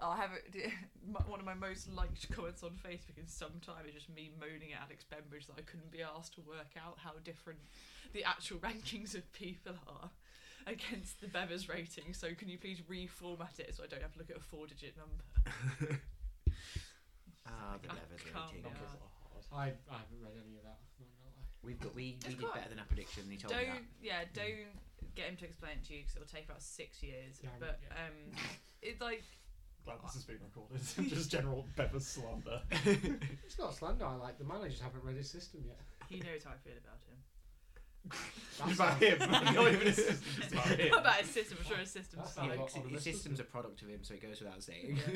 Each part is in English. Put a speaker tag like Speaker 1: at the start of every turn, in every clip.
Speaker 1: I'll have it. my- One of my most liked comments on Facebook in some time is just me moaning at Alex Benbridge that I couldn't be asked to work out how different the actual rankings of people are against the Bevers rating. So can you please reformat it so I don't have to look at a four-digit number?
Speaker 2: Ah, the
Speaker 1: I
Speaker 2: Bevers
Speaker 1: can't
Speaker 2: rating.
Speaker 1: be
Speaker 3: Numbers
Speaker 1: Yeah.
Speaker 3: are hard.
Speaker 4: I, I haven't read any of that. I'm not gonna lie.
Speaker 2: We've got we, we
Speaker 1: It's
Speaker 2: did
Speaker 1: quite-
Speaker 2: better than our prediction. He told me that.
Speaker 1: Don't yeah, don't get him to explain it to you because it'll take about six years.
Speaker 4: Yeah, I mean,
Speaker 1: but
Speaker 4: yeah.
Speaker 1: um, it's like
Speaker 3: Glad this is being recorded. Just general Bevers slander.
Speaker 4: It's not slander. I like the man. I just haven't read his system yet.
Speaker 1: he knows how I feel about him.
Speaker 4: That's
Speaker 3: about him. Not even his system, it's about him.
Speaker 1: How about his system? I'm sure his system's
Speaker 4: That's
Speaker 1: fine.
Speaker 4: not-
Speaker 2: Yeah,
Speaker 4: on
Speaker 2: his
Speaker 4: the list.
Speaker 2: system's a product of him, so it goes without saying.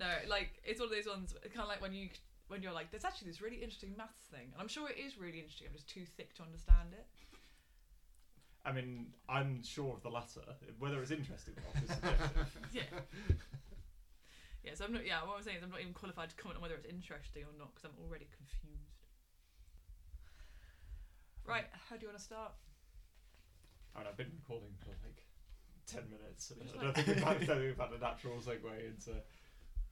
Speaker 1: No, like it's one of those ones, kind of like when you when you're like, there's actually this really interesting maths thing, and I'm sure it is really interesting. I'm just too thick to understand it.
Speaker 3: I mean, I'm sure of the latter. Whether it's interesting or not is subjective.
Speaker 1: Yeah. yeah. So I'm not. Yeah. What I'm saying is I'm not even qualified to comment on whether it's interesting or not because I'm already confused. Right. How do you want to start?
Speaker 3: I mean, I've been recording for like 10 minutes. And
Speaker 1: Just
Speaker 3: I
Speaker 1: like-
Speaker 3: don't think we've had, I don't think we've had a natural segue into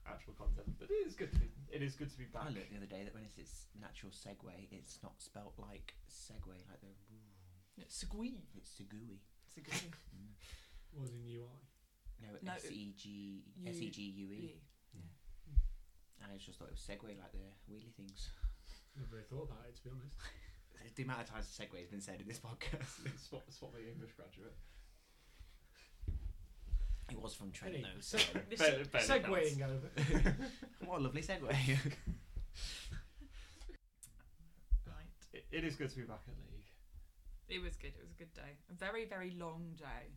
Speaker 3: actual content, but it is good to be, it is good to be
Speaker 2: I
Speaker 3: back.
Speaker 2: learned the other day that when it's its natural segue, it's not spelt like segue, like the
Speaker 1: It's squee.
Speaker 2: it's segui.
Speaker 1: It's a good thing.
Speaker 4: was in UI.
Speaker 2: No,
Speaker 1: No,
Speaker 2: S E G
Speaker 1: you-
Speaker 2: S E G U E.
Speaker 1: Yee.
Speaker 2: I just thought it was segue, like the wheelie things.
Speaker 4: Never really thought about it to be honest.
Speaker 2: The amount of times segue has been said in this podcast.
Speaker 3: Spot, spot the English graduate.
Speaker 2: It was from Trent,
Speaker 4: Any-
Speaker 2: though.
Speaker 4: se-
Speaker 2: so-
Speaker 4: this-
Speaker 3: Barely- barely
Speaker 4: segueing over.
Speaker 2: what a lovely segue.
Speaker 1: Right.
Speaker 3: It, it is good to be back at league.
Speaker 1: It was good. It was a good day. A very very long day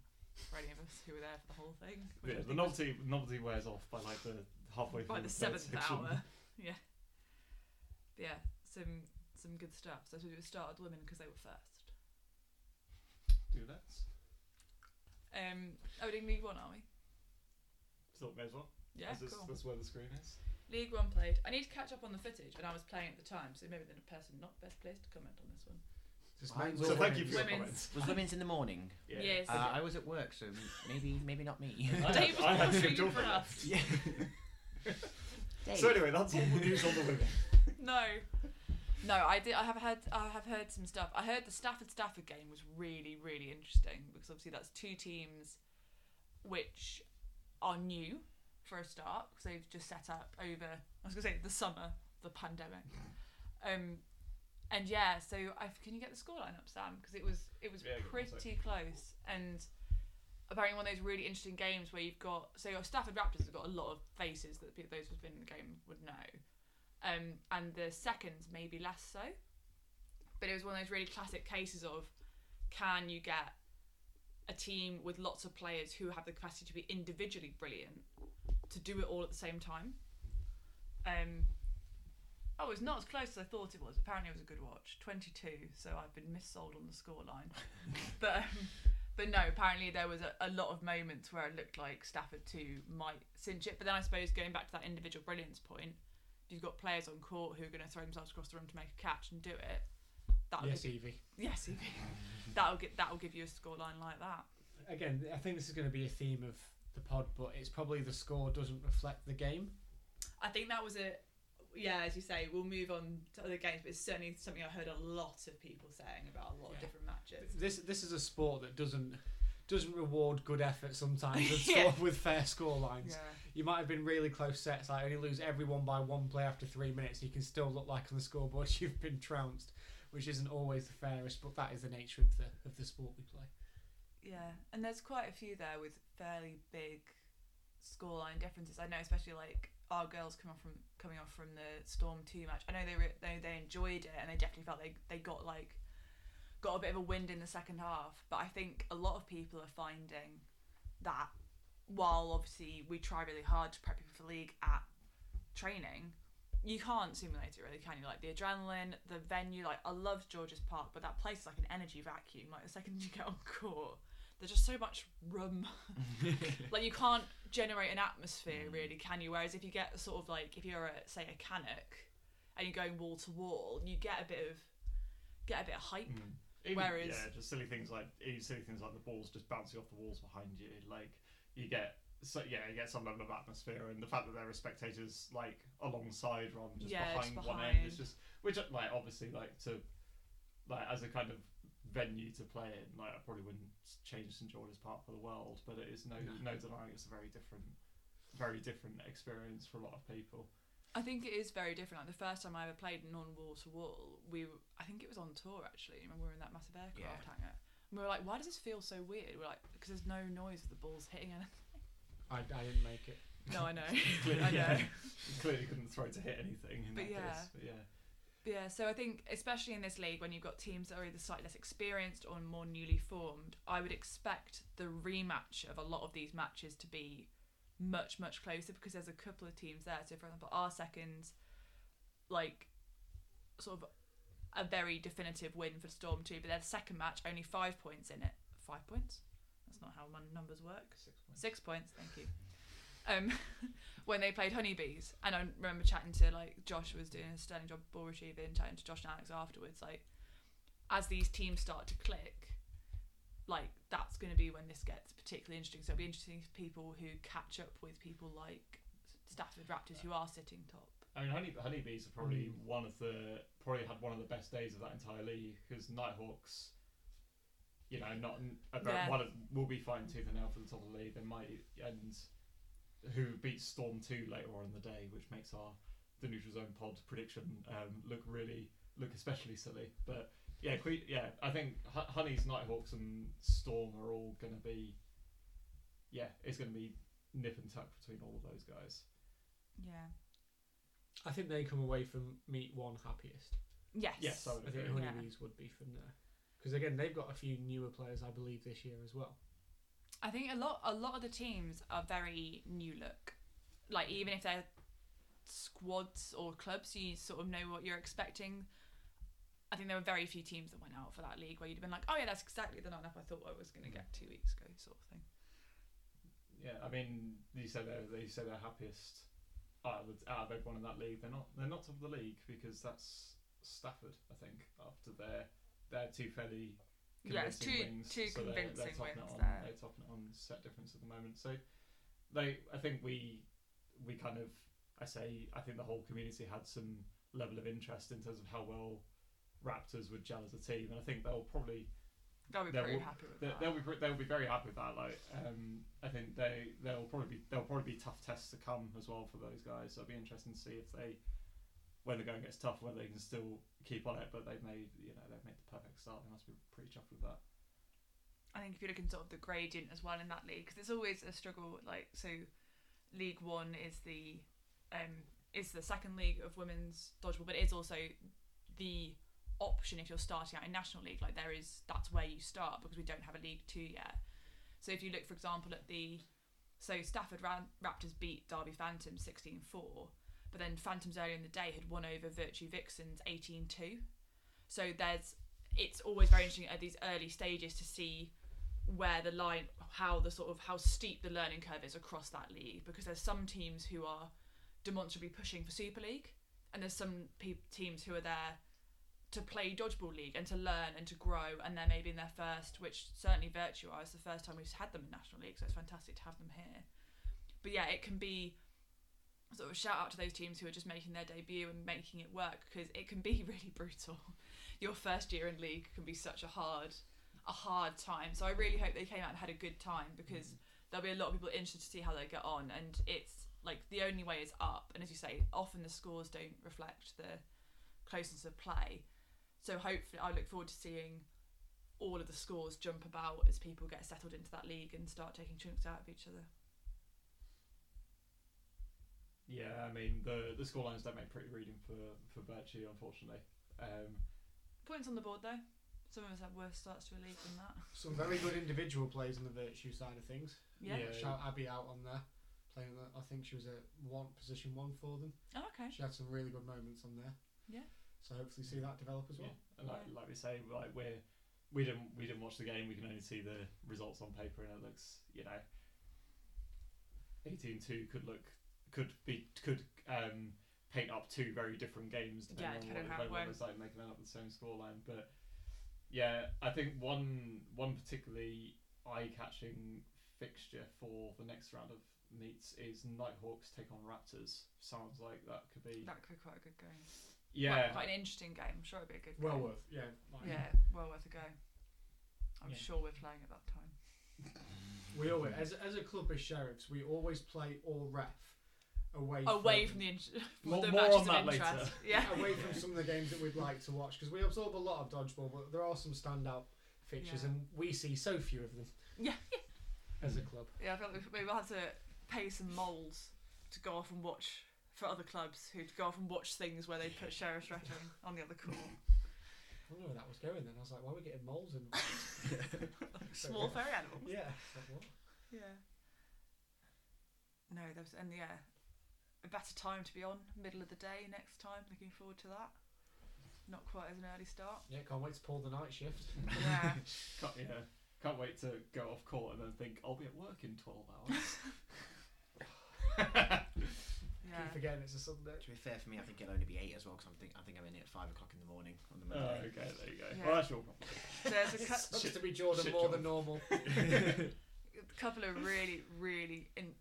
Speaker 1: for any of us who were there for the whole thing. which I
Speaker 3: Yeah, the
Speaker 1: think was
Speaker 3: novelty novelty wears off by like the halfway through
Speaker 1: by the
Speaker 3: third
Speaker 1: seventh
Speaker 3: section.
Speaker 1: hour. Yeah. But yeah, some some good stuff. So I suppose we start with women because they were first.
Speaker 3: Do let's.
Speaker 1: Um, oh, we're doing League One, are we?
Speaker 3: So may as well.
Speaker 1: Yeah,
Speaker 3: 'cause this-
Speaker 1: cool.
Speaker 3: That's where the screen is.
Speaker 1: League One played. I need to catch up on the footage, and I was playing at the time, so maybe the person not best placed to comment on this one.
Speaker 4: Just
Speaker 2: Mine's
Speaker 4: names
Speaker 2: all
Speaker 3: So
Speaker 4: all
Speaker 3: thank you
Speaker 4: women's.
Speaker 3: for your
Speaker 1: Women's.
Speaker 3: comments.
Speaker 2: was women's in the morning.
Speaker 3: Yeah.
Speaker 1: Yes.
Speaker 2: Uh, I was at work, so maybe maybe not me.
Speaker 3: I had-
Speaker 1: Dave was
Speaker 3: I had
Speaker 1: watching
Speaker 3: skipped all
Speaker 1: for
Speaker 3: of that.
Speaker 1: us.
Speaker 2: yeah. Dave.
Speaker 3: So anyway, that's all the news on the women.
Speaker 1: No, no, I did. I have heard. I have heard some stuff. I heard the Stafford Stafford game was really really interesting because obviously that's two teams, which are new for a start because they've just set up over. I was gonna say the summer, the pandemic, um, and yeah. So I can you get the scoreline up, Sam? Because it was it was
Speaker 3: Yeah, give me one sec.
Speaker 1: pretty close and. Apparently, one of those really interesting games where you've got so your Stafford Raptors have got a lot of faces that pe- those who've been in the game would know, um, and the seconds maybe less so. But it was one of those really classic cases of can you get a team with lots of players who have the capacity to be individually brilliant to do it all at the same time? Um, oh, it's not as close as I thought it was. Apparently, it was a good watch, twenty-two. So I've been missold on the scoreline, but. Um, but no, apparently there was a, a lot of moments where it looked like Stafford 2 might cinch it. But then I suppose going back to that individual brilliance point, if you've got players on court who are going to throw themselves across the room to make a catch and do it, that'll
Speaker 4: Yes,
Speaker 1: give,
Speaker 4: Evie.
Speaker 1: yes, Evie. that'll get that'll give you a scoreline like that.
Speaker 4: Again, I think this is going to be a theme of the pod, but it's probably the score doesn't reflect the game.
Speaker 1: I think that was a yeah, as you say, we'll move on to other games, but it's certainly something I heard a lot of people saying about a lot
Speaker 4: Yeah.
Speaker 1: of different matches.
Speaker 4: This this is a sport that doesn't doesn't reward good effort sometimes and
Speaker 1: Yeah.
Speaker 4: score with fair score lines.
Speaker 1: Yeah.
Speaker 4: You might have been really close sets, like only lose every one by one play after three minutes. You can still look like on the scoreboard you've been trounced, which isn't always the fairest, but that is the nature of the of the sport we play.
Speaker 1: Yeah, and there's quite a few there with fairly big scoreline differences. I know, especially like our girls coming off from coming off from the Storm Two match. I know they were they, they enjoyed it and they definitely felt they they got like got a bit of a wind in the second half. But I think a lot of people are finding that while obviously we try really hard to prep people for league at training, you can't simulate it really, can you? Like the adrenaline, the venue. Like I loved George's Park, but that place is like an energy vacuum. Like the second you get on court, there's just so much room. like you can't generate an atmosphere really, can you? Whereas if you get sort of like if you're at say a Canuck and you're going wall to wall, you get a bit of get a bit of hype.
Speaker 3: Even,
Speaker 1: Whereas-
Speaker 3: yeah, just silly things like even silly things like the balls just bouncing off the walls behind you. Like you get so yeah, it gets some level of atmosphere, and the fact that there are spectators like alongside rather than just
Speaker 1: Yeah,
Speaker 3: behind
Speaker 1: just
Speaker 3: one end
Speaker 1: behind.
Speaker 3: is just which like obviously like to like as a kind of venue to play in, like I probably wouldn't s- change St George's Park for the world, but it is no no,
Speaker 4: No.
Speaker 3: denying it's a very different very different experience for a lot of people.
Speaker 1: I think it is very different. Like the first time I ever played non wall to wall, we were- I think it was on tour actually. Remember we were in that massive aircraft
Speaker 2: Yeah.
Speaker 1: hangar. And we were like, why does this feel so weird? We're like, because there's no noise of the balls hitting anything.
Speaker 4: I, I didn't make it.
Speaker 1: No, I know.
Speaker 3: Clearly,
Speaker 1: I know.
Speaker 3: yeah, you clearly couldn't throw to hit anything in
Speaker 1: But
Speaker 3: that
Speaker 1: yeah.
Speaker 3: case. But yeah,
Speaker 1: Yeah, so I think especially in this league when you've got teams that are either slightly less experienced or more newly formed, I would expect the rematch of a lot of these matches to be much much closer because there's a couple of teams there. So for example, our seconds, like sort of a very definitive win for Storm Two, but their second match only five points in it. Five points? That's not how my numbers work.
Speaker 3: six points.
Speaker 1: Six points, thank you. Um, when they played Honeybees, and I remember chatting to like Josh was doing a sterling job ball receiving, chatting to Josh and Alex afterwards. Like, as these teams start to click, like that's going to be when this gets particularly interesting. So it'll be interesting for people who catch up with people like Stafford Raptors who are sitting top.
Speaker 3: I mean, honey, honeybees are probably
Speaker 4: Mm.
Speaker 3: one of the probably had one of the best days of that entire league because Nighthawks, you know, not a very-
Speaker 1: Yeah.
Speaker 3: one of, will be fighting tooth and nail for the top of the league. They might and who beats Storm two later on in the day, which makes our the neutral zone pod prediction um, look really look especially silly. But yeah, que- yeah, I think Hu- Honey's Nighthawks and Storm are all going to be yeah, it's going to be nip and tuck between all of those guys.
Speaker 1: Yeah.
Speaker 4: I think they come away from meet one happiest.
Speaker 1: Yes.
Speaker 3: Yes, I would
Speaker 4: I think
Speaker 3: agree.
Speaker 1: Yeah.
Speaker 4: Honeybees would be from there. Because again, they've got a few newer players, I believe, this year as well.
Speaker 1: I think a lot a lot of the teams are very new look. Like even if they're squads or clubs, you sort of know what you're expecting. I think there were very few teams that went out for that league where you'd have been like, oh yeah, that's exactly the lineup I thought I was going to get two weeks ago, sort of thing.
Speaker 3: Yeah, I mean, you said they're, they say they're happiest out of, the, out of everyone in that league. They're not they're not top of the league because that's Stafford, I think, after their their two fairly convincing
Speaker 1: Yeah, it's two-
Speaker 3: wins.
Speaker 1: two
Speaker 3: so they're- they're,
Speaker 1: convincing
Speaker 3: topping it
Speaker 1: wins
Speaker 3: on,
Speaker 1: there.
Speaker 3: They're topping it on set difference at the moment. So they, I think we we kind of I say I think the whole community had some level of interest in terms of how well Raptors would gel as a team, and I think they'll probably
Speaker 1: They'll be
Speaker 3: There
Speaker 1: pretty
Speaker 3: will-
Speaker 1: happy with
Speaker 3: they,
Speaker 1: that.
Speaker 3: they'll be pre- they'll be very happy with that. Like, um, I think they they'll probably be they'll probably be tough tests to come as well for those guys. So it'll be interesting to see if they when the going gets tough, whether they can still keep on it. But they've made you know they've made the perfect start. They must be pretty chuffed with that.
Speaker 1: I think if you look in sort of the gradient as well in that league, 'cause it's always a struggle. Like so, League One is the um, is the second league of women's dodgeball, but it is also the option if you're starting out in National League. Like there is that's where you start because we don't have a League Two yet. So if you look, for example, at the so Stafford Ran- Raptors beat Derby Phantoms 16-4, but then Phantoms earlier in the day had won over Virtue Vixens 18-2. So there's it's always very interesting at these early stages to see where the line how the sort of how steep the learning curve is across that league because there's some teams who are demonstrably pushing for super league and there's some pe- teams who are there to play dodgeball league and to learn and to grow and they're maybe in their first which certainly virtue are it's the first time we've had them in national league so it's fantastic to have them here but yeah it can be sort of shout out to those teams who are just making their debut and making it work because it can be really brutal your first year in league can be such a hard a hard time. So I really hope they came out and had a good time because there'll be a lot of people interested to see how they get on. And it's like the only way is up. And as you say, often the scores don't reflect the closeness of play. So hopefully, I look forward to seeing all of the scores jump about as people get settled into that league and start taking chunks out of each other.
Speaker 3: Yeah, I mean the the score lines don't make pretty reading for for Virtue, unfortunately. Um,
Speaker 1: Points on the board though. Some of us have worse starts to a league than that.
Speaker 4: Some very good individual plays on the virtue side of things.
Speaker 1: Yeah.
Speaker 3: Yeah.
Speaker 4: Shout Abby out on there, playing. on the- I think she was at one position one for them.
Speaker 1: Oh, okay.
Speaker 4: She had some really good moments on there.
Speaker 1: Yeah.
Speaker 4: So hopefully see that develop as well.
Speaker 3: Yeah. And like like we say, like we're we didn't we didn't watch the game. We can only see the results on paper, and it looks you know. 18-2 could look could be could um paint up two very different games
Speaker 1: Yeah,
Speaker 3: depending
Speaker 1: depending
Speaker 3: on
Speaker 1: on
Speaker 3: what
Speaker 1: how it
Speaker 3: depending on
Speaker 1: went.
Speaker 3: it's like making up the same scoreline. But yeah, I think one one particularly eye catching fixture for the next round of meets is Nighthawks take on Raptors. Sounds like that could be.
Speaker 1: That could be quite a good game.
Speaker 3: yeah.
Speaker 1: Quite, quite an interesting game. I'm sure it'd be a good
Speaker 4: Well
Speaker 1: game.
Speaker 4: worth, yeah. like-
Speaker 1: Yeah, well worth a go. I'm
Speaker 4: Yeah.
Speaker 1: sure we're playing at that time.
Speaker 4: We always, as, as a club of sheriffs, we always play all ref away
Speaker 1: Away from the, in- from
Speaker 3: More-
Speaker 1: the
Speaker 3: more
Speaker 1: matches
Speaker 3: on that
Speaker 1: of interest.
Speaker 3: later.
Speaker 1: Yeah.
Speaker 4: away from some of the games that we'd like to watch because we absorb a lot of dodgeball, but there are some standout fixtures,
Speaker 1: Yeah.
Speaker 4: and we see so few of them.
Speaker 1: Yeah.
Speaker 4: As a club,
Speaker 1: Yeah, I feel like we- we'll have to pay some moles to go off and watch for other clubs who'd go off and watch things where they'd put Sheriff's Reckon on the other call.
Speaker 4: I don't know where that was going. Then I was like, why are we getting moles and
Speaker 1: Small furry animals.
Speaker 4: yeah, it's like, what?
Speaker 1: Yeah. No, there was, and yeah, a better time to be on, middle of the day next time. Looking forward to that. Not quite as an early start.
Speaker 4: yeah, can't wait to pull the night shift.
Speaker 1: Yeah.
Speaker 3: Can't, yeah. Can't wait to go off court and then think I'll be at work in twelve hours.
Speaker 1: yeah.
Speaker 4: Keep forgetting it's a Sunday.
Speaker 2: To be fair for me, I think it'll only be eight as well because I think I think I'm in it at five o'clock in the morning on the
Speaker 3: oh,
Speaker 2: Monday.
Speaker 3: okay, there you go.
Speaker 1: Yeah.
Speaker 3: Well, that's your problem.
Speaker 1: There's a cou-
Speaker 4: Sucks
Speaker 3: Shit-
Speaker 4: to be Jordan
Speaker 3: shit
Speaker 4: more
Speaker 3: job.
Speaker 4: than normal.
Speaker 1: a couple of really, really, in,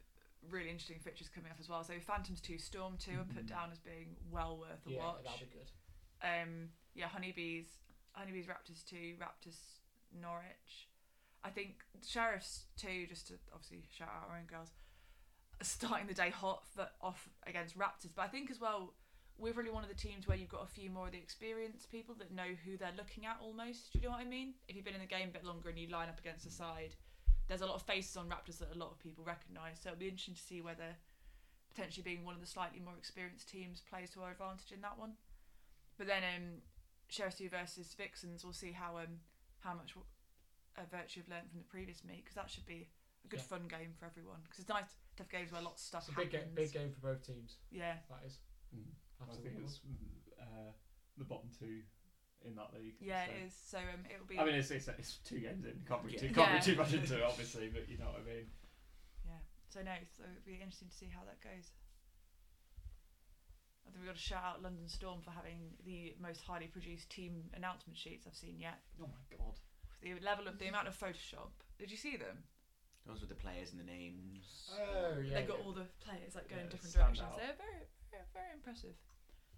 Speaker 1: really interesting features coming up as well. So Phantoms Two, Storm Two, are put
Speaker 3: Mhm.
Speaker 1: down as being well worth a
Speaker 4: Mm-hmm. yeah,
Speaker 1: watch.
Speaker 4: that'll be good.
Speaker 1: Um, yeah, Honeybees, Honeybees Raptors Two, Raptors Norwich. I think Sheriffs Two, just to obviously shout out our own girls, are starting the day hot for, off against Raptors. But I think as well, we're really one of the teams where you've got a few more of the experienced people that know who they're looking at almost. Do you know what I mean? If you've been in the game a bit longer and you line up against a side, there's a lot of faces on Raptors that a lot of people recognise. So it'll be interesting to see whether potentially being one of the slightly more experienced teams plays to our advantage in that one. But then um, Sheriff Sue versus Vixens, we'll see how um how much w- uh, Virtue have learned from the previous meet because that should be a good
Speaker 4: Yeah.
Speaker 1: fun game for everyone because it's nice to have games where lots of stuff
Speaker 4: It's a big
Speaker 1: happens.
Speaker 4: game, big game for both teams.
Speaker 1: Yeah,
Speaker 4: That is
Speaker 3: Mm. I
Speaker 4: absolutely.
Speaker 3: think it's uh, the bottom two in that league.
Speaker 1: yeah,
Speaker 3: so.
Speaker 1: it is. So um, it'll be
Speaker 3: I mean, it's, it's, it's two games in. Can't read
Speaker 2: Yeah.
Speaker 3: too, can't read
Speaker 1: Yeah.
Speaker 3: too much into it, obviously, but you know what I mean.
Speaker 1: yeah. So no, so it'll be interesting to see how that goes. I think we've got to shout out London Storm for having the most highly produced team announcement sheets I've seen yet.
Speaker 3: Oh my god.
Speaker 1: The level of the amount of Photoshop. Did you see them?
Speaker 2: Those were the players and the names.
Speaker 4: Oh yeah.
Speaker 1: they got
Speaker 4: yeah.
Speaker 1: all the players like going
Speaker 3: Yeah,
Speaker 1: different
Speaker 3: stand
Speaker 1: directions.
Speaker 3: out.
Speaker 1: They're very, very, very impressive.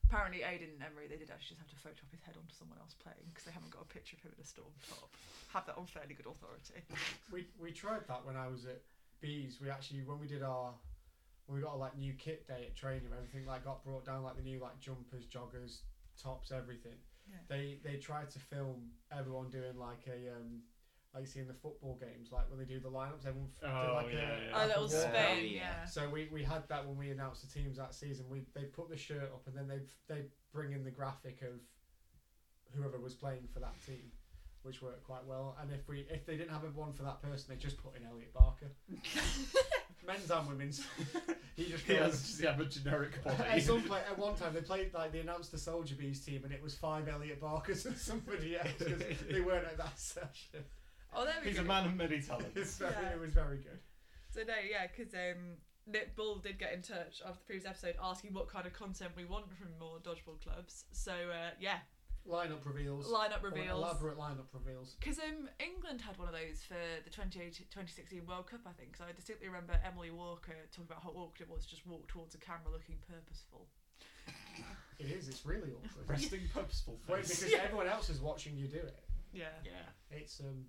Speaker 1: Apparently, Aiden and Emery they did actually just have to Photoshop his head onto someone else playing because they haven't got a picture of him in a storm top. Have that on fairly good authority.
Speaker 4: We we tried that when I was at Bees. We actually when we did our when we got our like new kit day at training, everything like got brought down like the new like jumpers, joggers, tops, everything.
Speaker 1: Yeah.
Speaker 4: They they tried to film everyone doing like a um like you see in the football games, like when they do the lineups, everyone f- did
Speaker 3: Oh,
Speaker 4: like
Speaker 3: yeah,
Speaker 4: a,
Speaker 3: yeah.
Speaker 1: A
Speaker 4: like
Speaker 1: little
Speaker 4: wall.
Speaker 2: Yeah.
Speaker 1: spin,
Speaker 2: Yeah.
Speaker 1: yeah.
Speaker 4: So we, we had that when we announced the teams that season. We they put the shirt up and then they they bring in the graphic of whoever was playing for that team, which worked quite well. And if we if they didn't have a one for that person, they just put in Elliot Barker, men's and women's. he just
Speaker 3: He
Speaker 4: put
Speaker 3: has just have a generic
Speaker 4: At
Speaker 3: body.
Speaker 4: some play, at one time they played like they announced the Soldier Bees team and it was five Elliot Barkers and somebody else because they weren't at that session.
Speaker 1: Oh, there we
Speaker 3: He's
Speaker 1: go.
Speaker 3: a man of many talents.
Speaker 4: It's very,
Speaker 1: Yeah.
Speaker 4: It was very good.
Speaker 1: So no, yeah, because um, Nick Bull did get in touch after the previous episode asking what kind of content we want from more dodgeball clubs. So uh, yeah,
Speaker 4: Lineup reveals.
Speaker 1: lineup
Speaker 4: Or
Speaker 1: reveals.
Speaker 4: Elaborate lineup reveals.
Speaker 1: Because um, England had one of those for the 2018 2016 World Cup, I think. So I distinctly remember Emily Walker talking about how awkward it was to just walk towards a camera looking purposeful.
Speaker 4: It is. It's really awkward.
Speaker 3: Resting purposeful
Speaker 4: Wait,
Speaker 3: face.
Speaker 4: because
Speaker 1: Yeah.
Speaker 4: everyone else is watching you do it.
Speaker 1: Yeah.
Speaker 2: Yeah.
Speaker 4: It's um,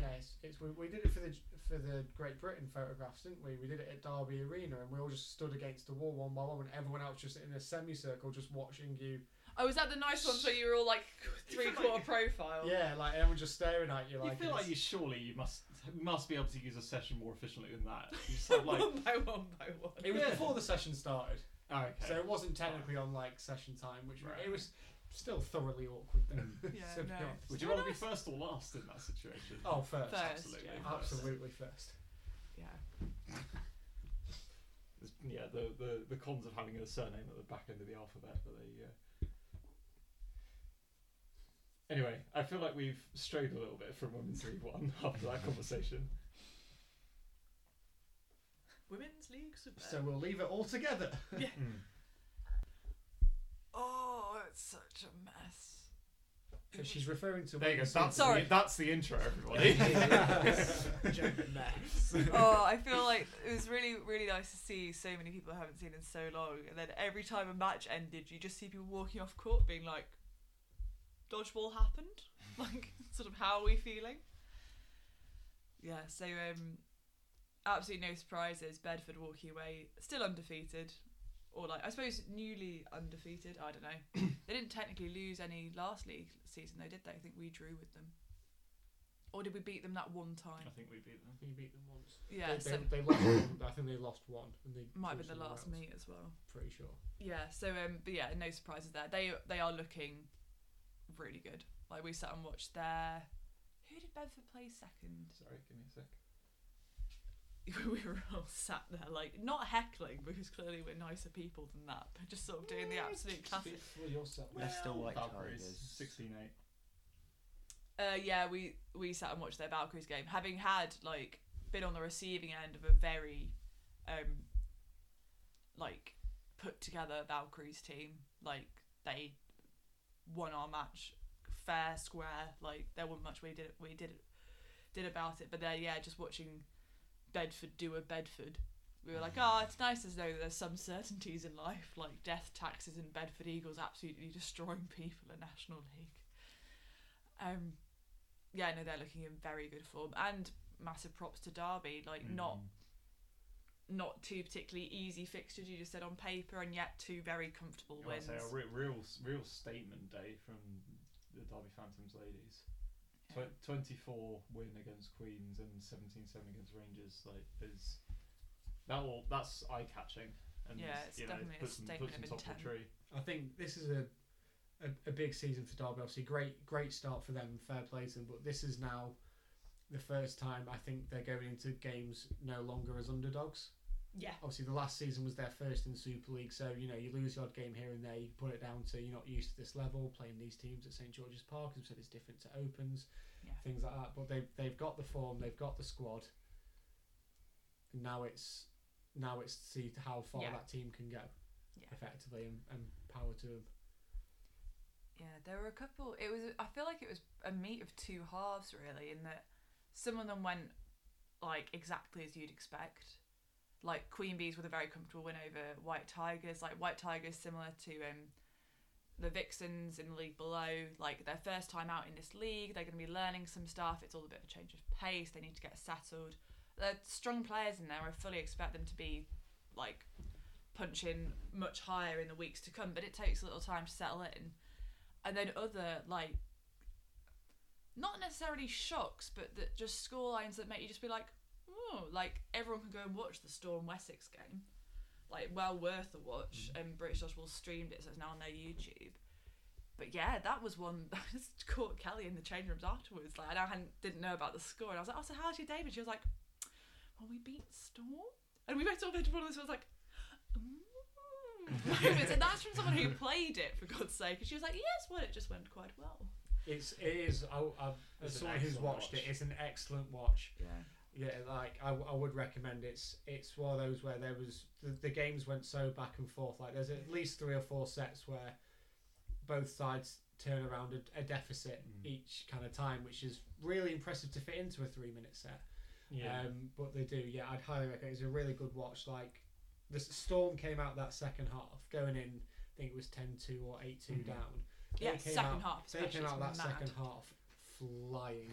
Speaker 4: yeah, it's, it's we, we did it for the for the Great Britain photographs, didn't we? We did it at Derby Arena, and we all just stood against the wall one by one, and everyone else just in a semicircle, just watching you.
Speaker 1: Oh, was that the nice ones where you were all like three quarter profile?
Speaker 4: Yeah, like everyone just staring at you.
Speaker 3: Oh. You
Speaker 4: Like
Speaker 3: feel
Speaker 4: it's-
Speaker 3: like you surely you must must be able to use a session more efficiently than that. You just have like
Speaker 1: one by one by one.
Speaker 4: It was
Speaker 3: Yeah.
Speaker 4: before the session started,
Speaker 3: oh, okay.
Speaker 4: so it wasn't technically on like session time, which
Speaker 3: Right.
Speaker 4: it was still thoroughly awkward though.
Speaker 1: Yeah,
Speaker 4: to be
Speaker 1: no.
Speaker 4: honest.
Speaker 3: Would you
Speaker 1: Very
Speaker 3: rather be
Speaker 1: nice.
Speaker 3: first or last in that situation?
Speaker 4: Oh, first,
Speaker 1: First,
Speaker 3: absolutely.
Speaker 1: yeah.
Speaker 3: first.
Speaker 4: absolutely first.
Speaker 1: Yeah.
Speaker 3: There's- Yeah, the, the, the cons of having a surname at the back end of the alphabet, but they. Uh... Anyway, I feel like we've strayed a little bit from Women's League One after that conversation.
Speaker 1: Women's League Super.
Speaker 4: So we'll leave it all together.
Speaker 1: oh, it's such a mess.
Speaker 4: because she's referring to.
Speaker 3: There you go.
Speaker 4: Wigan
Speaker 3: That's,
Speaker 4: City.
Speaker 1: Sorry.
Speaker 3: The, that's the intro, everybody.
Speaker 1: oh, I feel like it was really, really nice to see so many people I haven't seen in so long. And then every time a match ended, you just see people walking off court being like, dodgeball happened? Like, sort of, how are we feeling? Yeah, so um, absolutely no surprises. Bedford walking away, still undefeated. Or, like, I suppose newly undefeated. I don't know. they didn't technically lose any last league season, though, did they? I think we drew with them. Or did we beat them that one
Speaker 3: I
Speaker 1: time?
Speaker 3: think we beat them.
Speaker 4: We beat them once.
Speaker 1: Yeah,
Speaker 4: they,
Speaker 1: so
Speaker 4: they, they lost one. I think they lost one. And they
Speaker 1: might have been
Speaker 4: drew
Speaker 1: the
Speaker 4: somewhere
Speaker 1: last
Speaker 4: else,
Speaker 1: meet as well.
Speaker 4: Pretty sure.
Speaker 1: Yeah. So um, but yeah, no surprises there. They they are looking really good. Like we sat and watched their. Who did Bedford play second?
Speaker 3: Sorry, give me a sec.
Speaker 1: we were all sat there like not heckling because clearly we're nicer people than that, but just sort of doing the absolute classic.
Speaker 4: For yourself.
Speaker 2: Leicester White
Speaker 3: Valkyries,
Speaker 2: Tigers.
Speaker 3: 16-8.
Speaker 1: Uh, yeah, we we sat and watched their Valkyries game, having had like been on the receiving end of a very, um, like put together Valkyries team. Like they won our match fair square. Like there wasn't much we did we did did about it, but then yeah, just watching Bedford do a Bedford. We were like, oh, it's nice to know that there's some certainties in life, like death taxes and Bedford Eagles absolutely destroying people in National League. Um, yeah, no, they're looking in very good form, and massive props to Derby. Like
Speaker 3: Mm.
Speaker 1: not not two particularly easy fixtures you just said on paper, and yet two very comfortable
Speaker 3: I
Speaker 1: wins.
Speaker 3: Hmm. say a re- real, s- real statement day from the Derby Phantoms ladies. Tw-
Speaker 1: Yeah.
Speaker 3: 24 win against Queens and 17-7 against Rangers. Like is that all? That's eye catching. And
Speaker 1: Yeah, it's
Speaker 3: you know,
Speaker 1: definitely a
Speaker 3: puts them,
Speaker 1: statement
Speaker 3: puts them
Speaker 1: of
Speaker 3: top of the
Speaker 1: intent.
Speaker 3: tree.
Speaker 4: I think this is a, a, a big season for Derby. Obviously, great great start for them. Fair play to them. But this is now the first time I think they're going into games no longer as underdogs.
Speaker 1: Yeah,
Speaker 4: Obviously, the last season was their first in Super League, so you know you lose your odd game here and there. You put it down to you're not used to this level playing these teams at St George's Park. As we said, it's different to Opens,
Speaker 1: Yeah.
Speaker 4: things like that. But they've they've got the form, they've got the squad. Now it's now it's to see how far
Speaker 1: Yeah.
Speaker 4: that team can go,
Speaker 1: Yeah.
Speaker 4: effectively, and, and power to them.
Speaker 1: Yeah, there were a couple. It was. I feel like it was a meet of two halves, really, in that some of them went like exactly as you'd expect. Like Queen Bees with a very comfortable win over White Tigers. Like White Tigers, similar to um, the Vixens in the league below. Like their first time out in this league, they're going to be learning some stuff. It's all a bit of a change of pace. They need to get settled. They're strong players in there. I fully expect them to be like punching much higher in the weeks to come. But it takes a little time to settle in and then other like not necessarily shocks but that just score lines that make you just be like oh like everyone can go and watch the storm wessex game like well worth a watch and british dodgeball streamed it so it's now on their youtube but yeah that was one i just caught kelly in the change rooms afterwards like and i hadn't, didn't know about the score and i was like oh so how's your day but she was like well we beat storm and we both sort of went to one of those I was like mm. and that's from someone who played it for god's sake and she was like yes well it just went quite well
Speaker 4: It's it is. I, I, as
Speaker 3: It's an
Speaker 4: someone who's
Speaker 3: excellent
Speaker 4: watched
Speaker 3: watch.
Speaker 4: it, it's an excellent watch.
Speaker 1: yeah
Speaker 4: Yeah, like I, I would recommend it's it's one of those where there was the, the games went so back and forth. Like there's at least three or four sets where both sides turn around a, a deficit
Speaker 3: Mm.
Speaker 4: each kind of time, which is really impressive to fit into a three minute set. Um, but they do. Yeah, I'd highly recommend. It's a really good watch. Like the s- storm came out that second half, going in. I think it was 10-2 or 8-2
Speaker 3: Mhm.
Speaker 4: down. They
Speaker 1: yeah
Speaker 4: came
Speaker 1: second
Speaker 4: out-
Speaker 1: half
Speaker 4: They came
Speaker 1: especially,
Speaker 4: out that
Speaker 1: it's mad.
Speaker 4: second half flying.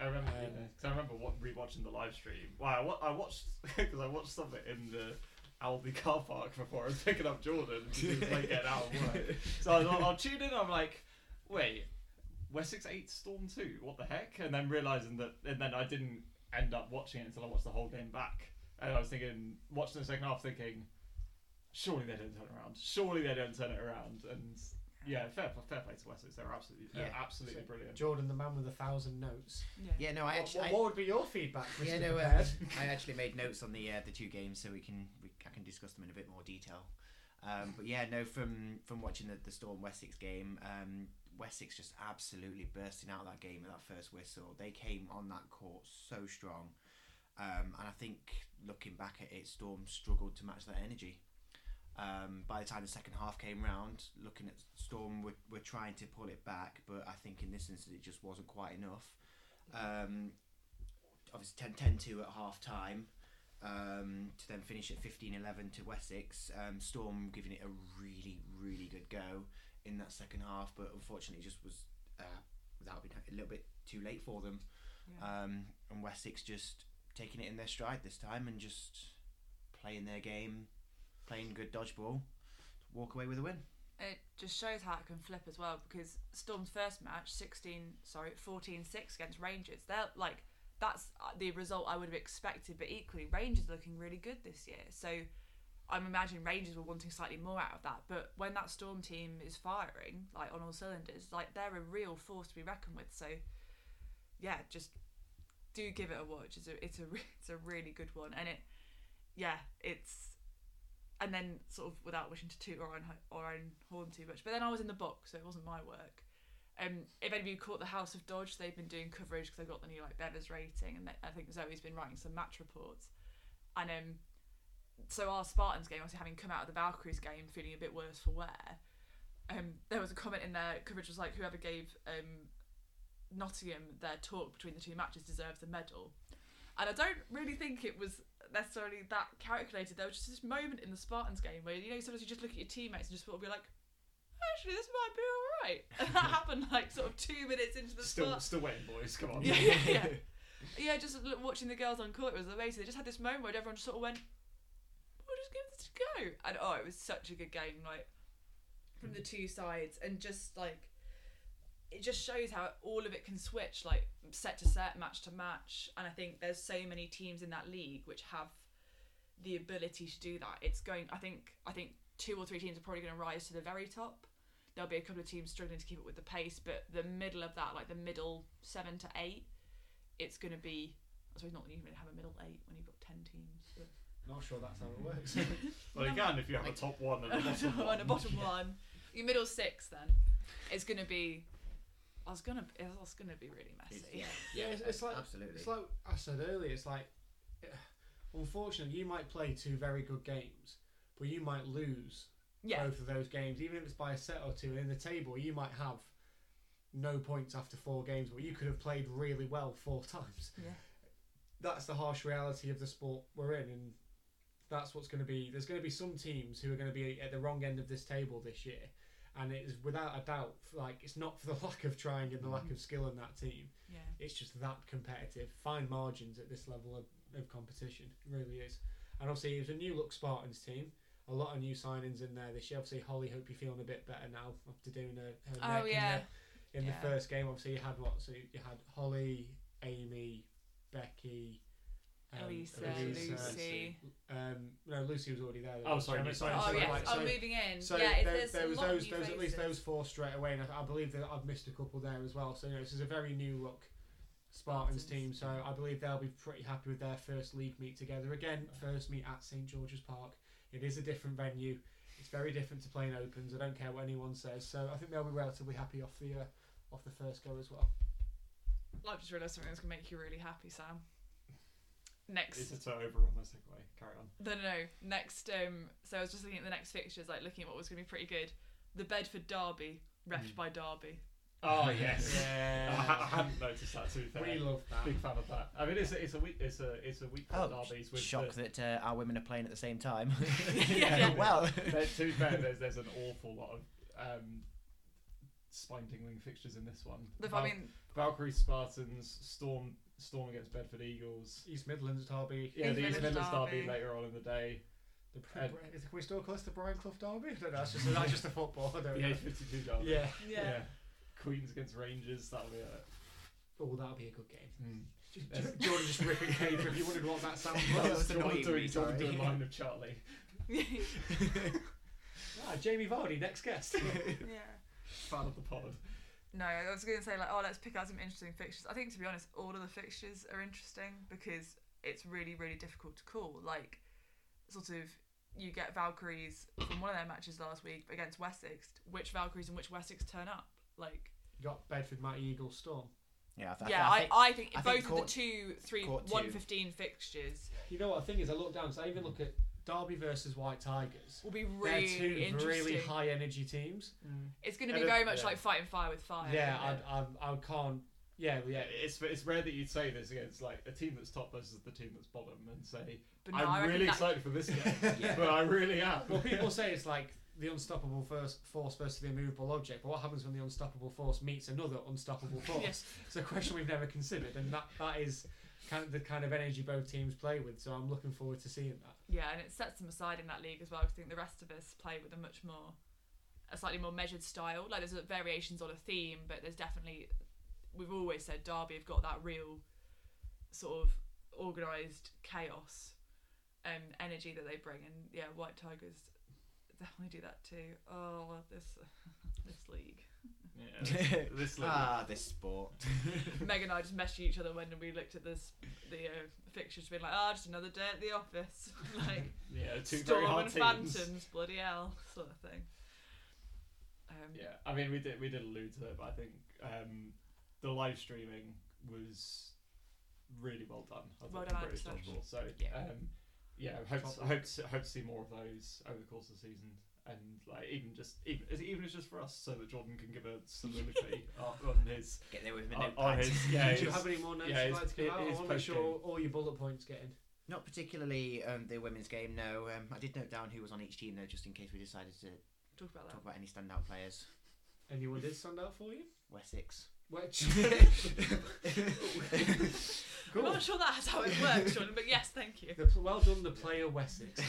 Speaker 3: I remember
Speaker 4: Um,
Speaker 3: because I remember wa- rewatching the live stream. Wow, I, wa- I watched because I watched something in the Aldi car park before I was picking up Jordan. And she was like getting out of work, so I was, I'll, I'll tune in. I'm like, wait, Wessex eight Storm two, what the heck? And then realizing that, and then I didn't end up watching it until I watched the whole game back. And I was thinking, watching the second half, thinking, surely they don't turn around. Surely they don't turn it around. And yeah, fair, fair play to Wessex. They're absolutely, they're
Speaker 2: Yeah.
Speaker 3: absolutely
Speaker 4: So-
Speaker 3: brilliant.
Speaker 4: Jordan, the man with a thousand notes.
Speaker 2: Yeah, no, I
Speaker 4: What-
Speaker 2: actually.
Speaker 4: what,
Speaker 2: I-
Speaker 4: what would be your feedback? Mr.
Speaker 2: yeah, no, uh,
Speaker 4: Prepared?
Speaker 2: I actually made notes on the uh, the two games so we can we, I can discuss them in a bit more detail. Um, but yeah, no, from from watching the, the Storm Wessex game, um, Wessex just absolutely bursting out of that game at that first whistle. They came on that court so strong, um, and I think looking back at it, Storm struggled to match that energy. Um, by the time the second half came round, looking at Storm, were, were trying to pull it back, but I think in this instance it just wasn't quite enough. Um, obviously 10 2 at half time um, to then finish at 15 11 to Wessex. Um, Storm giving it a really, really good go in that second half, but unfortunately just was uh, that would be a little bit too late for them.
Speaker 1: Yeah.
Speaker 2: Um, and Wessex just taking it in their stride this time and just playing their game, playing good dodgeball, walk away with a win.
Speaker 1: it just shows how it can flip as well because Storm's first match 16 sorry 14-6 against Rangers they're like that's uh, the result I would have expected but equally Rangers are looking really good this year so I'm imagining Rangers were wanting slightly more out of that but when that Storm team is firing like on all cylinders like they're a real force to be reckoned with so yeah just do give it a watch it's a it's a, re- it's a really good one and it yeah it's and then sort of without wishing to toot our own, ho- our own horn too much. But then I was in the box, so it wasn't my work. Um, if any of you caught the House of Dodge, they've been doing coverage because they've got the new like Bevers rating, and they, I think Zoe's been writing some match reports. And um, so our Spartans game, obviously having come out of the Valkyries game feeling a bit worse for wear, um, there was a comment in their coverage was like whoever gave um, Nottingham their talk between the two matches deserved the medal. And I don't really think it was necessarily that calculated. There was just this moment in the Spartans game where you know sometimes you just look at your teammates and just sort of be like, actually this might be all right. And that happened like sort of two minutes into the
Speaker 3: Still,
Speaker 1: Spartans
Speaker 3: still waiting, boys. Come on.
Speaker 1: Yeah, yeah, yeah. yeah, just l- watching the girls on court, it was amazing. They just had this moment where everyone just sort of went, "We'll just give this a go," and oh, it was such a good game, like from the two sides, and just like it just shows how all of it can switch, like set to set, match to match, and I think there's so many teams in that league which have the ability to do that. It's going, I think, I think two or three teams are probably going to rise to the very top. There'll be a couple of teams struggling to keep up with the pace, but the middle of that, like the middle seven to eight, it's going to be. I suppose not that you can really have a middle eight when you've got ten teams. But
Speaker 4: Not sure that's how it works.
Speaker 3: Well, you can if you have a top one and a bottom one.
Speaker 1: and a bottom one, your middle six then, it's going to be. I was gonna. It's gonna be really messy.
Speaker 2: It's- yeah,
Speaker 4: Yeah, it's- it's like-
Speaker 2: absolutely.
Speaker 4: It's like I said earlier. It's like, unfortunately, you might play two very good games, but you might lose
Speaker 1: Yeah.
Speaker 4: both of those games, even if it's by a set or two. In the table, you might have no points after four games, but you could have played really well four times.
Speaker 1: Yeah.
Speaker 4: That's the harsh reality of the sport we're in, and that's what's going to be. There's going to be some teams who are going to be at the wrong end of this table this year, and it is without a doubt like it's not for the lack of trying and the lack
Speaker 1: Mm-hmm.
Speaker 4: of skill in that team
Speaker 1: Yeah.
Speaker 4: it's just that competitive. Fine margins at this level of, of competition, it really is. And obviously, it was a new look Spartans team. A lot of new signings in there this year. Obviously, Holly, hope you're feeling a bit better now after doing her, her
Speaker 1: Oh,
Speaker 4: neck in
Speaker 1: yeah.
Speaker 4: the, in
Speaker 1: Yeah.
Speaker 4: the first game. Obviously, you had what? So you had Holly, Amy, Becky, um,
Speaker 1: Elisa,
Speaker 3: Elisa,
Speaker 1: Lucy.
Speaker 4: Um, no, Lucy was already there.
Speaker 3: Oh, sorry,
Speaker 4: I
Speaker 3: new
Speaker 4: meant-
Speaker 3: signings.
Speaker 1: Oh
Speaker 3: so,
Speaker 1: yes.
Speaker 3: like,
Speaker 1: oh,
Speaker 4: so-
Speaker 1: moving in.
Speaker 4: so
Speaker 1: yeah. It,
Speaker 4: there,
Speaker 1: there's
Speaker 4: there
Speaker 1: a
Speaker 4: was
Speaker 1: lot of
Speaker 4: those,
Speaker 1: new
Speaker 4: there was at least
Speaker 1: faces.
Speaker 4: those four straight away, and I, I believe that I've missed a couple there as well. So you know, this is a very new look Spartans,
Speaker 1: Spartans.
Speaker 4: team. So I believe they'll be pretty happy with their first league meet together. Again, first meet at St George's Park. It is a different venue. It's very different to playing opens. I don't care what anyone says. So I think they'll be relatively happy off the uh, off the first go as well.
Speaker 1: I've just realised something that's gonna make you really happy, Sam. Next.
Speaker 3: It's a turnover on my segue. Carry on.
Speaker 1: No, no, no. Next, um, so I was just looking at the next fixtures, like looking at what was going to be pretty good. The Bedford Derby, refed
Speaker 4: Hmm.
Speaker 1: by Derby.
Speaker 3: Oh yes. I, ha- I
Speaker 4: Yeah,
Speaker 3: hadn't noticed that. To be fair.
Speaker 4: we love that.
Speaker 3: Big fan of that. I mean, it's a, it's a week it's a it's a week for
Speaker 2: Oh,
Speaker 3: derbies with
Speaker 2: shock
Speaker 3: the,
Speaker 2: that uh, our women are playing at the same time.
Speaker 1: Yeah.
Speaker 2: well,
Speaker 3: there, to be fair, there's there's an awful lot of um, spine tingling fixtures in this one.
Speaker 1: The, I
Speaker 3: Val-
Speaker 1: mean,
Speaker 3: Valkyrie Spartans, Storm Storm against Bedford Eagles.
Speaker 4: East Midlands derby.
Speaker 3: Yeah, the
Speaker 1: East
Speaker 3: East
Speaker 1: Midlands
Speaker 3: Midlands derby
Speaker 1: derby.
Speaker 3: later on in the day.
Speaker 4: The,
Speaker 3: And-
Speaker 4: is, can we still call this the Brian Clough derby? I don't know. That's just that's just the football. I
Speaker 3: The
Speaker 4: don't know.
Speaker 3: 852 derby.
Speaker 4: Yeah.
Speaker 1: yeah.
Speaker 3: Queens against Rangers. That'll be it.
Speaker 4: Oh, that'll be a good game. Just-
Speaker 3: Yes.
Speaker 4: Do you want to just rip a game if you wondered what that sound
Speaker 2: Well, that's
Speaker 4: was?
Speaker 3: Jordan
Speaker 2: annoying
Speaker 3: doing,
Speaker 2: me,
Speaker 3: Jordan
Speaker 2: sorry.
Speaker 3: doing line of Charlie.
Speaker 4: ah, Jamie Vardy, next guest.
Speaker 1: yeah.
Speaker 3: Fan of the pod.
Speaker 1: No, I was going to say like, oh, let's pick out some interesting fixtures. I think to be honest, all of the fixtures are interesting because it's really, really difficult to call. Like, sort of, you get Valkyries from one of their matches last week against Wessex. Which Valkyries and which Wessex turn up? Like,
Speaker 4: you got Bedford, Matt Eagle, Storm.
Speaker 2: yeah, I,
Speaker 1: yeah,
Speaker 2: I,
Speaker 1: I,
Speaker 2: think-
Speaker 1: I think
Speaker 2: I
Speaker 1: both
Speaker 2: think
Speaker 1: of
Speaker 2: court-
Speaker 1: the two, three,
Speaker 2: court two.
Speaker 1: one fifteen fixtures.
Speaker 4: You know what? The thing is, I look down, so I even look at Derby versus White Tigers.
Speaker 1: will be really
Speaker 4: They're two
Speaker 1: interesting.
Speaker 4: really high energy teams.
Speaker 1: it's going to be
Speaker 4: and, uh,
Speaker 1: very much
Speaker 3: yeah.
Speaker 1: like fighting fire with fire.
Speaker 4: yeah,
Speaker 1: isn't it?
Speaker 4: I, I, I can't. Yeah, well,
Speaker 3: Yeah,
Speaker 4: yeah.
Speaker 3: it's it's rare that you'd say this against like a team that's top versus the team that's bottom and say
Speaker 1: but no, I
Speaker 3: I'm
Speaker 1: reckon
Speaker 3: really
Speaker 1: that-
Speaker 3: excited for this game,
Speaker 2: Yeah.
Speaker 3: but I really am.
Speaker 4: Well, people say it's like the unstoppable first force versus the immovable object, but what happens when the unstoppable force meets another unstoppable force?
Speaker 1: Yes.
Speaker 4: It's a question we've never considered, and that, that is kind of the kind of energy both teams play with. So I'm looking forward to seeing that.
Speaker 1: Yeah, and it sets them aside in that league as well. 'cause I think the rest of us play with a much more, a slightly more measured style. Like there's uh, variations on a theme, but there's definitely, we've always said Derby have got that real, sort of organised chaos, and energy that they bring. And yeah, White Tigers definitely do that too. Oh, I love this, this league.
Speaker 3: Yeah, this, this league.
Speaker 2: ah, this sport.
Speaker 1: Meg and I just messaged each other when we looked at this the uh, fixtures, being like, ah, just another day at the office, like.
Speaker 3: yeah, two
Speaker 1: Storm
Speaker 3: very hard
Speaker 1: and
Speaker 3: teams.
Speaker 1: Phantoms, bloody hell, sort of thing. Um,
Speaker 3: Yeah, I mean we did we did allude to it, but I think um, the live streaming was really well done. I
Speaker 1: Well
Speaker 3: thought,
Speaker 1: done,
Speaker 3: from British
Speaker 1: Alex
Speaker 3: Dodgeball. So
Speaker 1: Yeah.
Speaker 3: um, yeah, I hope
Speaker 4: Top
Speaker 3: I hope to, hope to see more of those over the course of the season. And like even just even, even if it's just for us, so that Jordan can give a soliloquy on on his
Speaker 2: Get there with my
Speaker 3: on,
Speaker 2: notepad.
Speaker 3: on Oh, his yeah.
Speaker 4: Do you
Speaker 3: his-
Speaker 4: have any more notes
Speaker 3: yeah,
Speaker 4: you'd
Speaker 3: it's-
Speaker 4: like to give
Speaker 3: it
Speaker 4: out? I
Speaker 3: is
Speaker 4: want to make sure
Speaker 3: post-game.
Speaker 4: all your bullet points get in.
Speaker 2: Not particularly um, the women's game, no. Um, I did note down who was on each team though, just in case we decided to
Speaker 1: talk about
Speaker 2: talk
Speaker 1: that.
Speaker 2: about any standout players.
Speaker 4: Anyone did stand out for you?
Speaker 2: Wessex.
Speaker 4: Which
Speaker 1: I'm not sure that's how it works, Sean, but yes, thank you.
Speaker 4: the, pl- well done, the player Wessex.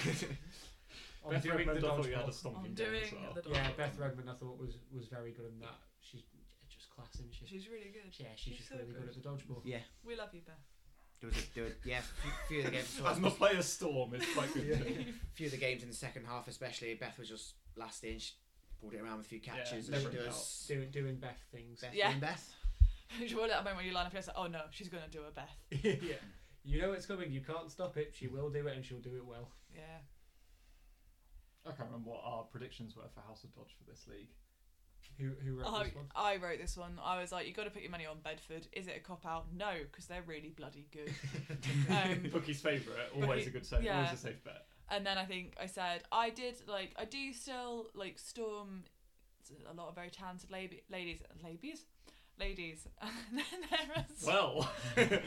Speaker 4: On
Speaker 3: Beth
Speaker 4: Beth
Speaker 3: Redmond, I
Speaker 4: Redmond
Speaker 3: thought you had a
Speaker 4: dodgeball.
Speaker 3: stonking
Speaker 1: I'm
Speaker 3: game as
Speaker 1: doing
Speaker 3: well.
Speaker 1: the
Speaker 4: Yeah,
Speaker 1: dodgeball.
Speaker 4: Beth Redmond, I thought was was very good in that. She's just class, isn't she?
Speaker 1: She's really good.
Speaker 4: Yeah, she's
Speaker 1: She's
Speaker 4: just
Speaker 1: so
Speaker 4: really good
Speaker 1: good.
Speaker 4: at the dodgeball.
Speaker 2: yeah,
Speaker 1: We love you, Beth.
Speaker 2: there was a, there were, yeah, a few of the games.
Speaker 3: As my player Storm is quite good.
Speaker 4: Yeah.
Speaker 3: too.
Speaker 2: few of the games in the second half, especially Beth was just last in. She pulled it around with a few
Speaker 3: Yeah,
Speaker 2: catches. as she
Speaker 4: never
Speaker 2: does.
Speaker 4: Doing doing Beth things.
Speaker 2: Beth
Speaker 1: Yeah.
Speaker 2: and Beth.
Speaker 1: you want that moment when you line up and it's like, oh no, she's going to do her Beth.
Speaker 4: yeah. You know it's coming. You can't stop it. She will do it, and she'll do it well.
Speaker 1: Yeah.
Speaker 3: I can't remember what our predictions were for House of Dodge for this league.
Speaker 4: Who who wrote
Speaker 1: I,
Speaker 4: this one?
Speaker 1: I wrote this one. I was like, you got to put your money on Bedford. Is it a cop out? No, because they're really bloody good. um,
Speaker 3: Bookie's favourite, always
Speaker 1: Bookie-
Speaker 3: a good save,
Speaker 1: yeah.
Speaker 3: always a safe bet.
Speaker 1: And then I think I said I did like I do still like storm a lot of very talented lab- ladies ladies ladies. And then there was-
Speaker 3: Well,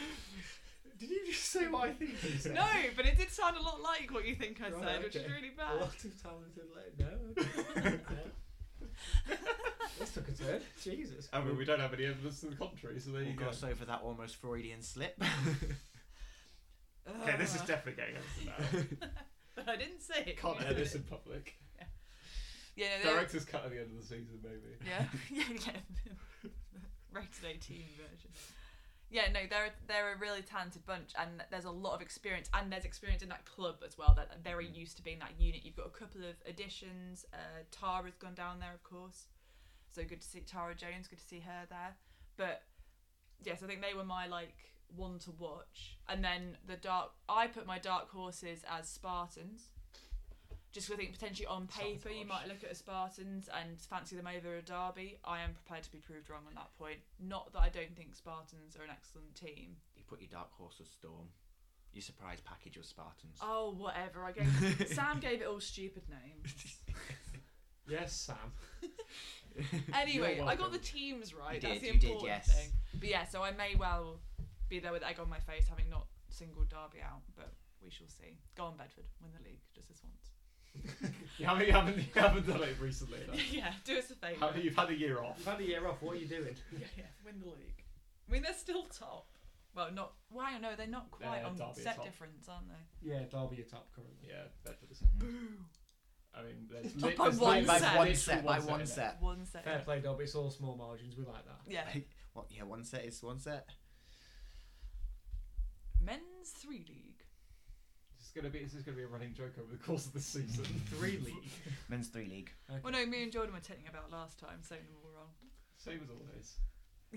Speaker 4: Did you just say what I think you said?
Speaker 1: no, but it did sound a lot like what you think I
Speaker 4: Right,
Speaker 1: said, which is
Speaker 4: okay.
Speaker 1: really
Speaker 4: A lot
Speaker 1: bad.
Speaker 4: of talented late. No. okay. this took a turn. Jesus.
Speaker 3: I mean, we don't have any evidence to the contrary, so there you
Speaker 2: We'll
Speaker 3: go.
Speaker 2: gloss over that almost Freudian slip.
Speaker 3: Okay, this is
Speaker 1: Ugh.
Speaker 3: definitely going over now.
Speaker 1: But I didn't say it.
Speaker 3: Can't
Speaker 1: you
Speaker 3: air
Speaker 1: did
Speaker 3: this
Speaker 1: it.
Speaker 3: in public.
Speaker 1: Yeah, no, they-
Speaker 3: Director's cut at the end of the season, maybe.
Speaker 1: yeah, yeah, yeah. Rated eighteen version. Yeah, no, they're they're a really talented bunch, and there's a lot of experience, and there's experience in that club as well. That are very
Speaker 2: Mhm.
Speaker 1: used to being that unit. You've got a couple of additions. Uh, Tara's gone down there, of course, so good to see Tara Jones. Good to see her there. But yes, I think they were my like one to watch, and then the dark. I put my dark horses as Spartans. Just 'cause I think potentially on paper you
Speaker 3: Sabotage.
Speaker 1: might look at a Spartans and fancy them over a Derby. I am prepared to be proved wrong on that point. Not that I don't think Spartans are an excellent team.
Speaker 2: you put your dark horse as Storm. Your surprise package was Spartans.
Speaker 1: Oh, whatever. I gave Sam gave it all stupid names.
Speaker 4: Yes, Sam.
Speaker 1: Anyway,
Speaker 3: You're
Speaker 1: I got
Speaker 3: welcome.
Speaker 1: the teams right.
Speaker 2: You
Speaker 1: That's
Speaker 2: did,
Speaker 1: the
Speaker 2: you did,
Speaker 1: important
Speaker 2: yes.
Speaker 1: thing. But yeah, so I may well be there with egg on my face, having not singled Derby out, but we shall see. Go on, Bedford, win the league just this once.
Speaker 3: You haven't, you haven't, you haven't done it recently, though.
Speaker 1: yeah, do us a favour.
Speaker 3: Have, you've had a year off.
Speaker 4: You've had a year off. What are you doing?
Speaker 1: yeah, yeah, win the league. I mean, they're still top. Well, not. Why? No, they're not quite
Speaker 3: They're
Speaker 1: on
Speaker 3: Derby are
Speaker 1: set
Speaker 3: top.
Speaker 1: difference, aren't they?
Speaker 4: Yeah, Derby are top currently.
Speaker 3: Yeah, better the
Speaker 2: Mhm.
Speaker 3: I mean, there's,
Speaker 1: Not
Speaker 3: li-
Speaker 1: by
Speaker 3: there's
Speaker 1: one
Speaker 3: literally-
Speaker 2: by
Speaker 1: set.
Speaker 2: one
Speaker 3: literally
Speaker 2: set, by one
Speaker 3: in it.
Speaker 2: set.
Speaker 1: One set.
Speaker 4: Fair play, Derby. It's all small margins. We like that.
Speaker 1: Yeah.
Speaker 2: What? Yeah, one set is one set.
Speaker 1: Men's three league.
Speaker 3: This is gonna be this is gonna be a running joke over the course of the season.
Speaker 4: Three league.
Speaker 2: Men's three league.
Speaker 1: Well, no, me and Jordan were telling about last time, saying them all wrong.
Speaker 3: Same as always.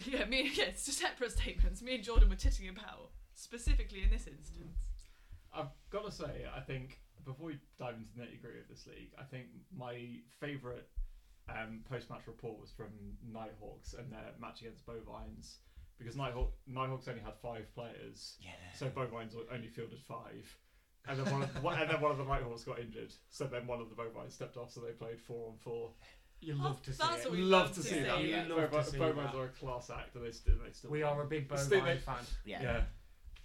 Speaker 1: Yeah, me. Yeah, it's just separate statements. Me and Jordan were titting about specifically in this instance.
Speaker 3: I've got to say, I think before we dive into the nitty gritty of this league, I think my favourite um, post-match report was from Nighthawks and their match against Bovines because Nighthawk Nighthawks only had five players,
Speaker 2: Yeah.
Speaker 3: so Bovines o- only fielded five. and then one of, one- and then one of the Nighthawks got injured. So then one of the Bovites stepped off. So they played four on four.
Speaker 4: You
Speaker 1: Oh,
Speaker 4: love to see
Speaker 1: that's
Speaker 4: it.
Speaker 1: what we
Speaker 3: love to see
Speaker 1: see.
Speaker 3: that.
Speaker 1: We
Speaker 3: Yeah.
Speaker 4: love to
Speaker 3: Bovi-
Speaker 4: see
Speaker 3: Bovites
Speaker 4: that.
Speaker 3: are a class act, and they still they still.
Speaker 4: We are a big
Speaker 3: Let's do
Speaker 4: bovine
Speaker 3: that.
Speaker 4: fan.
Speaker 2: Yeah.
Speaker 3: Yeah.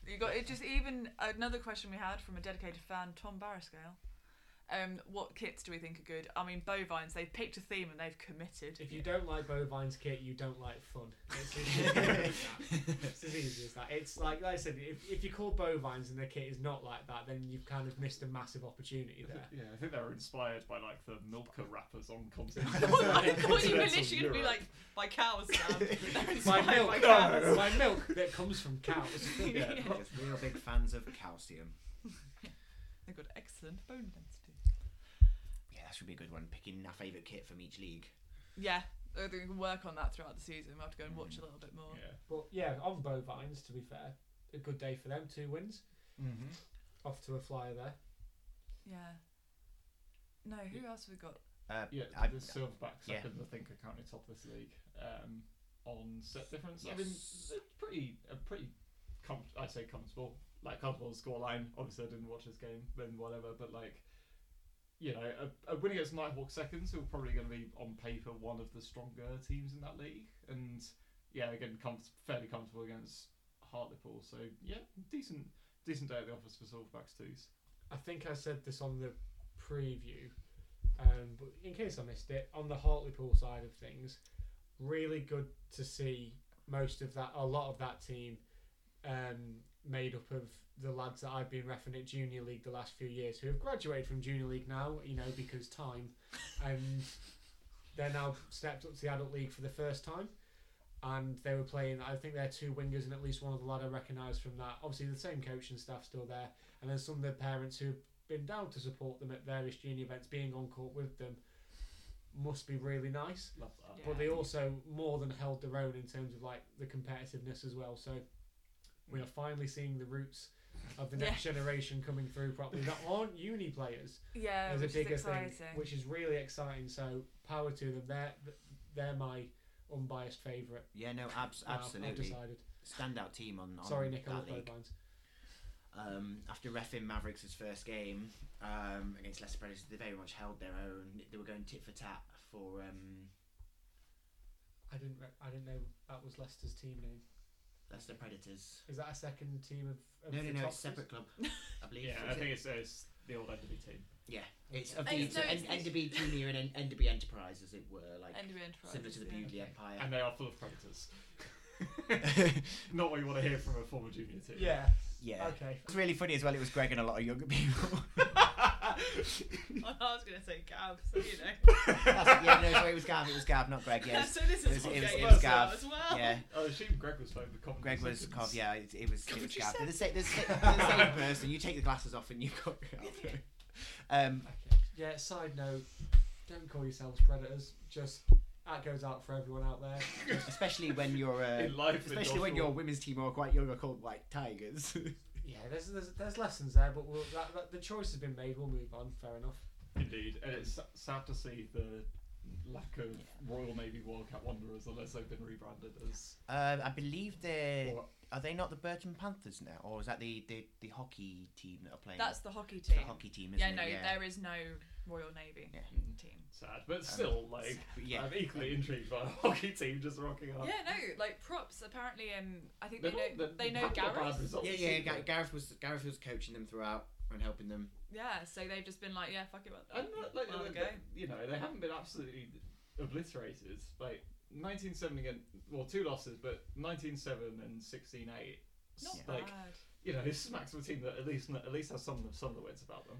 Speaker 1: You got it. Just even another question we had from a dedicated fan, Tom Barriscale. Um, what kits do we think are good? I mean, bovines. They've picked a theme and they've committed.
Speaker 4: If you don't like bovine's kit, you don't like fun. It's, it's, it's as easy as that. It's like, like I said, if, if you call bovines and their kit is not like that, then you've kind of missed a massive opportunity
Speaker 3: I
Speaker 4: there.
Speaker 3: thi- Yeah, I think they were inspired by like the Milka wrappers on continent.
Speaker 1: Oh my god, you were
Speaker 3: continental
Speaker 1: literally gonna be
Speaker 3: Europe.
Speaker 1: like, my cows, man. They're
Speaker 4: my
Speaker 1: inspired
Speaker 4: milk,
Speaker 1: by
Speaker 3: cows.
Speaker 1: cows.
Speaker 3: No.
Speaker 4: my milk that comes from cows.
Speaker 3: Yeah.
Speaker 2: Just real big fans of calcium.
Speaker 1: They've got excellent bone density.
Speaker 2: Yeah, that should be a good one. Picking our favourite kit from each league.
Speaker 1: Yeah, I think we can work on that throughout the season. We'll have to go and
Speaker 2: Mm.
Speaker 1: watch a little bit more.
Speaker 3: Yeah.
Speaker 4: But yeah, on bovines, to be fair, a good day for them. Two wins,
Speaker 1: "Oh."
Speaker 3: Mm-hmm.
Speaker 4: off to a flyer there.
Speaker 1: Yeah. No, who else have we got?
Speaker 2: Uh,
Speaker 3: Yeah,
Speaker 2: I,
Speaker 3: the Silverbacks
Speaker 2: yeah.
Speaker 3: second, I think, are currently top of this league um, on set difference. I mean,
Speaker 2: Yes.
Speaker 3: they're pretty, a pretty, com- I say comfortable, like comfortable scoreline. Obviously, I didn't watch this game, then whatever. But like, you know, a, a win against Nighthawk seconds, who are probably going to be on paper one of the stronger teams in that league, and yeah, again, com- fairly comfortable against Hartlepool. So yeah, decent, decent day at the office for Silverbacks twos.
Speaker 4: I think I said this on the preview, um, but in case I missed it, on the Hartlepool side of things, really good to see most of that, a lot of that team um, made up of the lads that I've been refing at Junior League the last few years who have graduated from Junior League now, you know, because time. And they're now stepped up to the Adult League for the first time. And they were playing, I think they're two wingers, and at least one of the lad I recognised from that. Obviously, the same coach and staff still there and then some of their parents who've been down to support them at various junior events, being on court with them, must be really nice.
Speaker 3: Love that.
Speaker 1: Yeah.
Speaker 4: But they also more than held their own in terms of like the competitiveness as well. So we are finally seeing the roots of the next generation coming through properly that aren't uni players
Speaker 1: Yeah, Oh,
Speaker 4: as a
Speaker 1: which is
Speaker 4: bigger
Speaker 1: exciting.
Speaker 4: thing, which is really exciting. So power to them. They're they're my unbiased favourite.
Speaker 2: yeah, no, abs-
Speaker 4: now, I've
Speaker 2: absolutely.
Speaker 4: decided.
Speaker 2: Standout team on, on
Speaker 4: Sorry, Nick, I love
Speaker 2: that league.
Speaker 4: Bovines.
Speaker 2: um, after refing Mavericks' first game um, against Leicester Predators, they very much held their own. They were going tit for tat for. Um,
Speaker 4: I didn't. Re- I didn't know that was Leicester's team name.
Speaker 2: Leicester Predators.
Speaker 4: Is that a second team of? of
Speaker 2: No,
Speaker 4: the
Speaker 2: no, no,
Speaker 4: top
Speaker 2: it's a separate club, I believe.
Speaker 3: Yeah,
Speaker 2: is
Speaker 3: I
Speaker 2: it?
Speaker 3: think it's, it's the old Enderby team.
Speaker 2: Yeah, it's of
Speaker 1: Oh,
Speaker 2: the
Speaker 1: it's-
Speaker 2: so
Speaker 1: no, it's-
Speaker 2: N- NDB Junior and N- NDB Enterprise, as it were, like
Speaker 1: End of Enterprise,
Speaker 2: similar to the
Speaker 1: yeah.
Speaker 2: Bewdley Empire.
Speaker 3: And they are full of predators. Not what you want to hear from a former junior team.
Speaker 4: Yeah.
Speaker 2: yeah,
Speaker 4: Okay.
Speaker 2: it's really funny as well. It was Greg and a lot of younger people.
Speaker 1: I was going to say Gab, so you know.
Speaker 2: That's- yeah, no, sorry, it was Gab. It was Gab, not Greg. Yes.
Speaker 1: so this
Speaker 2: It
Speaker 1: is
Speaker 2: was,
Speaker 1: all
Speaker 2: it was,
Speaker 1: gay
Speaker 2: it was
Speaker 1: as well
Speaker 2: Gav.
Speaker 1: as well.
Speaker 2: Yeah,
Speaker 3: Oh, I assume Greg was playing for Coventry.
Speaker 2: Greg was
Speaker 3: Seconds.
Speaker 2: Cov. Yeah, it, it was. It was
Speaker 1: Coventry
Speaker 2: Gav. They're the, same, they're, the same,
Speaker 3: Seconds.
Speaker 2: they're the same person. You take the glasses off and you got. Um,
Speaker 4: Yeah. Side note: Don't call yourselves predators. Just that goes out for everyone out there.
Speaker 2: especially when you're, uh,
Speaker 3: In life,
Speaker 2: especially when your women's team are quite young, are called White Tigers.
Speaker 4: Yeah. There's there's, there's lessons there, but we'll, that, that, the choice has been made. We'll move on. Fair enough.
Speaker 3: Indeed, and it's s- sad to see the lack of
Speaker 2: Yeah.
Speaker 3: Royal Navy Wildcat Wanderers unless they've been rebranded as.
Speaker 2: Uh, I believe they're
Speaker 3: Or-
Speaker 2: are they not the Burton Panthers now, or is that the the, the hockey team that are playing?
Speaker 1: That's the hockey
Speaker 2: It's
Speaker 1: team.
Speaker 2: the hockey team, isn't
Speaker 1: yeah,
Speaker 2: it?
Speaker 1: no,
Speaker 2: yeah.
Speaker 1: there is no Royal Navy
Speaker 2: Yeah.
Speaker 1: team.
Speaker 3: mm, Sad, but still, like,
Speaker 2: But Um, yeah.
Speaker 3: I'm equally intrigued by a hockey team just rocking up.
Speaker 1: Yeah, no, like props. Apparently, um, I think they
Speaker 3: They're
Speaker 1: know
Speaker 3: not- they're-
Speaker 1: they know
Speaker 3: they've got bad
Speaker 1: Gareth.
Speaker 3: results,
Speaker 2: yeah, yeah.
Speaker 3: either.
Speaker 2: Ga- Gareth was Gareth was coaching them throughout and helping them.
Speaker 1: Yeah, so they've just been like, yeah, fuck it, uh, well,
Speaker 3: And not, like,
Speaker 1: well,
Speaker 3: they-
Speaker 1: okay.
Speaker 3: they- you know, they haven't been absolutely obliterated. Like 1970 again, well, two losses, but 197 and 168.
Speaker 1: Not
Speaker 2: Yeah.
Speaker 3: Like
Speaker 1: bad.
Speaker 3: you know, this smacks of a team that at least at least has some some of the wits about them.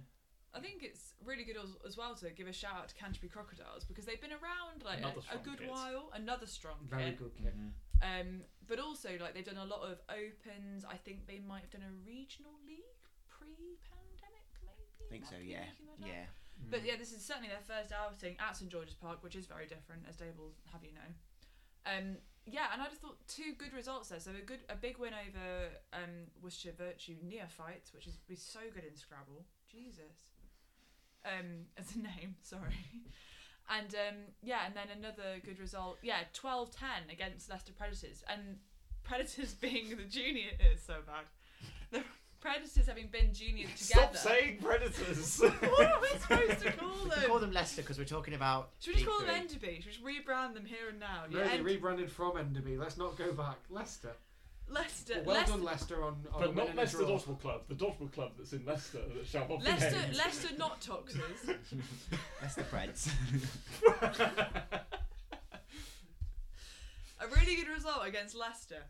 Speaker 1: I think it's really good as, as well to give a shout out to Canterbury Crocodiles because they've been around like
Speaker 3: Another
Speaker 1: a, a
Speaker 3: strong
Speaker 1: good
Speaker 3: kit.
Speaker 1: while, another strong
Speaker 4: Very
Speaker 1: kit.
Speaker 4: good kid.
Speaker 2: Mm-hmm.
Speaker 1: Um, but also like they've done a lot of opens. I think they might have done a regional league pre-pandemic, maybe.
Speaker 2: I think
Speaker 1: Might
Speaker 2: so.
Speaker 1: be
Speaker 2: Yeah,
Speaker 1: looking at that.
Speaker 2: yeah.
Speaker 3: Mm.
Speaker 1: But yeah, this is certainly their first outing at St George's Park, which is very different, as Dave will have you know. Um, yeah, and I just thought two good results there. So a good, a big win over um, Worcestershire Virtue Neophytes, which is be so good in Scrabble. Jesus, um, as a name, sorry. And um, yeah, and then another good result. Yeah, 12-10 against Leicester Predators, and Predators being the junior is so bad. The Predators having been juniors together.
Speaker 3: Stop saying predators.
Speaker 1: what are we supposed to call
Speaker 2: We can call
Speaker 1: them?
Speaker 2: them Leicester because we're talking about.
Speaker 1: Should we just
Speaker 2: League
Speaker 1: call them
Speaker 2: Three.
Speaker 1: Enderby? Should we just rebrand them here and now?
Speaker 4: No,
Speaker 1: Yeah,
Speaker 4: they
Speaker 1: End-
Speaker 4: rebranded from Enderby. Let's not go back. Leicester.
Speaker 1: Leicester.
Speaker 4: Well, well
Speaker 1: Leicester,
Speaker 4: done, Leicester, on,
Speaker 1: Oh,
Speaker 4: on a
Speaker 3: but
Speaker 4: win
Speaker 3: not
Speaker 4: and a
Speaker 3: Leicester
Speaker 4: draw.
Speaker 3: Dodgeball Club, the Dodgeball Club that's in Leicester that shall not
Speaker 1: Leicester,
Speaker 3: be named.
Speaker 1: Leicester not toxers.
Speaker 2: Leicester Preds.
Speaker 1: A really good result against Leicester.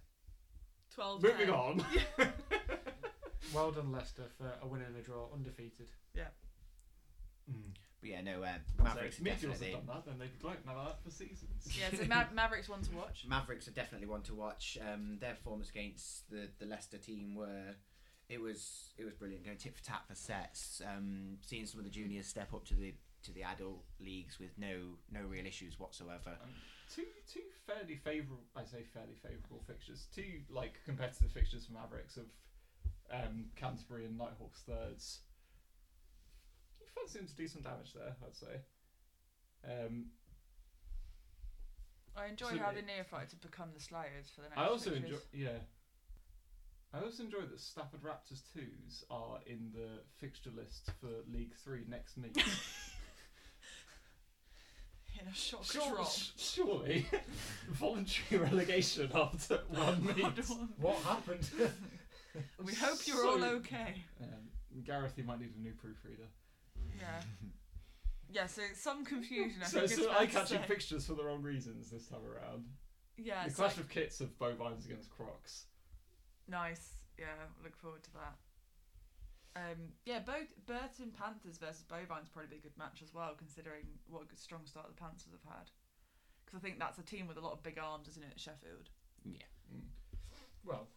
Speaker 1: 12
Speaker 3: Moving on.
Speaker 4: Well done, Leicester, for a win and a draw, undefeated.
Speaker 2: but yeah, no, uh, Mavericks
Speaker 3: Mavericks
Speaker 2: are
Speaker 3: Meteors have
Speaker 2: definitely.
Speaker 3: done that, and they've blown now that for seasons.
Speaker 1: Yeah, so Ma- Mavericks one to watch.
Speaker 2: Mavericks are definitely one to watch. Um, their performance against the, the Leicester team were it was it was brilliant. Going tit for tat for sets. Um, seeing some of the juniors step up to the to the adult leagues with no no real issues whatsoever.
Speaker 3: two two fairly favourable. I say fairly favourable fixtures. Two like competitive fixtures for Mavericks of um, Canterbury and Nighthawks thirds. You fancy them to do some damage there, I'd say. Um,
Speaker 1: I enjoy
Speaker 3: So-
Speaker 1: how the neophytes have become the slayers for the next
Speaker 3: I also
Speaker 1: fixtures.
Speaker 3: enjoy. Yeah. I also enjoy that Stafford Raptors twos are in the fixture list for League Three next meet.
Speaker 1: In a shock
Speaker 3: Sure-
Speaker 1: drop.
Speaker 3: surely, voluntary relegation after one meet.
Speaker 4: What happened?
Speaker 1: we hope you're
Speaker 3: So-
Speaker 1: all okay.
Speaker 3: Um, Gareth, you might need a new proofreader.
Speaker 1: Yeah. Yeah, so some confusion. I
Speaker 3: so
Speaker 1: think it's
Speaker 3: so
Speaker 1: fair to
Speaker 3: eye-catching
Speaker 1: say.
Speaker 3: pictures for the wrong reasons this time around.
Speaker 1: Yeah,
Speaker 3: the
Speaker 1: it's
Speaker 3: clash
Speaker 1: like-
Speaker 3: of kits of bovines against crocs.
Speaker 1: nice. Yeah, look forward to that. Um, yeah, both Burton Panthers versus Bovine's probably be a good match as well, considering what a good strong start the Panthers have had. Because I think that's a team with a lot of big arms, isn't it, at Sheffield?
Speaker 4: well,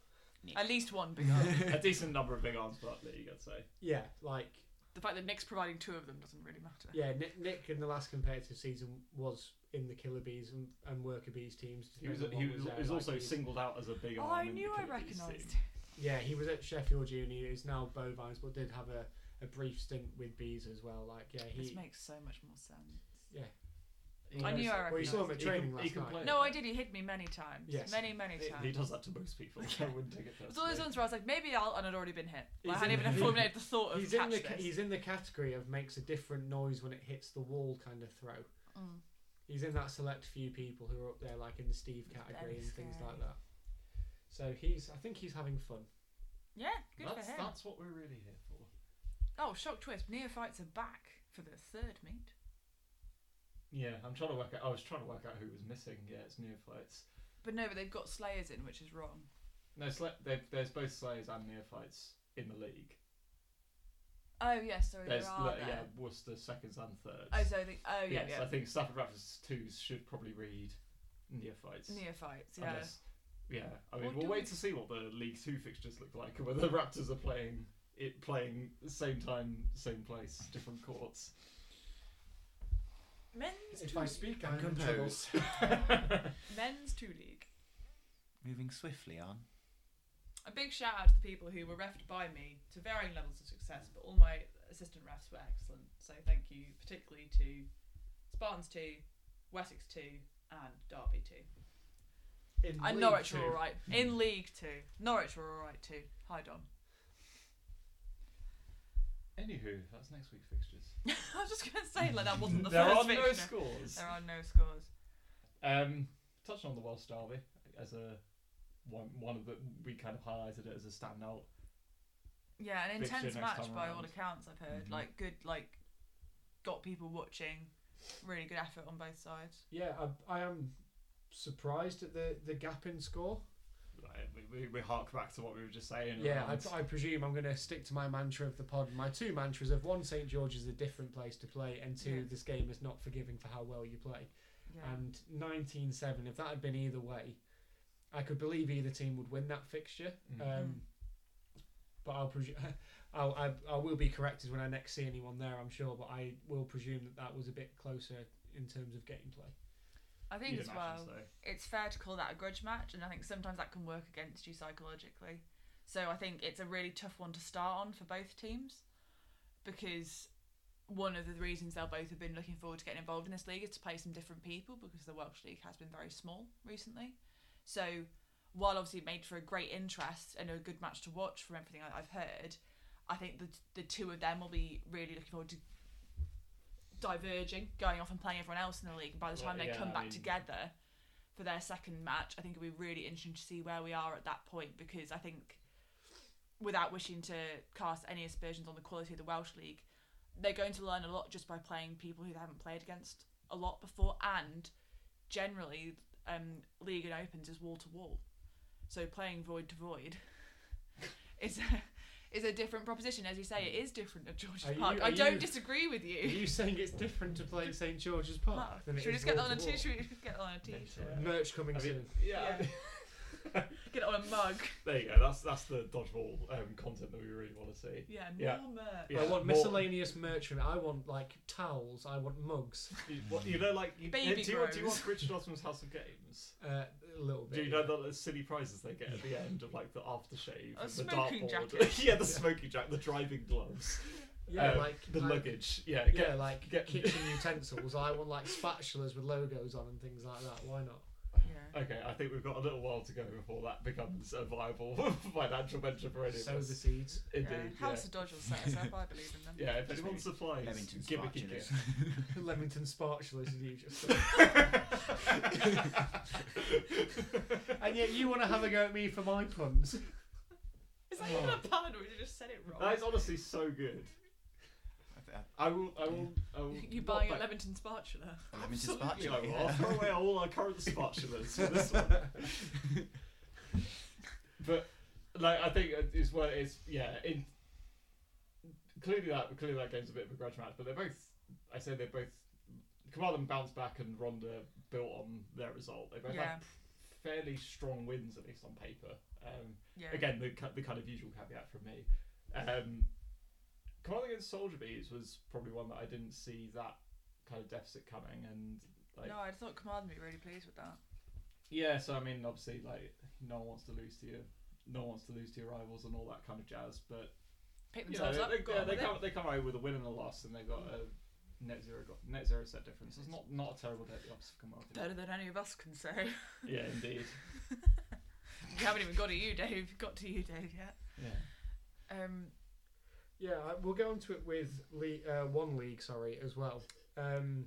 Speaker 1: At least one big arm.
Speaker 3: Mm. a decent number of big arms, but there you go. Say
Speaker 4: yeah, like
Speaker 1: the fact that Nick's providing two of them doesn't really matter.
Speaker 4: yeah, Nick, Nick in the last competitive season was in the Killer Bees and, and Worker Bees teams.
Speaker 3: he was
Speaker 4: depending on
Speaker 3: he
Speaker 4: what
Speaker 3: was,
Speaker 4: there,
Speaker 3: he was
Speaker 4: like,
Speaker 3: also
Speaker 4: he's-
Speaker 3: singled out as a big
Speaker 1: Oh,
Speaker 3: arm.
Speaker 1: I
Speaker 3: in the
Speaker 1: knew I
Speaker 3: Killer Bees team.
Speaker 1: recognised.
Speaker 4: Yeah, he was at Sheffield Uni. He's now Bovines, but did have a, a brief stint with Bees as well. Like yeah,
Speaker 1: This
Speaker 4: he
Speaker 1: makes so much more sense.
Speaker 3: He
Speaker 1: I
Speaker 3: knows
Speaker 1: knew
Speaker 3: that.
Speaker 1: I
Speaker 4: well, you saw him
Speaker 1: recognised.
Speaker 4: at
Speaker 3: He
Speaker 4: training
Speaker 3: can-
Speaker 4: last
Speaker 3: he can
Speaker 4: night.
Speaker 3: play.
Speaker 1: No, I did. He hid me many times.
Speaker 4: Oh, Yes.
Speaker 1: Many, many times.
Speaker 3: He, he does that to most people. I wouldn't take it
Speaker 1: It was all those
Speaker 3: personally.
Speaker 1: ones where I was like, maybe I'll, and I'd already been hit.
Speaker 4: He's
Speaker 1: Like, I hadn't
Speaker 4: in-
Speaker 1: even formulated the thought of
Speaker 4: He's
Speaker 1: catch
Speaker 4: in the ca-
Speaker 1: this.
Speaker 4: he's in the category of makes a different noise when it hits the wall kind of throw.
Speaker 1: Mm.
Speaker 4: He's in that select few people who are up there, like in the Steve
Speaker 1: It's
Speaker 4: category
Speaker 1: very
Speaker 4: and things
Speaker 1: scary.
Speaker 4: like that. So he's, I think he's having fun.
Speaker 1: Yeah, good
Speaker 3: That's
Speaker 1: for him.
Speaker 3: that's what we're really here for.
Speaker 1: Oh, shock twist! Neophytes are back for the third meet.
Speaker 3: Yeah, I'm trying to work out. I was trying to work out who was missing. Yeah, it's neophytes.
Speaker 1: But no, but they've got slayers in, which is wrong.
Speaker 3: No, sla- they've- there's both slayers and neophytes in the league.
Speaker 1: Oh yeah, sorry,
Speaker 3: There's
Speaker 1: there are
Speaker 3: le-
Speaker 1: there.
Speaker 3: yeah, Worcester seconds and thirds.
Speaker 1: Oh, so I think. Oh yeah,
Speaker 3: yes,
Speaker 1: yeah.
Speaker 3: I think Stafford Raptors twos should probably read neophytes.
Speaker 1: Neophytes. Yeah.
Speaker 3: Unless, yeah. I mean,
Speaker 1: Or
Speaker 3: we'll
Speaker 1: do
Speaker 3: wait
Speaker 1: we-
Speaker 3: to see what the League Two fixtures look like and whether the Raptors are playing it playing same time, same place, different courts.
Speaker 1: Men's
Speaker 4: If
Speaker 1: two
Speaker 4: I
Speaker 1: league.
Speaker 4: speak, I'm in trouble.
Speaker 1: Men's two league.
Speaker 2: Moving swiftly on.
Speaker 1: A big shout out to the people who were refed by me to varying levels of success, but all my assistant refs were excellent. So thank you particularly to Spartans 2, Wessex 2, and Derby 2.
Speaker 4: In
Speaker 1: And
Speaker 4: League
Speaker 1: Norwich
Speaker 4: Two.
Speaker 1: were alright. In League 2. Norwich were alright too. Hi, Dom.
Speaker 3: Anywho, that's next week's fixtures.
Speaker 1: I was just going to say, like, that wasn't the
Speaker 3: there
Speaker 1: first
Speaker 3: are no
Speaker 1: fixture.
Speaker 3: scores.
Speaker 1: there are no scores.
Speaker 3: Um, touching on the Welsh derby as a one one of the we kind of highlighted it as a standout.
Speaker 1: Yeah, an
Speaker 3: Fixture
Speaker 1: intense
Speaker 3: next
Speaker 1: match
Speaker 3: time Mm-hmm.
Speaker 1: by all
Speaker 3: round.
Speaker 1: accounts, I've heard.
Speaker 2: Mhm.
Speaker 1: Like, good, like, got people watching. Really good effort on both sides.
Speaker 4: Yeah, I, I am surprised at the, the gap in score.
Speaker 3: Like, we, we, we hark back to what we were just saying.
Speaker 4: Yeah,
Speaker 3: around-
Speaker 4: I, I presume I'm going to stick to my mantra of the pod. My two mantras of one, St George is a different place to play, and two,
Speaker 1: Yeah.
Speaker 4: this game is not forgiving for how well you play.
Speaker 1: Yeah.
Speaker 4: And 19-7, if that had been either way, I could believe either team would win that fixture.
Speaker 3: Mm.
Speaker 4: Um, but I'll presume I'll, I, I will be corrected when I next see anyone there, I'm sure. But I will presume that that was a bit closer in terms of gameplay.
Speaker 1: I think
Speaker 3: You'd
Speaker 1: as
Speaker 3: imagine
Speaker 1: well.
Speaker 3: so.
Speaker 1: it's fair to call that a grudge match, and I think sometimes that can work against you psychologically. So I think it's a really tough one to start on for both teams because one of the reasons they'll both have been looking forward to getting involved in this league is to play some different people because the Welsh League has been very small recently. So while obviously it made for a great interest and a good match to watch from everything I- I've heard, I think the the two of them will be really looking forward to diverging, going off and playing everyone else in the league. And by the
Speaker 3: Well,
Speaker 1: time they
Speaker 3: yeah,
Speaker 1: come
Speaker 3: I
Speaker 1: back
Speaker 3: mean-
Speaker 1: together for their second match, I think it'll be really interesting to see where we are at that point because I think without wishing to cast any aspersions on the quality of the Welsh league, they're going to learn a lot just by playing people who they haven't played against a lot before and generally um, league and opens is wall to wall. So playing void to void is a, is a different proposition. As you say, it is different at George
Speaker 4: Are
Speaker 1: Park.
Speaker 4: you-
Speaker 1: I
Speaker 4: are
Speaker 1: don't
Speaker 4: you-
Speaker 1: disagree with
Speaker 4: Are
Speaker 1: you.
Speaker 4: you saying it's different to play at St George's Park? than it
Speaker 1: Should we
Speaker 4: is
Speaker 1: just get that on a
Speaker 4: wall-to-wall?
Speaker 1: t? Should we just get that on a t?
Speaker 3: Later.
Speaker 1: shirt
Speaker 4: Merch coming
Speaker 3: I mean,
Speaker 4: soon.
Speaker 3: yeah.
Speaker 1: Get it on a mug.
Speaker 3: there you go. That's that's the dodgeball um, content that we really want to see.
Speaker 1: Yeah,
Speaker 3: Yeah.
Speaker 1: more merch.
Speaker 3: Yeah,
Speaker 4: I want
Speaker 3: more-
Speaker 4: miscellaneous merch from it. I want like towels. I want mugs.
Speaker 3: You- What, you know, like you,
Speaker 1: Baby
Speaker 3: do, you want, do you
Speaker 1: grows.
Speaker 3: want Richard Osman's House of Games?
Speaker 4: Uh, a little bit.
Speaker 3: Do you know the little silly prizes they get at the end of like the aftershave,
Speaker 1: A
Speaker 3: and the
Speaker 1: smoking
Speaker 3: dartboard,
Speaker 1: jacket.
Speaker 3: yeah, the smoking jacket, the driving gloves,
Speaker 4: yeah,
Speaker 3: um,
Speaker 4: like
Speaker 3: the
Speaker 4: like,
Speaker 3: luggage, yeah,
Speaker 4: Yeah,
Speaker 3: get-
Speaker 4: like
Speaker 3: get-
Speaker 4: kitchen utensils. I want like spatulas with logos on and things like that. Why not?
Speaker 1: Yeah.
Speaker 3: Okay, I think we've got a little while to go before that becomes a viable financial venture for any
Speaker 4: Sow
Speaker 3: of
Speaker 4: the
Speaker 3: us.
Speaker 4: seeds.
Speaker 3: Indeed,
Speaker 1: Yeah.
Speaker 3: yeah.
Speaker 1: House of Dodge will set us up. I believe in them.
Speaker 3: Yeah, if
Speaker 2: Just
Speaker 3: anyone
Speaker 2: maybe
Speaker 3: supplies
Speaker 2: Leamington
Speaker 3: gimmicky
Speaker 2: spatulas.
Speaker 3: gifts,
Speaker 4: Leamington spatulas, as you just. and yet you want to have a go at me for my puns.
Speaker 1: Is that even a pun, or did you just said it wrong?
Speaker 3: that is honestly so good.
Speaker 2: I th- I-
Speaker 3: I will, I will, I will.
Speaker 1: you
Speaker 3: not
Speaker 1: buying a
Speaker 3: back-
Speaker 1: Leamington spatula?
Speaker 2: I live in
Speaker 3: Absolutely,
Speaker 2: Spatula,
Speaker 3: I will.
Speaker 2: yeah.
Speaker 3: I'll throw away all our current spatulas for this one. but like, I think it's what it's. Yeah, in clearly that clearly that game's a bit of a grudge match, but they're both. I say they're both. Kamal and bounce back and Ronda built on their result. They both
Speaker 1: Yeah.
Speaker 3: had fairly strong wins, at least on paper. Um,
Speaker 1: Yeah.
Speaker 3: again the, ki- the kind of usual caveat from me um command against soldier bees was probably one that i didn't see that kind of deficit coming and like
Speaker 1: no, I thought Command would be really pleased with that.
Speaker 3: yeah so i mean obviously like no one wants to lose to you no one wants to lose to your rivals and all that kind of jazz but
Speaker 1: Pick
Speaker 3: you know,
Speaker 1: themselves
Speaker 3: they,
Speaker 1: up.
Speaker 3: they,
Speaker 1: go
Speaker 3: yeah,
Speaker 1: on
Speaker 3: they
Speaker 1: with it.
Speaker 3: come, they come away with a win and a loss and they've got a net zero go- net zero set difference it's not not a terrible day at the opposite of Command,
Speaker 1: Better than any of us can say.
Speaker 3: yeah indeed
Speaker 1: you haven't even got to you, Dave. You've got to you, Dave, yet.
Speaker 3: yeah
Speaker 1: Um,
Speaker 4: Yeah, I- we'll go into it with le- uh, one league, sorry, as well. Um,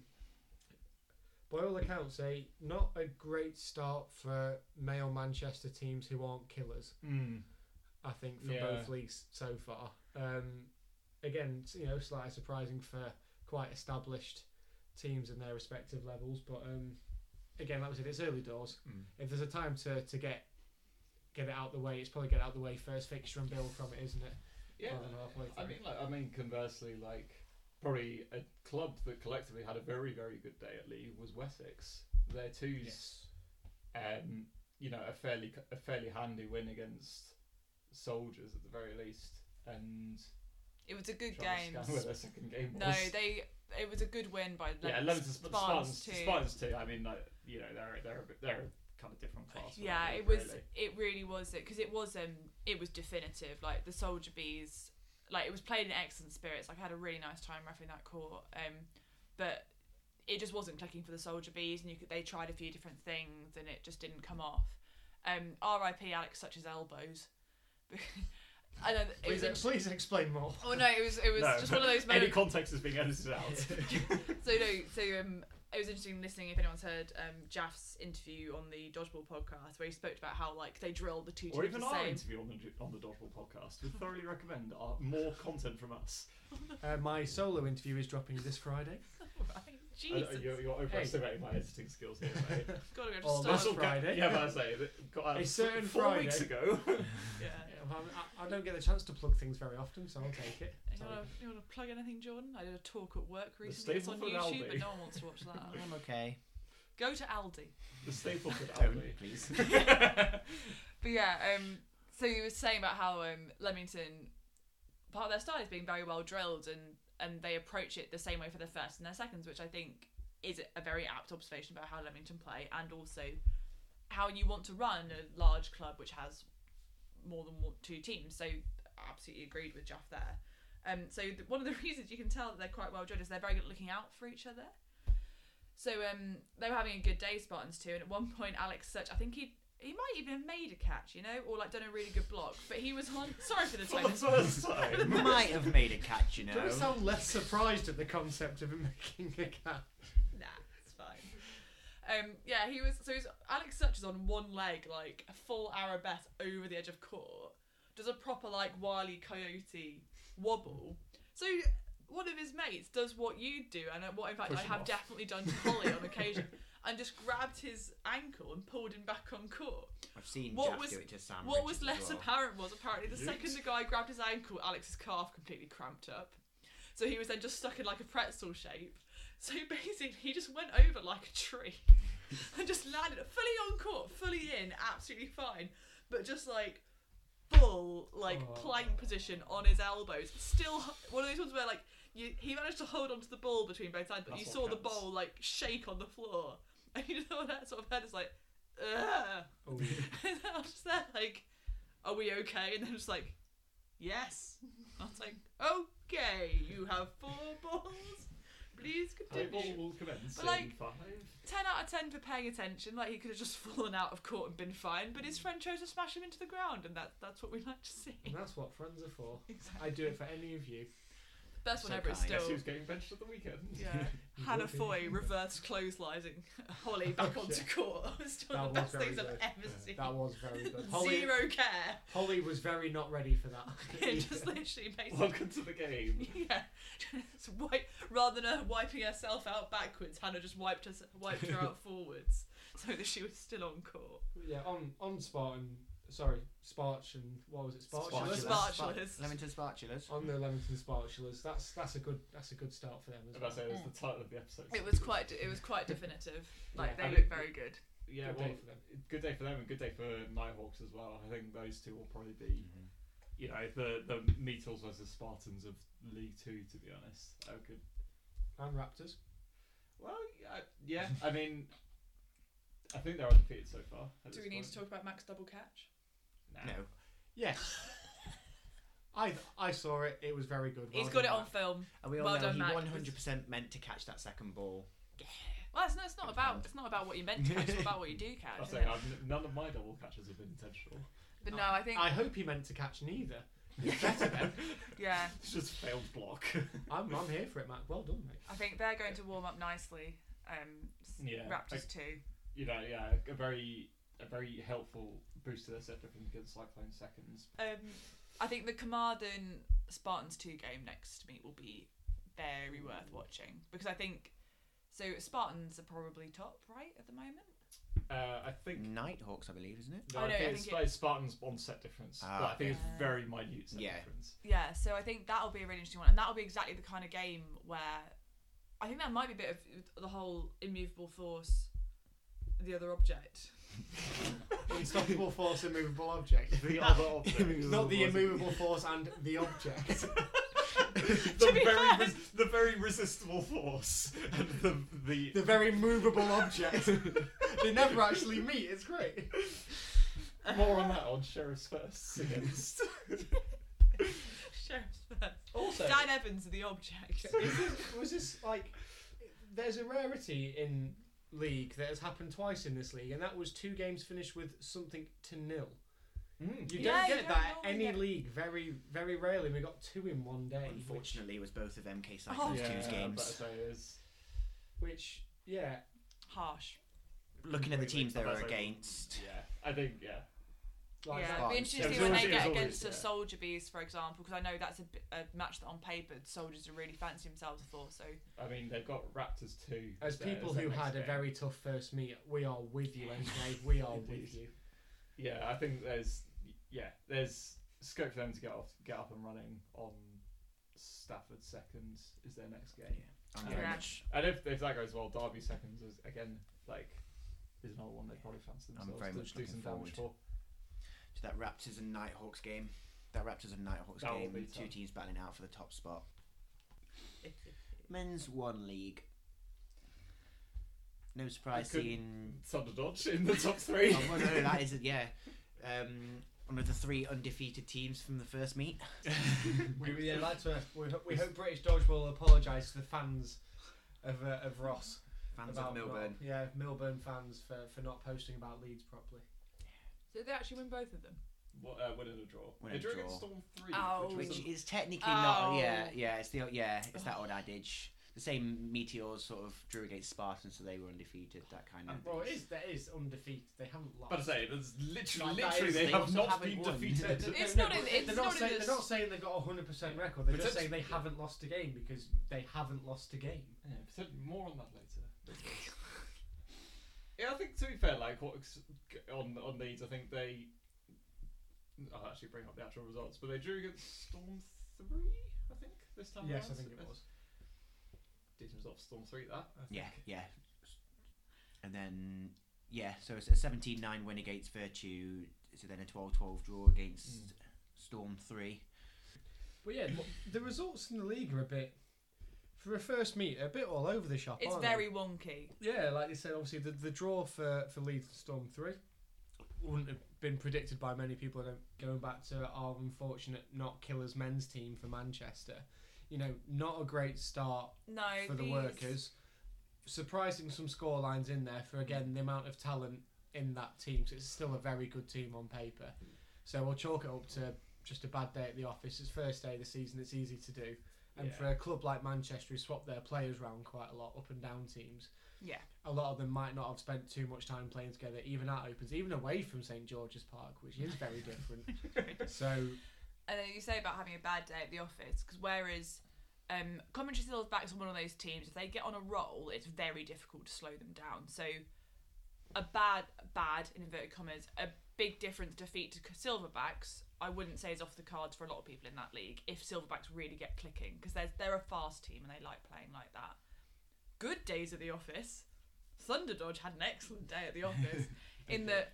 Speaker 4: by all accounts, a not a great start for male Manchester teams who aren't killers.
Speaker 3: mm.
Speaker 4: I think for
Speaker 3: Yeah.
Speaker 4: both leagues so far. Um, again, s- you know, slightly surprising for quite established teams in their respective levels, but um, again, like we said, it's early doors.
Speaker 3: Mm.
Speaker 4: If there's a time to, to get get it out the way, it's probably get it out the way first fixture and build from it, isn't it?
Speaker 3: Yeah,
Speaker 4: rather than halfway
Speaker 3: I
Speaker 4: through.
Speaker 3: mean, like, I mean, conversely, like probably a club that collectively had a very, very good day at Lee was Wessex. Their twos, um, you know, a fairly, a fairly handy win against Soldiers at the very least, and
Speaker 1: it was a good
Speaker 3: trying
Speaker 1: game.
Speaker 3: to scan where their second game was.
Speaker 1: No, they. It was a good win by
Speaker 3: yeah,
Speaker 1: Leamington
Speaker 3: Leamington Sp- Spartans,
Speaker 1: too.
Speaker 3: Spartans too. I mean, like, you know, they're they're a bit, they're a kind of different class. than
Speaker 1: yeah
Speaker 3: Lee,
Speaker 1: it was
Speaker 3: really.
Speaker 1: it really was it because it was um it was definitive like the soldier bees like it was played in excellent spirits like i had a really nice time roughing that court um but it just wasn't clicking for the soldier bees and you could they tried a few different things and it just didn't come off um rip alex such as elbows i know that it
Speaker 4: Please,
Speaker 1: was in-
Speaker 4: please explain more.
Speaker 1: oh no it was it was
Speaker 3: No,
Speaker 1: just one of those
Speaker 3: Any
Speaker 1: moments
Speaker 3: context is being edited out.
Speaker 1: so no, so um, it was interesting listening if anyone's heard um Jaff's interview on the Dodgeball podcast where he spoke about how like they drill the two teams
Speaker 3: Or even
Speaker 1: the
Speaker 3: our
Speaker 1: same.
Speaker 3: interview on the on the Dodgeball podcast. We thoroughly recommend our, more content from us.
Speaker 4: Uh, my solo interview is dropping this Friday.
Speaker 1: Right.
Speaker 3: I- I-
Speaker 1: Jesus,
Speaker 3: you're, you're overestimating my editing skills here, mate.
Speaker 1: gotta go to
Speaker 4: Oh,
Speaker 1: start.
Speaker 4: that's all- Friday.
Speaker 3: Yeah, but I say that got out
Speaker 4: A certain
Speaker 3: four
Speaker 4: Friday.
Speaker 3: weeks ago.
Speaker 1: Yeah.
Speaker 4: Yeah, well, I, I don't get the chance to plug things very often, so I'll take it.
Speaker 1: You wanna, you wanna plug anything, Jordan? I did a talk at work recently. It's on
Speaker 3: Stapleford
Speaker 1: YouTube,
Speaker 3: Aldi.
Speaker 1: but no one wants to watch that.
Speaker 2: I'm okay.
Speaker 1: Go to Aldi.
Speaker 3: the staple for that.
Speaker 2: Don't, please.
Speaker 1: But yeah, um, so you were saying about how um, Leamington, part of their style is being very well drilled, and and they approach it the same way for their first and their seconds, which I think is a very apt observation about how Leamington play, and also how you want to run a large club which has more than one- two teams. So I absolutely agreed with Jeff there. Um, so th- one of the reasons you can tell that they're quite well drilled is they're very good at looking out for each other. So um, they were having a good day, Spartans too, and at one point Alex Such, I think he He might even have made a catch, you know, or like done a really good block. But he was on. Sorry for the
Speaker 3: For the
Speaker 1: tone.
Speaker 3: first time.
Speaker 2: Might have made a catch, you know.
Speaker 4: Don't sound less surprised at the concept of him making a cat.
Speaker 1: Nah, it's fine. Um, yeah, he was. So he's, Alex Such on one leg, like a full arabesque over the edge of court, does a proper like wily coyote wobble. So one of his mates does what you do, and uh, what in fact
Speaker 3: Push
Speaker 1: I
Speaker 3: him
Speaker 1: have
Speaker 3: off.
Speaker 1: definitely done to Holly on occasion, and just grabbed his ankle and pulled him back on court.
Speaker 2: I've seen
Speaker 1: What
Speaker 2: Jack
Speaker 1: was-
Speaker 2: do it to Sam.
Speaker 1: What
Speaker 2: Richards
Speaker 1: was
Speaker 2: as
Speaker 1: less
Speaker 2: well.
Speaker 1: apparent was apparently the
Speaker 3: Yeet.
Speaker 1: second the guy grabbed his ankle, Alex's calf completely cramped up. So he was then just stuck in like a pretzel shape. So basically, he just went over like a tree and just landed fully on court, fully in, absolutely fine, but just like bull, like
Speaker 3: Oh.
Speaker 1: plank position on his elbows. Still h- one of those ones where like you, he managed to hold onto the ball between both sides, but
Speaker 3: That's
Speaker 1: you
Speaker 3: what
Speaker 1: saw the
Speaker 3: counts.
Speaker 1: ball like shake on the floor, and you know that sort of head is like, ugh.
Speaker 4: Oh,
Speaker 1: And I was just there, like, are we okay? And then just like, yes. I was like, okay, you have four balls. Please
Speaker 3: Play ball
Speaker 1: continue.
Speaker 3: will commence
Speaker 1: But, like-
Speaker 3: in five.
Speaker 1: 10 out of 10 for paying attention. Like, he could have just fallen out of court and been fine, but his friend chose to smash him into the ground, and that, that's what we like to see.
Speaker 4: And that's what friends are for.
Speaker 1: Exactly.
Speaker 4: I do it for any of you.
Speaker 1: Best one
Speaker 2: So
Speaker 1: ever is
Speaker 2: kind.
Speaker 3: Guess
Speaker 1: still.
Speaker 3: who's getting benched at the weekend?
Speaker 1: Yeah.
Speaker 4: You
Speaker 1: Hannah
Speaker 4: will be.
Speaker 1: Foy reverse clotheslining Holly back
Speaker 4: Oh,
Speaker 1: onto
Speaker 4: yeah.
Speaker 1: court. It's one
Speaker 4: That
Speaker 1: of
Speaker 4: was
Speaker 1: the best
Speaker 4: very
Speaker 1: things I've
Speaker 4: good.
Speaker 1: ever
Speaker 3: Yeah.
Speaker 1: seen.
Speaker 4: That was very good. Holly,
Speaker 1: Zero care.
Speaker 4: Holly was very not ready for that.
Speaker 1: It just literally makes
Speaker 3: Welcome to the game.
Speaker 1: yeah, just wipe, rather than her wiping herself out backwards, Hannah just wiped her wiped her out forwards so that she was still on court.
Speaker 4: yeah, on on Spartan. Sorry, Sparch and what was it?
Speaker 1: Spartulus.
Speaker 4: Spartulus.
Speaker 1: Spartulus.
Speaker 2: Leamington Spartulus.
Speaker 4: On the Leamington Spartulus. That's that's a good that's a good start for them as
Speaker 3: As I
Speaker 4: well.
Speaker 3: say, that's the title of the episode.
Speaker 1: Mm. It was quite it was quite definitive. Like
Speaker 4: Yeah.
Speaker 1: they look very good.
Speaker 3: Yeah,
Speaker 4: Good
Speaker 3: well,
Speaker 4: day for them.
Speaker 3: good day for them and good day for Nighthawks as well. I think those two will probably be,
Speaker 2: Mhm.
Speaker 3: you know, the the Meatles versus Spartans of League Two. To be honest, I could.
Speaker 4: And Raptors.
Speaker 3: Well, yeah, yeah. I mean, I think they're undefeated so far. at
Speaker 1: Do
Speaker 3: this
Speaker 1: we need
Speaker 3: point.
Speaker 1: to talk about Max double catch?
Speaker 3: Nah.
Speaker 2: No.
Speaker 4: Yes. I I saw it. It was very good.
Speaker 1: He's
Speaker 4: Well
Speaker 1: got it
Speaker 4: done,
Speaker 1: on
Speaker 4: Matt.
Speaker 1: film.
Speaker 2: And we all
Speaker 1: Well
Speaker 2: know
Speaker 1: done,
Speaker 2: he
Speaker 1: Matt.
Speaker 2: 100% meant to catch that second ball.
Speaker 1: Well, it's not, it's not
Speaker 2: Good
Speaker 1: about
Speaker 2: point.
Speaker 1: it's not about what you meant to catch. It's about what you do
Speaker 3: I
Speaker 1: catch.
Speaker 3: say
Speaker 1: isn't it?
Speaker 3: I've, n- none of my double catches have been intentional.
Speaker 1: But no, I think
Speaker 4: I hope he meant to catch neither. It's better then.
Speaker 1: yeah,
Speaker 3: It's just failed block.
Speaker 4: I'm, I'm here for it, Matt. Well done, mate.
Speaker 1: I think they're going to warm up nicely. Um, s-
Speaker 3: Yeah,
Speaker 1: Raptors too.
Speaker 3: you know, yeah, a very a very helpful boost to their set defense against Cyclone seconds.
Speaker 1: Um, I think the Carmarthen Spartans 2 game next meet will be very worth watching because I think so. Spartans are probably top right at the moment.
Speaker 3: Uh, I think.
Speaker 2: Mm. Nighthawks, I believe, isn't it?
Speaker 3: No,
Speaker 1: Oh, I
Speaker 3: I,
Speaker 1: know,
Speaker 3: think
Speaker 1: I
Speaker 3: it's,
Speaker 1: think it-
Speaker 3: it's Spartans on set difference,
Speaker 2: Ah,
Speaker 3: but I
Speaker 1: okay.
Speaker 3: think it's very minute set
Speaker 2: Yeah.
Speaker 3: difference.
Speaker 1: Yeah, so I think that'll be a really interesting one, and that'll be exactly the kind of game where I think that might be a bit of the whole immovable force, the other object.
Speaker 4: Unstoppable force, immovable object.
Speaker 3: The other object.
Speaker 4: Not the immovable force and the object.
Speaker 3: the
Speaker 1: be
Speaker 3: very
Speaker 1: fair.
Speaker 3: res- the very resistible force and the the,
Speaker 4: The very movable object. they never actually meet. It's great.
Speaker 3: more on that on sheriff's first against
Speaker 1: Sheriff's first.
Speaker 4: Also,
Speaker 1: Dan Evans, the object.
Speaker 4: is this- was this like? There's a rarity in league that has happened twice in this league, and that was two games finished with something to nil.
Speaker 3: Hmm.
Speaker 1: Yeah,
Speaker 4: You don't
Speaker 1: you
Speaker 4: get
Speaker 1: don't
Speaker 4: that
Speaker 1: normally
Speaker 4: at any
Speaker 1: get-
Speaker 4: league. Very, very rarely. We got two in one day. which-
Speaker 2: Unfortunately, it was both of MK
Speaker 1: Oh.
Speaker 2: Cyclones 2's games.
Speaker 3: But I say is,
Speaker 4: which yeah,
Speaker 1: Harsh.
Speaker 2: Looking at the
Speaker 3: completely-
Speaker 2: teams they
Speaker 3: but I
Speaker 2: were
Speaker 3: say-
Speaker 2: against.
Speaker 3: yeah, I think yeah
Speaker 4: like
Speaker 1: yeah,
Speaker 4: that.
Speaker 1: it'd be
Speaker 2: Spartans,
Speaker 1: interesting
Speaker 3: yeah.
Speaker 1: when they
Speaker 3: Soldiers
Speaker 1: get
Speaker 3: always,
Speaker 1: against the
Speaker 3: yeah.
Speaker 1: Soldier Bees, for example, because I know that's a, bi- a match that on paper the Soldiers are really fancy themselves for. So
Speaker 3: I mean they've got Raptors too
Speaker 4: As
Speaker 3: there
Speaker 4: people
Speaker 3: their
Speaker 4: who
Speaker 3: next
Speaker 4: had a
Speaker 3: game.
Speaker 4: very tough first meet, we are with you, MK. We are with
Speaker 3: Indeed.
Speaker 4: you.
Speaker 3: yeah I think there's yeah there's scope for them to get off get up and running on Stafford seconds is their next game
Speaker 2: I'm
Speaker 1: Yeah.
Speaker 2: very much,
Speaker 3: and if, if that goes well Derby seconds is again like is another one they probably fancy
Speaker 2: I'm
Speaker 3: themselves
Speaker 2: very
Speaker 3: to
Speaker 2: much
Speaker 3: do some
Speaker 2: looking
Speaker 3: damage for
Speaker 2: to that Raptors and Nighthawks game. That Raptors and Nighthawks
Speaker 3: That will
Speaker 2: game.
Speaker 3: be
Speaker 2: Two
Speaker 3: tough.
Speaker 2: teams battling out for the top spot. Men's One League. No surprise
Speaker 3: couldn't-
Speaker 2: seeing
Speaker 3: Thunder Dodge in the top three.
Speaker 2: Oh, well, no, that is yeah. Um, one of the three undefeated teams from the first meet.
Speaker 4: We really like to. We, ho- we hope British Dodgeball apologise to the fans of uh, of Ross
Speaker 2: Fans
Speaker 4: about
Speaker 2: of Melbourne.
Speaker 4: Not, yeah, Milburn fans for, for not posting about Leeds properly.
Speaker 5: So they actually win both of them.
Speaker 3: What, uh, winning a draw.
Speaker 2: Winning a
Speaker 3: they drew
Speaker 2: draw.
Speaker 3: against Storm 3,
Speaker 5: Oh.
Speaker 3: which was
Speaker 2: Which
Speaker 3: a-
Speaker 2: is technically not. Yeah,
Speaker 5: Oh.
Speaker 2: yeah. It's the yeah. It's that old adage. The same meteors sort of drew against Spartan, so they were undefeated. That kind of.
Speaker 4: Well, it is. That is undefeated. They haven't lost.
Speaker 3: But I say, there's literally,
Speaker 4: Like, that
Speaker 3: literally,
Speaker 4: is-
Speaker 3: they,
Speaker 2: they
Speaker 3: have
Speaker 2: also
Speaker 3: not
Speaker 2: haven't
Speaker 3: been
Speaker 2: won.
Speaker 3: defeated.
Speaker 4: No,
Speaker 5: It's
Speaker 4: no,
Speaker 5: not
Speaker 4: no,
Speaker 5: in-
Speaker 4: they're
Speaker 5: it's
Speaker 4: not
Speaker 5: not in
Speaker 4: saying,
Speaker 5: this-
Speaker 4: They're not saying they've got a hundred percent record. They're
Speaker 3: But
Speaker 4: just
Speaker 3: that's-
Speaker 4: saying they haven't lost a game because they haven't lost a game.
Speaker 3: Yeah, potentially more on that later. yeah, I think to be fair, like what ex- on on these, I think they. I'll actually bring up the actual results, but they drew against Storm Three, I think this time.
Speaker 4: Yes, I
Speaker 3: around.
Speaker 4: think it
Speaker 3: It's
Speaker 4: was.
Speaker 3: Decent result for Storm Three. That. I
Speaker 2: Yeah,
Speaker 3: think.
Speaker 2: yeah. And then yeah, so it's a 17-9 win against Virtue. So then a 12-12 draw
Speaker 4: Hmm.
Speaker 2: against Storm Three.
Speaker 4: But yeah, the results in the league are a bit for a first meet a bit all over the shop.
Speaker 1: It's
Speaker 4: aren't
Speaker 1: very wonky.
Speaker 4: They? Yeah, like you said, obviously the, the draw for for Leeds and Storm three wouldn't have been predicted by many people. I don't- Going back to our unfortunate not killers men's team for Manchester, you know, not a great start
Speaker 1: No,
Speaker 4: for the
Speaker 1: these-
Speaker 4: workers. Surprising some score lines in there for again the amount of talent in that team. So it's still a very good team on paper. So we'll chalk it up to just a bad day at the office. It's first day of the season. It's easy to do. And
Speaker 3: Yeah.
Speaker 4: for a club like Manchester, who swap their players round quite a lot, up and down teams,
Speaker 1: Yeah,
Speaker 4: a lot of them might not have spent too much time playing together, even at Opens, even away from St George's Park, which is very different. so
Speaker 1: and then you say about having a bad day at the office because whereas um, Coventry still backs one of those teams, if they get on a roll, it's very difficult to slow them down. So a bad, bad in inverted commas, a big difference defeat to Silverbacks. I wouldn't say is off the cards for a lot of people in that league if Silverbacks really get clicking because they're they're a fast team and they like playing like that. Good days at the office. Thunderdodge had an excellent day at the office in that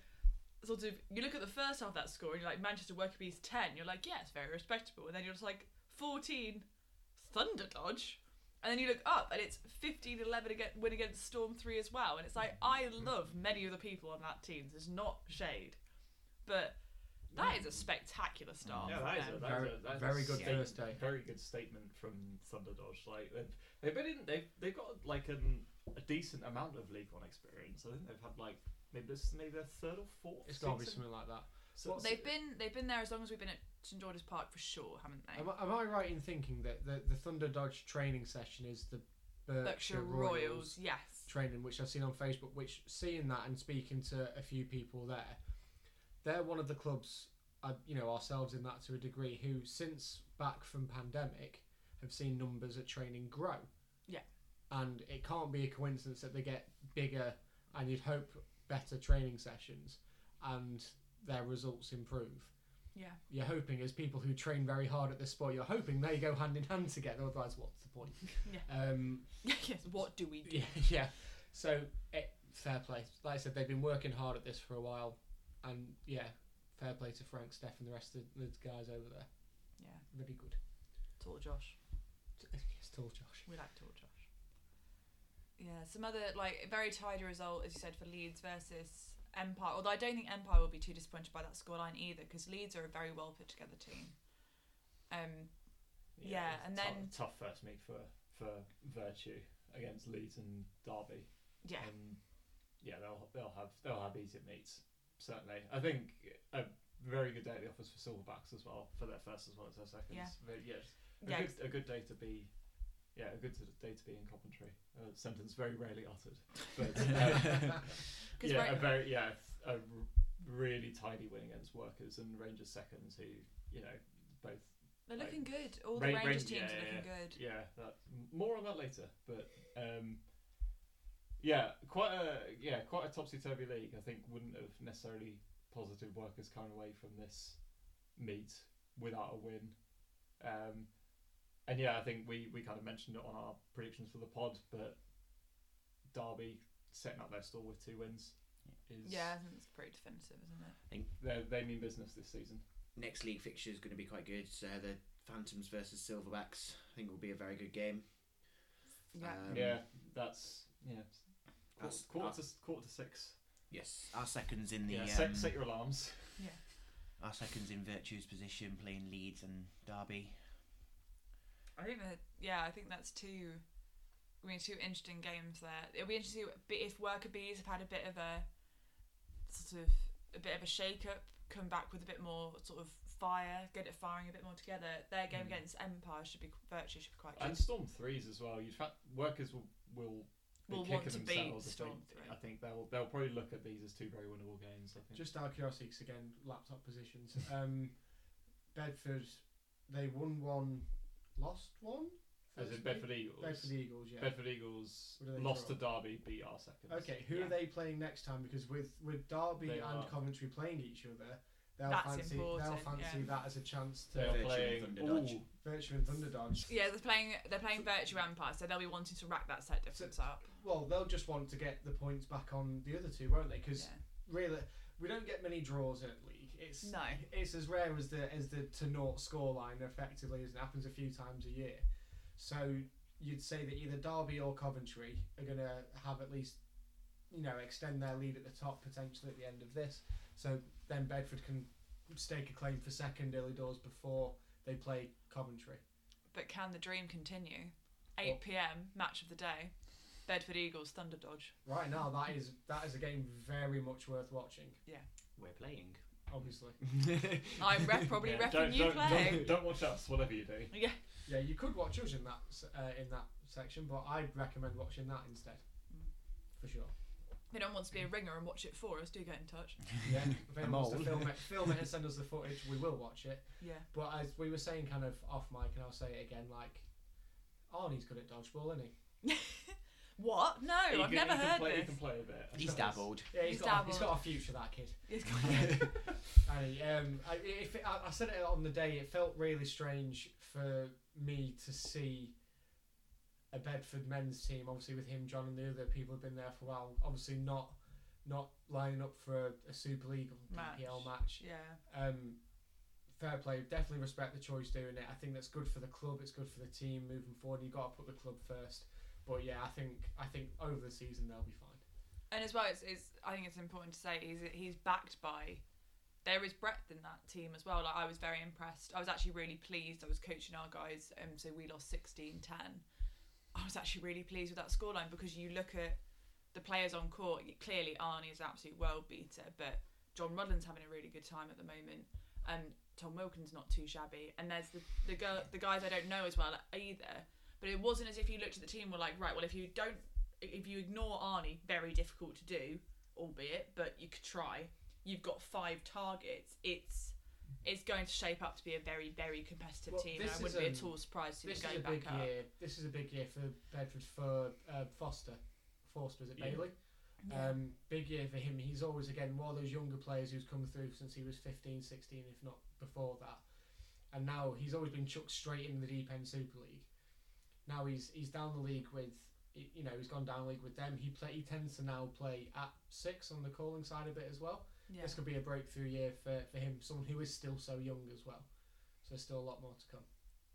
Speaker 1: sort of you look at the first half of that score and you're like Manchester Worker Bees ten, you're like, yeah, it's very respectable. And then you're just like fourteen Thunder Dodge. And then you look up and it's 15 11 again, win against Storm 3 as well. And it's like, I love many of the people on that team. so It's not shade. But that is a spectacular start. Um,
Speaker 3: Yeah,
Speaker 1: for
Speaker 3: that is
Speaker 1: them.
Speaker 3: a, that's
Speaker 4: Oh, very,
Speaker 3: a, that's
Speaker 4: very
Speaker 3: a
Speaker 4: good
Speaker 3: state-
Speaker 4: first day.
Speaker 3: Very good statement from Thunder Dodge. Like they've they've been in they've they've got like an, a decent amount of League One experience. I think they've had like maybe this maybe their third or fourth.
Speaker 4: It's got to be
Speaker 3: season.
Speaker 4: something like that.
Speaker 3: So-
Speaker 4: What's-
Speaker 1: They've been they've been there as long as we've been at St George's Park for sure, haven't they?
Speaker 4: Am I, am I right in thinking that the, the Thunder Dodge training session is the Berkshire,
Speaker 1: Berkshire
Speaker 4: Royals,
Speaker 1: Royals, yes.
Speaker 4: training, which I've seen on Facebook? Which seeing that and speaking to a few people there, they're one of the clubs, uh, you know, ourselves in that to a degree, who since back from pandemic have seen numbers at training grow.
Speaker 1: Yeah.
Speaker 4: and it can't be a coincidence that they get bigger and you'd hope better training sessions and their results improve
Speaker 1: Yeah.
Speaker 4: you're hoping as people who train very hard at this sport, you're hoping they go hand in hand together. Otherwise, what's the point?
Speaker 1: Yeah.
Speaker 4: Um,
Speaker 1: yes. What do we do?
Speaker 4: yeah, yeah. So it, fair play. Like I said, they've been working hard at this for a while, and yeah, fair play to Frank, Steph, and the rest of the guys over there.
Speaker 1: Yeah.
Speaker 4: Really good.
Speaker 1: Tall Josh.
Speaker 4: It's tall, Josh.
Speaker 1: We like Tall Josh. Yeah, some other like very tidy result as you said for Leeds versus Empire. Although I don't think Empire will be too disappointed by that scoreline either, because Leeds are a very well put together team. Um, yeah,
Speaker 3: it's
Speaker 1: and
Speaker 3: tou-
Speaker 1: then-
Speaker 3: tough first meet for for Virtue against Leeds and Derby.
Speaker 1: yeah,
Speaker 3: Um, yeah, they'll they'll have they'll have easier meets certainly. I think a very good day at the office for Silverbacks as well for their first as well as their seconds.
Speaker 1: Yeah.
Speaker 3: But yeah, just a,
Speaker 1: yeah.
Speaker 3: good, a good day to be. Yeah, a good sort of day to be in Coventry. A sentence very rarely uttered, but uh,
Speaker 1: Because
Speaker 3: yeah,
Speaker 1: right,
Speaker 3: a very yeah a r- really tidy win against Workers and Rangers seconds, who you know both
Speaker 1: they're looking good. All the
Speaker 3: Ra-
Speaker 1: Rangers
Speaker 3: Ra-
Speaker 1: teams
Speaker 3: yeah,
Speaker 1: are
Speaker 3: yeah,
Speaker 1: looking good.
Speaker 3: yeah, that, m- more on that later. But um, yeah, quite a yeah, quite a topsy turvy league. I think wouldn't have necessarily positive workers coming away from this meet without a win. Um, and yeah, I think we we kind of mentioned it on our predictions for the pod, but Derby setting up their stall with two wins is
Speaker 1: Yeah, I think it's pretty defensive, isn't it?
Speaker 3: they they mean business this season.
Speaker 2: Next league fixture is going to be quite good. So the Phantoms versus Silverbacks, I think, will be a very good game.
Speaker 1: Yeah.
Speaker 2: Um,
Speaker 3: yeah, that's yeah. it's Quarter,
Speaker 2: That's-
Speaker 3: quarter,
Speaker 2: that's-
Speaker 3: to, quarter to six.
Speaker 2: Yes, our seconds in the
Speaker 3: yeah,
Speaker 2: um,
Speaker 3: set, set your alarms.
Speaker 2: our seconds in Virtue's position, playing Leeds and Derby.
Speaker 1: I think that yeah, I think that's two. I mean, two interesting games there. It'll be interesting to see if Worker Bees have had a bit of a sort of a bit of a shake up, come back with a bit more sort of fire, get it firing a bit more together. Their game
Speaker 2: Mm.
Speaker 1: against Empire should be virtue should be quite
Speaker 3: Hmm. And
Speaker 1: good.
Speaker 3: Storm threes as well. You tra- workers will will be
Speaker 1: Will want
Speaker 3: kicking
Speaker 1: to beat
Speaker 3: themselves. if they-
Speaker 1: Storm three.
Speaker 3: I think they'll they'll probably look at these as two very winnable games. I think.
Speaker 4: Just out of curiosity, 'cause again, laptop positions. Um, Bedford, they won one, lost one.
Speaker 3: as in
Speaker 4: First
Speaker 3: Bedford Eagles.
Speaker 4: week? Bedford Eagles, yeah.
Speaker 3: Bedford Eagles
Speaker 4: What do they
Speaker 3: lost to
Speaker 4: draw?
Speaker 3: Derby, beat our second.
Speaker 4: Okay, who
Speaker 1: Yeah.
Speaker 4: are they playing next time? Because with with Derby
Speaker 3: They
Speaker 4: and
Speaker 3: are-
Speaker 4: Coventry playing each other, they'll
Speaker 1: That's
Speaker 4: fancy they'll
Speaker 1: important,
Speaker 4: fancy
Speaker 1: yeah.
Speaker 4: that as a chance
Speaker 3: They
Speaker 4: to
Speaker 3: are
Speaker 2: Virtue
Speaker 3: playing
Speaker 2: and
Speaker 3: all
Speaker 2: Thunderdodge.
Speaker 4: Virtue and Thunderdodge.
Speaker 1: Yeah, they're playing they're playing Virtue Empire, so they'll be wanting to rack that set difference up.
Speaker 4: Well, they'll just want to get the points back on the other two, won't they? Because
Speaker 1: Yeah.
Speaker 4: really, we don't get many draws in the league. It's
Speaker 1: No.
Speaker 4: it's as rare as the as the to naught scoreline effectively as it happens a few times a year. So you'd say that either Derby or Coventry are going to have at least you know extend their lead at the top potentially at the end of this. So then Bedford can stake a claim for second early doors before they play Coventry.
Speaker 1: But can the dream continue?
Speaker 4: Well-
Speaker 1: 8 p.m. match of the day. Bedford Eagles Thunder Dodge.
Speaker 4: Right now, that is that is a game very much worth watching.
Speaker 2: We're playing.
Speaker 4: Obviously,
Speaker 1: I rep probably
Speaker 3: Yeah,
Speaker 1: repping
Speaker 3: don't,
Speaker 1: you
Speaker 3: don't,
Speaker 1: play.
Speaker 3: Don't, don't watch us, whatever you do.
Speaker 1: Yeah.
Speaker 4: yeah, you could watch us in that s- uh, in that section, but I'd recommend watching that instead, for sure.
Speaker 1: If anyone wants to be a ringer and watch it for us, do get in touch.
Speaker 4: Yeah, if
Speaker 2: I'm
Speaker 4: anyone wants to
Speaker 2: old.
Speaker 4: film it, film it and send us the footage, we will watch it.
Speaker 1: Yeah.
Speaker 4: But as we were saying, kind of off mic, and I'll say it again, like Arnie's good at dodgeball, isn't he?
Speaker 1: What? No,
Speaker 3: You
Speaker 1: I've
Speaker 3: can-
Speaker 1: never
Speaker 3: you can
Speaker 1: heard
Speaker 3: play, You
Speaker 1: this.
Speaker 3: can play a bit.
Speaker 2: He's dabbled.
Speaker 4: Yeah,
Speaker 1: He's
Speaker 4: he's got, a, he's
Speaker 1: dabbled.
Speaker 4: got a future, that kid.
Speaker 1: It's got-
Speaker 4: And he, um, I, if it, I, I said it on the day, it felt really strange for me to see a Bedford men's team, obviously with him, John, and the other people who've been there for a while, obviously not not lining up for a, a Super League or PPL match.
Speaker 1: yeah.
Speaker 4: um, fair play. Definitely respect the choice doing it. I think that's good for the club. It's good for the team moving forward. You've got to put the club first. But yeah, I think I think over the season they'll be fine.
Speaker 1: And as well, it's, it's I think it's important to say he's he's backed by there is breadth in that team as well. Like I was very impressed. I was actually really pleased. I was coaching our guys, um, so we lost 16-10. I was actually really pleased with that scoreline because you look at the players on court. y- Clearly, Arnie is an absolute world beater, but John Rodlin's having a really good time at the moment, and Tom Wilkins not too shabby. And there's the the, girl, the guys I don't know as well either. But it wasn't as if you looked at the team and were like, right, well, if you don't if you ignore Arnie, very difficult to do, albeit, but you could try. You've got five targets. It's it's going to shape up to be a very very competitive
Speaker 4: Well,
Speaker 1: team. And I
Speaker 4: this is,
Speaker 1: wouldn't be
Speaker 4: um,
Speaker 1: at all surprised to
Speaker 4: This
Speaker 1: see
Speaker 4: is
Speaker 1: them
Speaker 4: a
Speaker 1: going back
Speaker 4: big
Speaker 1: up.
Speaker 4: year. This is a big year for Bedford for uh, Foster. Foster is at
Speaker 3: Yeah.
Speaker 4: Bailey.
Speaker 1: Yeah.
Speaker 4: Um, big year for him. He's always again one of those younger players who's come through since he was 15, 16, if not before that. And now he's always been chucked straight in the deep end Super League. Now he's he's down the league with y- you know he's gone down the league with them. He play he tends to now play at six on the calling side a bit as well.
Speaker 1: yeah.
Speaker 4: This could be a breakthrough year for, for him, someone who is still so young as well. So there's still a lot more to come.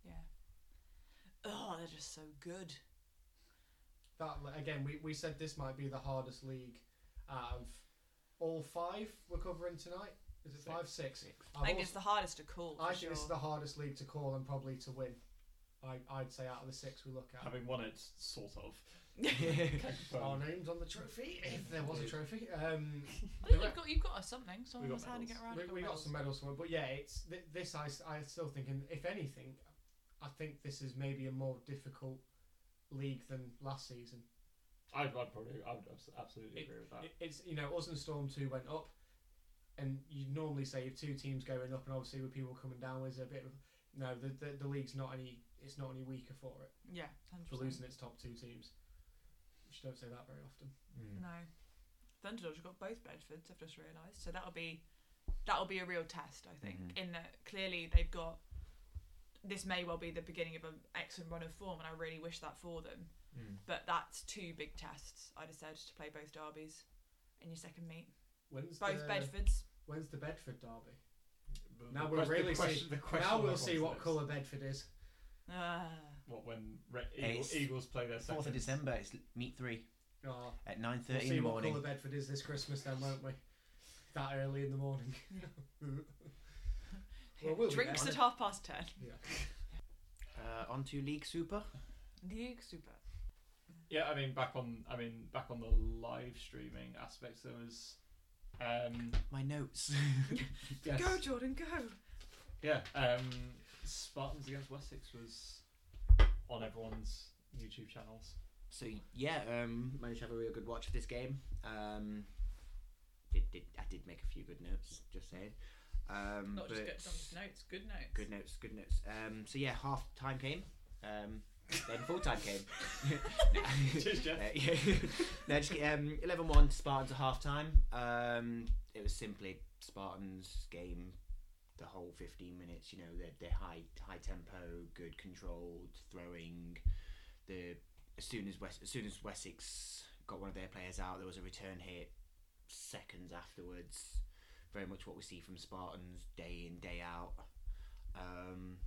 Speaker 1: Yeah. Oh, they're just so good.
Speaker 4: that li- again we, we said this might be the hardest league out of all five we're covering tonight is it
Speaker 3: Six.
Speaker 4: five six
Speaker 2: Six.
Speaker 4: I've
Speaker 1: I think
Speaker 4: also-
Speaker 1: it's the hardest to call. For
Speaker 4: I think
Speaker 1: sure.
Speaker 4: this is the hardest league to call and probably to win I, i'd say out of the six we look at
Speaker 3: Having won it, sort of.
Speaker 4: our names on the trophy if there was a trophy um
Speaker 1: I think you've got you've got us something. Someone
Speaker 3: got
Speaker 1: was handing it
Speaker 3: medals.
Speaker 1: around.
Speaker 4: we,
Speaker 1: I've
Speaker 4: we got
Speaker 1: medals.
Speaker 4: some medals for it but yeah it's th- this I, s- I still think and if anything i think this is maybe a more difficult league than last season
Speaker 3: I'd, I'd probably, I would abs- absolutely
Speaker 4: It-
Speaker 3: agree with that.
Speaker 4: It- it's you know us and Storm two went up, and you would normally say if two teams going up, and obviously with people coming down, there's a bit of no the, the the league's not any it's not any weaker for it
Speaker 1: Yeah,
Speaker 4: for
Speaker 1: 100%.
Speaker 4: losing its top two teams, which you don't say that very often.
Speaker 3: Mm.
Speaker 1: No. Thunderdodge have got both Bedfords, I've just realised. So that'll be that'll be a real test, I think,
Speaker 4: Mm-hmm.
Speaker 2: Mhm.
Speaker 1: in that clearly they've got this may well be the beginning of an excellent run of form and I really wish that for them. But that's two big tests, I decided to play both derbies in your second meet.
Speaker 4: When's
Speaker 1: Both
Speaker 4: the,
Speaker 1: Bedfords.
Speaker 4: When's the Bedford derby?
Speaker 3: The-
Speaker 4: Now
Speaker 3: Mm. the
Speaker 4: we'll
Speaker 3: quest- the
Speaker 4: really
Speaker 3: question-
Speaker 4: see.
Speaker 3: the question
Speaker 4: now we'll
Speaker 3: mark
Speaker 4: see
Speaker 3: on
Speaker 4: what
Speaker 3: this.
Speaker 4: colour Bedford is.
Speaker 1: Ah.
Speaker 3: What when Re-
Speaker 2: It's
Speaker 3: Eagle, Eagles play their
Speaker 2: Fourth
Speaker 3: second?
Speaker 2: of December. It's meet three
Speaker 4: Oh,
Speaker 2: at nine
Speaker 4: we'll
Speaker 2: thirty in
Speaker 4: see
Speaker 2: the
Speaker 4: what
Speaker 2: morning.
Speaker 4: colour Bedford is this Christmas then, won't we? That early in the morning. Well, we'll be
Speaker 1: Drinks
Speaker 4: there.
Speaker 1: at half past ten.
Speaker 4: yeah.
Speaker 2: Uh, on to League Super.
Speaker 1: League Super.
Speaker 3: Yeah, I mean back on I mean back on the live streaming aspects there was Um,
Speaker 2: My notes.
Speaker 3: yes.
Speaker 1: Go, Jordan, go.
Speaker 3: Yeah, um, Spartans against Wessex was on everyone's YouTube channels.
Speaker 2: so yeah, um, managed to have a real good watch of this game. Um, did, did I did make a few good notes? Just saying. Um,
Speaker 1: Not
Speaker 2: but
Speaker 1: just good, not just notes, good notes.
Speaker 2: good notes, good notes. Um, so yeah, half time came. Um, then full time came.
Speaker 3: Cheers, Jeff.
Speaker 2: Uh, yeah. no, just, ki- um, 11-1 Spartans at half time. Um, it was simply Spartans game the whole 15 minutes. You know, they're, they're high high tempo, good controlled throwing. The as soon as West, as soon as Wessex got one of their players out, there was a return hit seconds afterwards. Very much what we see from Spartans day in day out. Um,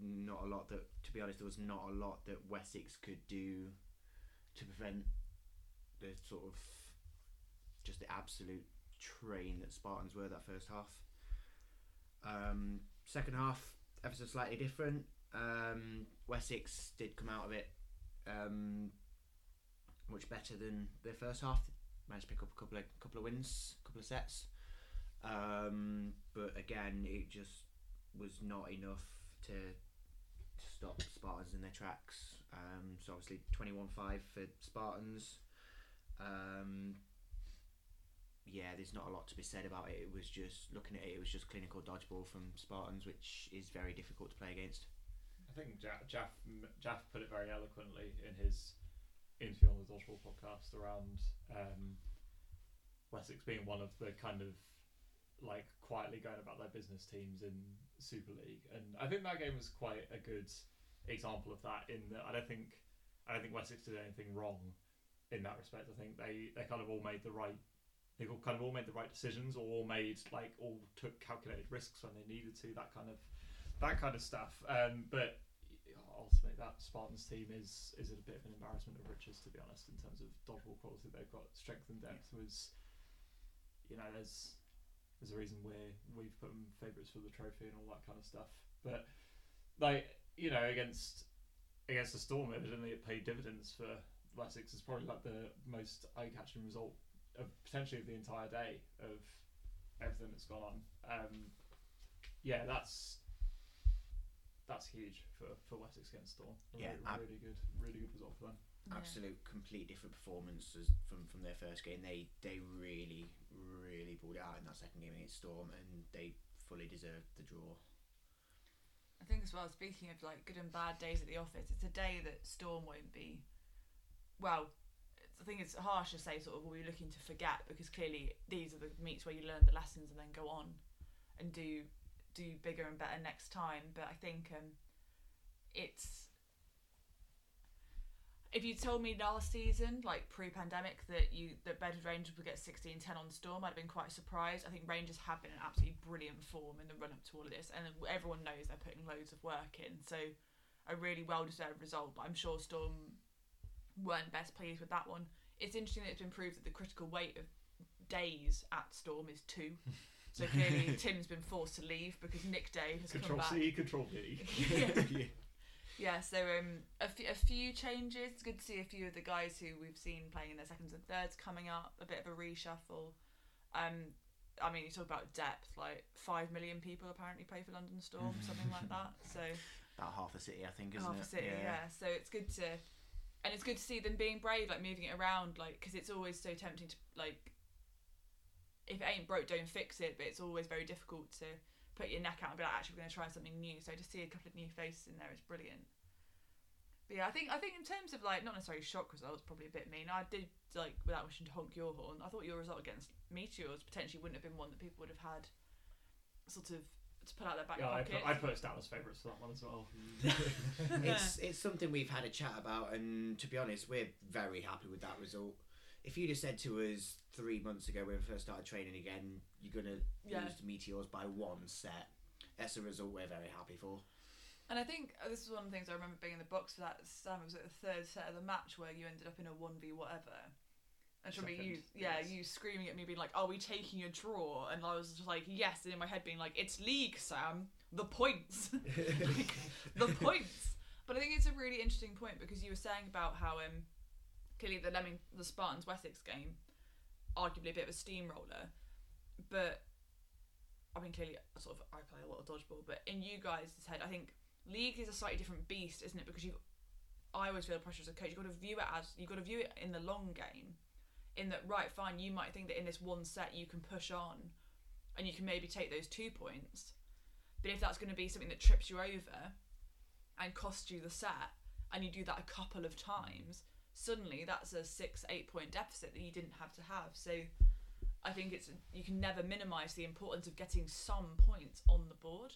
Speaker 2: not a lot that, to be honest, there was not a lot that Wessex could do to prevent the sort of just the absolute train that Spartans were that first half. Um, second half, ever so slightly different. Um, Wessex did come out of it um, much better than their first half. Managed to pick up a couple of couple of wins, couple of sets. Um, but again, it just was not enough to, to stop Spartans in their tracks. Um, so obviously 21-5 for Spartans. Um, yeah, there's not a lot to be said about it. It was just looking at it. It was just clinical dodgeball from Spartans, which is very difficult to play against.
Speaker 3: I think Ja- Jaff m- Jaff put it very eloquently in his interview on the Dodgeball podcast around um, Wessex being one of the kind of like quietly going about their business teams in Super League, and I think that game was quite a good example of that. In that, I don't think I don't think Wessex did anything wrong in that respect. I think they they kind of all made the right they all kind of all made the right decisions, or all made like all took calculated risks when they needed to. That kind of that kind of stuff. Um, but ultimately, that Spartans team is is a bit of an embarrassment of riches, to be honest, in terms of dodgeball quality they've got. Strength and depth was, you know, there's there's a reason where we've put them favourites for the trophy and all that kind of stuff. But like you know, against against the Storm, evidently it paid dividends for Wessex. It's probably like the most eye-catching result of potentially of the entire day of everything that's gone on. Um, yeah, that's that's huge for, for Wessex against Storm. A
Speaker 2: Yeah,
Speaker 3: re-
Speaker 2: ab-
Speaker 3: really good, really good result for them.
Speaker 2: absolute complete different performances from from their first game they they really really pulled it out in that second game against storm and they fully deserved the draw
Speaker 1: I think as well. Speaking of like good and bad days at the office, it's a day that Storm won't be. Well, I think it's harsh to say sort of will be looking to forget because clearly these are the meets where you learn the lessons and then go on and do do bigger and better next time. But I think um, it's if you told me last season, like pre-pandemic, that you that Bedford Rangers would get 16-10 on Storm, I'd have been quite surprised. I think Rangers have been in absolutely brilliant form in the run-up to all of this, and everyone knows they're putting loads of work in. So a really well-deserved result, but I'm sure Storm weren't best pleased with that one. It's interesting that it's been proved that the critical weight of days at Storm is two. So clearly Tim's been forced to leave because Nick Day has
Speaker 3: Control
Speaker 1: come back.
Speaker 3: C, Control V.
Speaker 1: Yeah. Yeah, so um, a, f- a few changes. It's good to see a few of the guys who we've seen playing in their seconds and thirds coming up. A bit of a reshuffle. Um, I mean, you talk about depth. Like five million people apparently play for London Storm, something like that. So
Speaker 2: about half the city i think isn't
Speaker 1: half
Speaker 2: it
Speaker 1: a city, yeah. So it's good to, and it's good to see them being brave, like moving it around, like because it's always so tempting to like. If it ain't broke, don't fix it. But it's always very difficult to put your neck out and be like, actually, we're going to try something new. So to see a couple of new faces in there is brilliant. But yeah, I think I think in terms of like not necessarily shock results, probably a bit mean. I did like without wishing to honk your horn. I thought your result against Meteors potentially wouldn't have been one that people would have had, sort of to put out their back
Speaker 3: Yeah, I
Speaker 1: pocket.
Speaker 3: put, I put us down as favourites for that one as well.
Speaker 2: it's it's something we've had a chat about, and to be honest, we're very happy with that result. If you'd have said to us three months ago when we first started training again, you're gonna
Speaker 1: Yeah.
Speaker 2: lose to Meteors by one set. That's a result we're very happy for.
Speaker 1: And I think uh, this is one of the things I remember being in the box for that Sam. It was at the third set of the match where you ended up in a one v whatever. And I just remember you,
Speaker 3: Second,
Speaker 1: yeah,
Speaker 3: yes.
Speaker 1: you screaming at me, being like, "Are we taking a draw?" And I was just like, "Yes," and in my head being like, "It's league, Sam. The points, Like, the points." But I think it's a really interesting point because you were saying about how um, clearly the Lemming, the Spartans Wessex game. arguably a bit of a steamroller, but I mean, clearly, sort of, I play a lot of dodgeball, but in you guys' head, I think league is a slightly different beast, isn't it? Because you, I always feel the pressure as a coach. You've got to view it as you've got to view it in the long game, in that right, fine, you might think that in this one set you can push on, and you can maybe take those two points, but if that's going to be something that trips you over, and costs you the set, and you do that a couple of times, suddenly that's a six, eight point deficit that you didn't have to have. So I think it's you can never minimize the importance of getting some points on the board.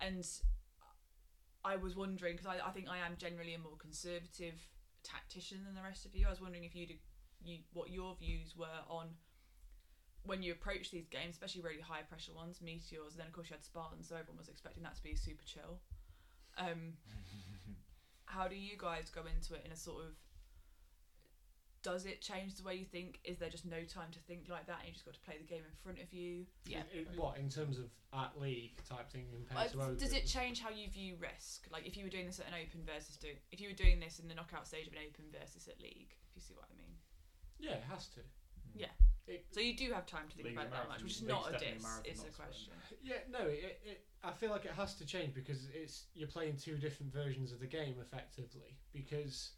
Speaker 1: And I was wondering because I, I think I am generally a more conservative tactician than the rest of you. I was wondering if you would you what your views were on when you approach these games, especially really high pressure ones, meteors. And then of course you had Spartans, so everyone was expecting that to be super chill. Um, how do you guys go into it in a sort of does it change the way you think? Is there just no time to think like that and you just got to play the game in front of you?
Speaker 6: Yeah.
Speaker 4: In- in what in terms of at league type thing compared to
Speaker 1: Uh,
Speaker 4: other
Speaker 1: does it
Speaker 4: things?
Speaker 1: change how you view risk? Like if you were doing this at an open versus doing if you were doing this in the knockout stage of an open versus at league, if you see what I mean.
Speaker 4: Yeah, it has to.
Speaker 1: So you do have time to think
Speaker 3: League
Speaker 1: about it that
Speaker 3: marathon-
Speaker 1: much, which is
Speaker 3: league's
Speaker 1: not a
Speaker 3: definitely a
Speaker 1: diss.
Speaker 3: marathon,
Speaker 1: it's
Speaker 3: not
Speaker 1: a
Speaker 3: a sprint.
Speaker 1: question.
Speaker 4: Yeah, no, it, it. I feel like it has to change because it's you're playing two different versions of the game effectively. Because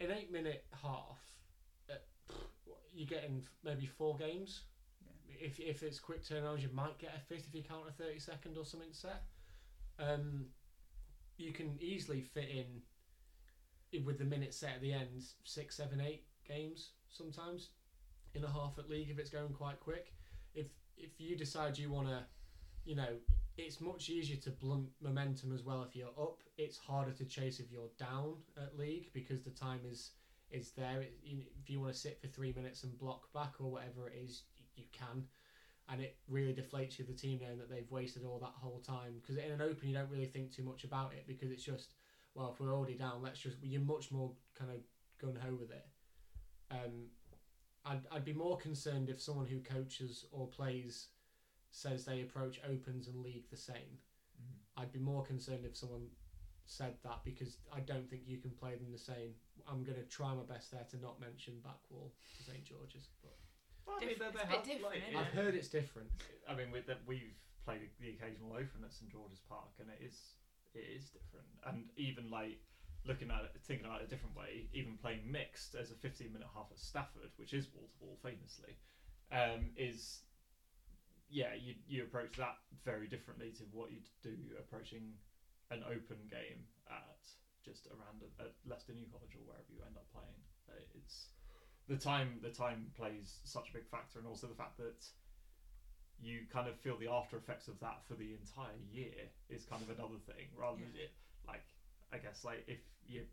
Speaker 4: an eight minute half, uh, you're getting maybe four games. If if it's quick turnarounds, you might get a fifth if you count a thirty second or something set. Um, you can easily fit in i- with the minute set at the end six, seven, eight games sometimes in a half at league if it's going quite quick. If if you decide you want to you know, it's much easier to blunt momentum as well if you're up. It's harder to chase if you're down at league because the time is is there. It, you, if you want to sit for three minutes and block back or whatever it is, y- you can, and it really deflates you the team knowing that they've wasted all that whole time. Because in an open, you don't really think too much about it because it's just well, if we're already down, let's just you're much more kind of gun ho with it. Um, I'd I'd be more concerned if someone who coaches or plays says they approach opens and league the same. I'd be more concerned if someone said that because I don't think you can play them the same. I'm going to try my best there to not mention back wall to St George's, but
Speaker 3: Well, I mean,
Speaker 1: Different-
Speaker 3: they-
Speaker 1: it's a
Speaker 3: they
Speaker 1: bit
Speaker 3: have, like,
Speaker 1: different,
Speaker 3: yeah.
Speaker 4: I've heard it's different.
Speaker 3: I mean, with that we've played the occasional open at St George's Park, and it is it is different. And even like looking at it, thinking about it a different way, even playing mixed as a 15 minute half at Stafford, which is wall to wall famously, um, is yeah, you you approach that very differently to what you'd do approaching an open game at just around at Leicester New College or wherever you end up playing. Uh, It's the time the time plays such a big factor, and also the fact that you kind of feel the after effects of that for the entire year is kind of another thing rather than
Speaker 1: Yeah.
Speaker 3: it like I guess like if you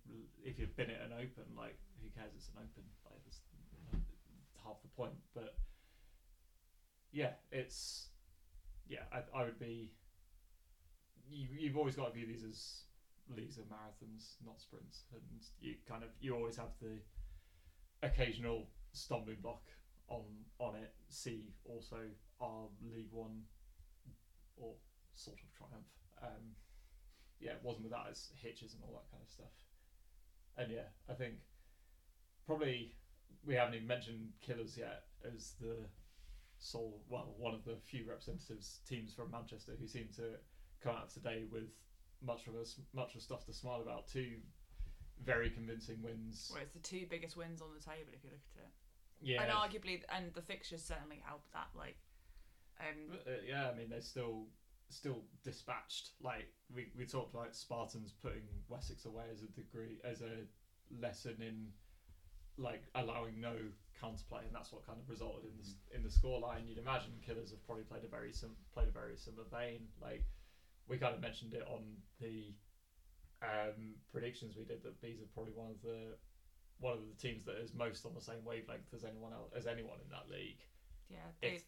Speaker 3: if you've been at an open like who cares it's an open like it's you know, half the point but yeah it's yeah I, I would be you you've always got to view these as leagues are marathons not sprints and you kind of you always have the occasional stumbling block on on it see also our League One or sort of triumph. Um, yeah, it wasn't without its hitches and all that kind of stuff. And yeah, I think probably we haven't even mentioned Killers yet as the sole, well, one of the few representatives teams from Manchester who seem to come out today with much of us much of stuff to smile about. Two very convincing wins.
Speaker 1: Whereas the two biggest wins on the table if you look at it.
Speaker 3: Yeah,
Speaker 1: And arguably and the fixtures certainly help that, like um
Speaker 3: But, uh, yeah, I mean they're still still dispatched. Like we, we talked about Spartans putting Wessex away as a degree as a lesson in like allowing no counterplay, and that's what kind of resulted in the s in the scoreline. You'd imagine Killers have probably played a very sim- played a very similar vein. Like we kind of mentioned it on the um, predictions we did that these are probably one of the one of the teams that is most on the same wavelength as anyone else as anyone in that league
Speaker 1: yeah, they,
Speaker 3: it's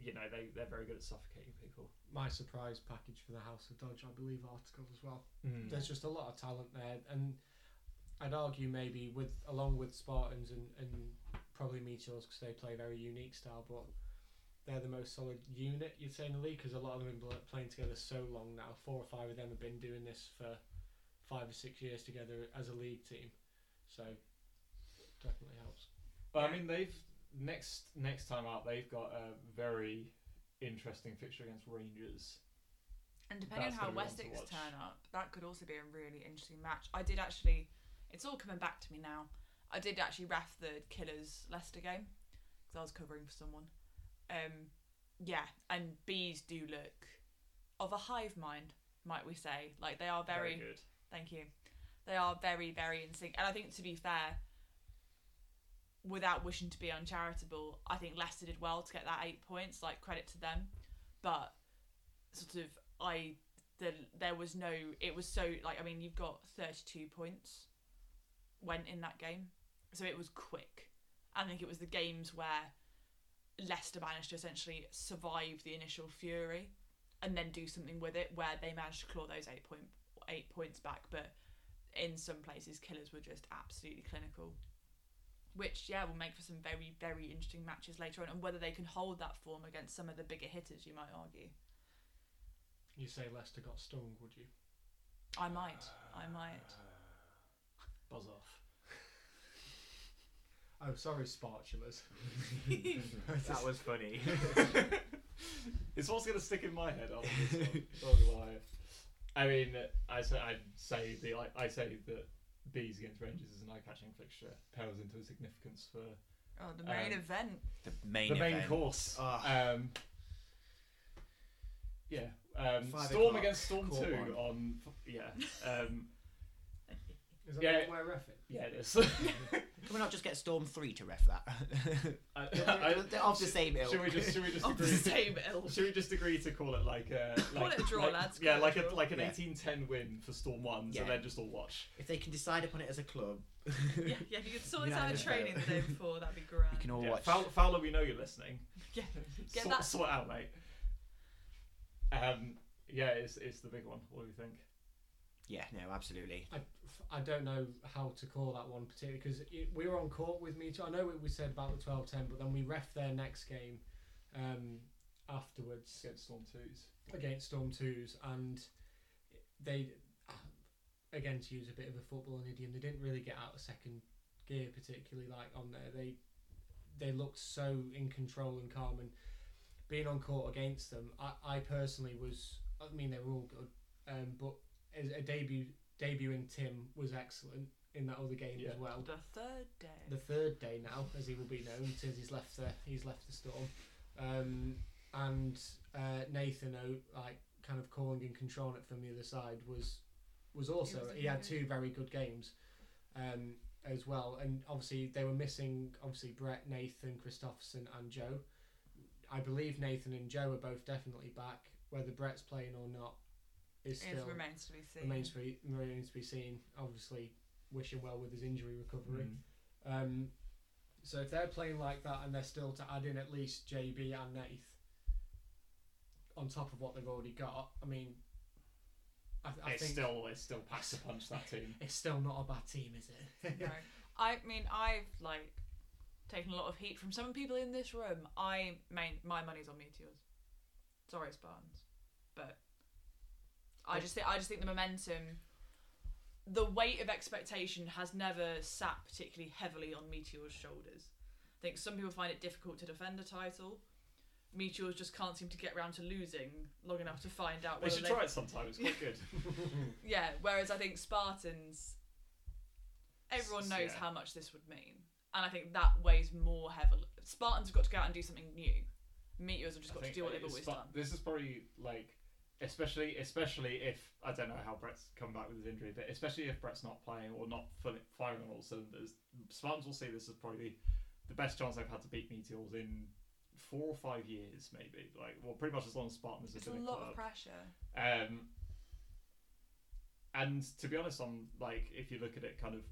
Speaker 3: you know they they're very good at suffocating people.
Speaker 4: My surprise package for the House of Dodge, I believe, article as well.
Speaker 2: Mm.
Speaker 4: There's just a lot of talent there, and I'd argue maybe with along with Spartans and, and probably Meteors because they play a very unique style, but they're the most solid unit you'd say in the league because a lot of them have been bl- playing together so long now. Four or five of them have been doing this for five or six years together as a league team, so definitely helps.
Speaker 3: But I mean they've next next time out, they've got a very interesting fixture against Rangers.
Speaker 1: And depending
Speaker 3: That's
Speaker 1: on how
Speaker 3: gonna be one to
Speaker 1: Wessex
Speaker 3: watch.
Speaker 1: turn up, that could also be a really interesting match. I did actually, it's all coming back to me now. I did actually ref the Killers Leicester game because I was covering for someone. Um, yeah, and bees do look of a hive mind, might we say? Like they are very,
Speaker 3: good.
Speaker 1: Thank you. They are very, very in sync. And I think, to be fair, without wishing to be uncharitable, I think Leicester did well to get that eight points. Like credit to them, but sort of I the there was no. It was so like I mean you've got thirty two points went in that game, so it was quick. I think it was the games where Leicester managed to essentially survive the initial fury and then do something with it, where they managed to claw those eight point eight points back, but in some places, killers were just absolutely clinical. Which, yeah, will make for some very, very interesting matches later on, and whether they can hold that form against some of the bigger hitters, you might argue.
Speaker 4: You say Leicester got stung, would you?
Speaker 1: I might. I might.
Speaker 4: Uh, Buzz off. oh, sorry, spatulas.
Speaker 2: that was funny.
Speaker 3: It's what's going to stick in my head after this one. not gonna lie. I mean, I say I say the I, I say that bees against Rangers is an eye-catching fixture. Pales into a significance for
Speaker 1: Oh, the main
Speaker 3: Um,
Speaker 1: event.
Speaker 2: the main
Speaker 3: the main
Speaker 2: event.
Speaker 3: course.
Speaker 2: Ah.
Speaker 3: Um, yeah, um,
Speaker 2: Five
Speaker 3: Storm
Speaker 2: o'clock,
Speaker 3: against Storm
Speaker 2: court
Speaker 3: Two
Speaker 2: one.
Speaker 3: on yeah um,
Speaker 4: Is that
Speaker 3: Yeah.
Speaker 4: yeah. where ref it?
Speaker 3: yeah it is.
Speaker 2: Can we not just get Storm Three to ref that?
Speaker 3: I- I-
Speaker 2: They're of the same ilk.
Speaker 3: should we just should we just
Speaker 7: Of the
Speaker 3: agree?
Speaker 7: same ilk.
Speaker 3: Should we just agree to call it like a
Speaker 7: Call
Speaker 3: like,
Speaker 7: it a draw,
Speaker 3: like-
Speaker 7: lads, call
Speaker 3: Yeah,
Speaker 7: it
Speaker 3: like
Speaker 7: a
Speaker 3: a,
Speaker 7: draw.
Speaker 3: like an
Speaker 2: Yeah.
Speaker 3: eighteen ten win for Storm Ones,
Speaker 2: Yeah.
Speaker 3: and then just all watch.
Speaker 2: if they can decide upon it as a club,
Speaker 7: Yeah, yeah. If you could sort this
Speaker 2: Yeah,
Speaker 7: out
Speaker 2: yeah.
Speaker 7: at training the day before, that'd be grand.
Speaker 2: you can all
Speaker 3: Yeah,
Speaker 2: watch.
Speaker 3: Fow- Fowler, we know you're listening.
Speaker 7: Yeah, get
Speaker 3: sort,
Speaker 7: that-
Speaker 3: sort out, mate. Um, yeah, it's it's the big one. What do you think?
Speaker 2: Yeah, no, absolutely.
Speaker 4: I, I don't know how to call that one particularly because we were on court with me too. I know what we said about the 12 10, but then we ref their next game um, afterwards
Speaker 3: Against Storm Twos.
Speaker 4: against Storm 2s, and they, again, to use a bit of a football idiom, they didn't really get out of second gear particularly like on there. They they looked so in control and calm, and being on court against them, I, I personally was. I mean, they were all good, um, but as a debut debuting Tim was excellent in that other game
Speaker 3: Yeah.
Speaker 4: as well.
Speaker 1: The third day.
Speaker 4: The third day now, as he will be known, since he's left the he's left the storm, um, and uh, Nathan, O like kind of calling and controlling it from the other side, was was also
Speaker 7: was
Speaker 4: he had
Speaker 7: amazing.
Speaker 4: two very good games, um, as well, and obviously they were missing obviously Brett, Nathan, Christofferson, and Joe. I believe Nathan and Joe are both definitely back, whether Brett's playing or not. Is
Speaker 1: It
Speaker 4: still
Speaker 1: remains to be seen.
Speaker 4: remains to be remains to be seen. Obviously, wishing well with his injury recovery.
Speaker 3: Mm.
Speaker 4: Um, so if they're playing like that and they're still to add in at least JB and Nath on top of what they've already got, I mean, I, th- I
Speaker 3: it's
Speaker 4: think
Speaker 3: still it's still packs a punch that team.
Speaker 4: it's still not a bad team, is it?
Speaker 1: no. I mean, I've like taken a lot of heat from some people in this room. I main my money's on meteors. Sorry, Spartans, but I just think I just think the momentum, the weight of expectation has never sat particularly heavily on Meteor's shoulders. I think some people find it difficult to defend a title. Meteors just can't seem to get around to losing long enough to find out.
Speaker 3: They
Speaker 1: whether
Speaker 3: should try it sometime. It's quite good.
Speaker 1: yeah, whereas I think Spartans, everyone
Speaker 3: S-
Speaker 1: knows
Speaker 3: yeah.
Speaker 1: how much this would mean. And I think that weighs more heavily. Spartans have got to go out and do something new. Meteors have just
Speaker 3: I
Speaker 1: got to
Speaker 3: think
Speaker 1: do what they've
Speaker 3: it's
Speaker 1: always
Speaker 3: fu-
Speaker 1: done.
Speaker 3: This is probably like, especially especially if I don't know how Brett's come back with his injury, but especially if Brett's not playing or not fu- firing on all cylinders, Spartans will see this as probably the best chance they've had to beat Meteors in four or five years, maybe. Like, well, pretty much as long as Spartans have
Speaker 1: It's a
Speaker 3: been a
Speaker 1: lot
Speaker 3: club.
Speaker 1: of pressure.
Speaker 3: Um, and to be honest, on like if you look at it kind of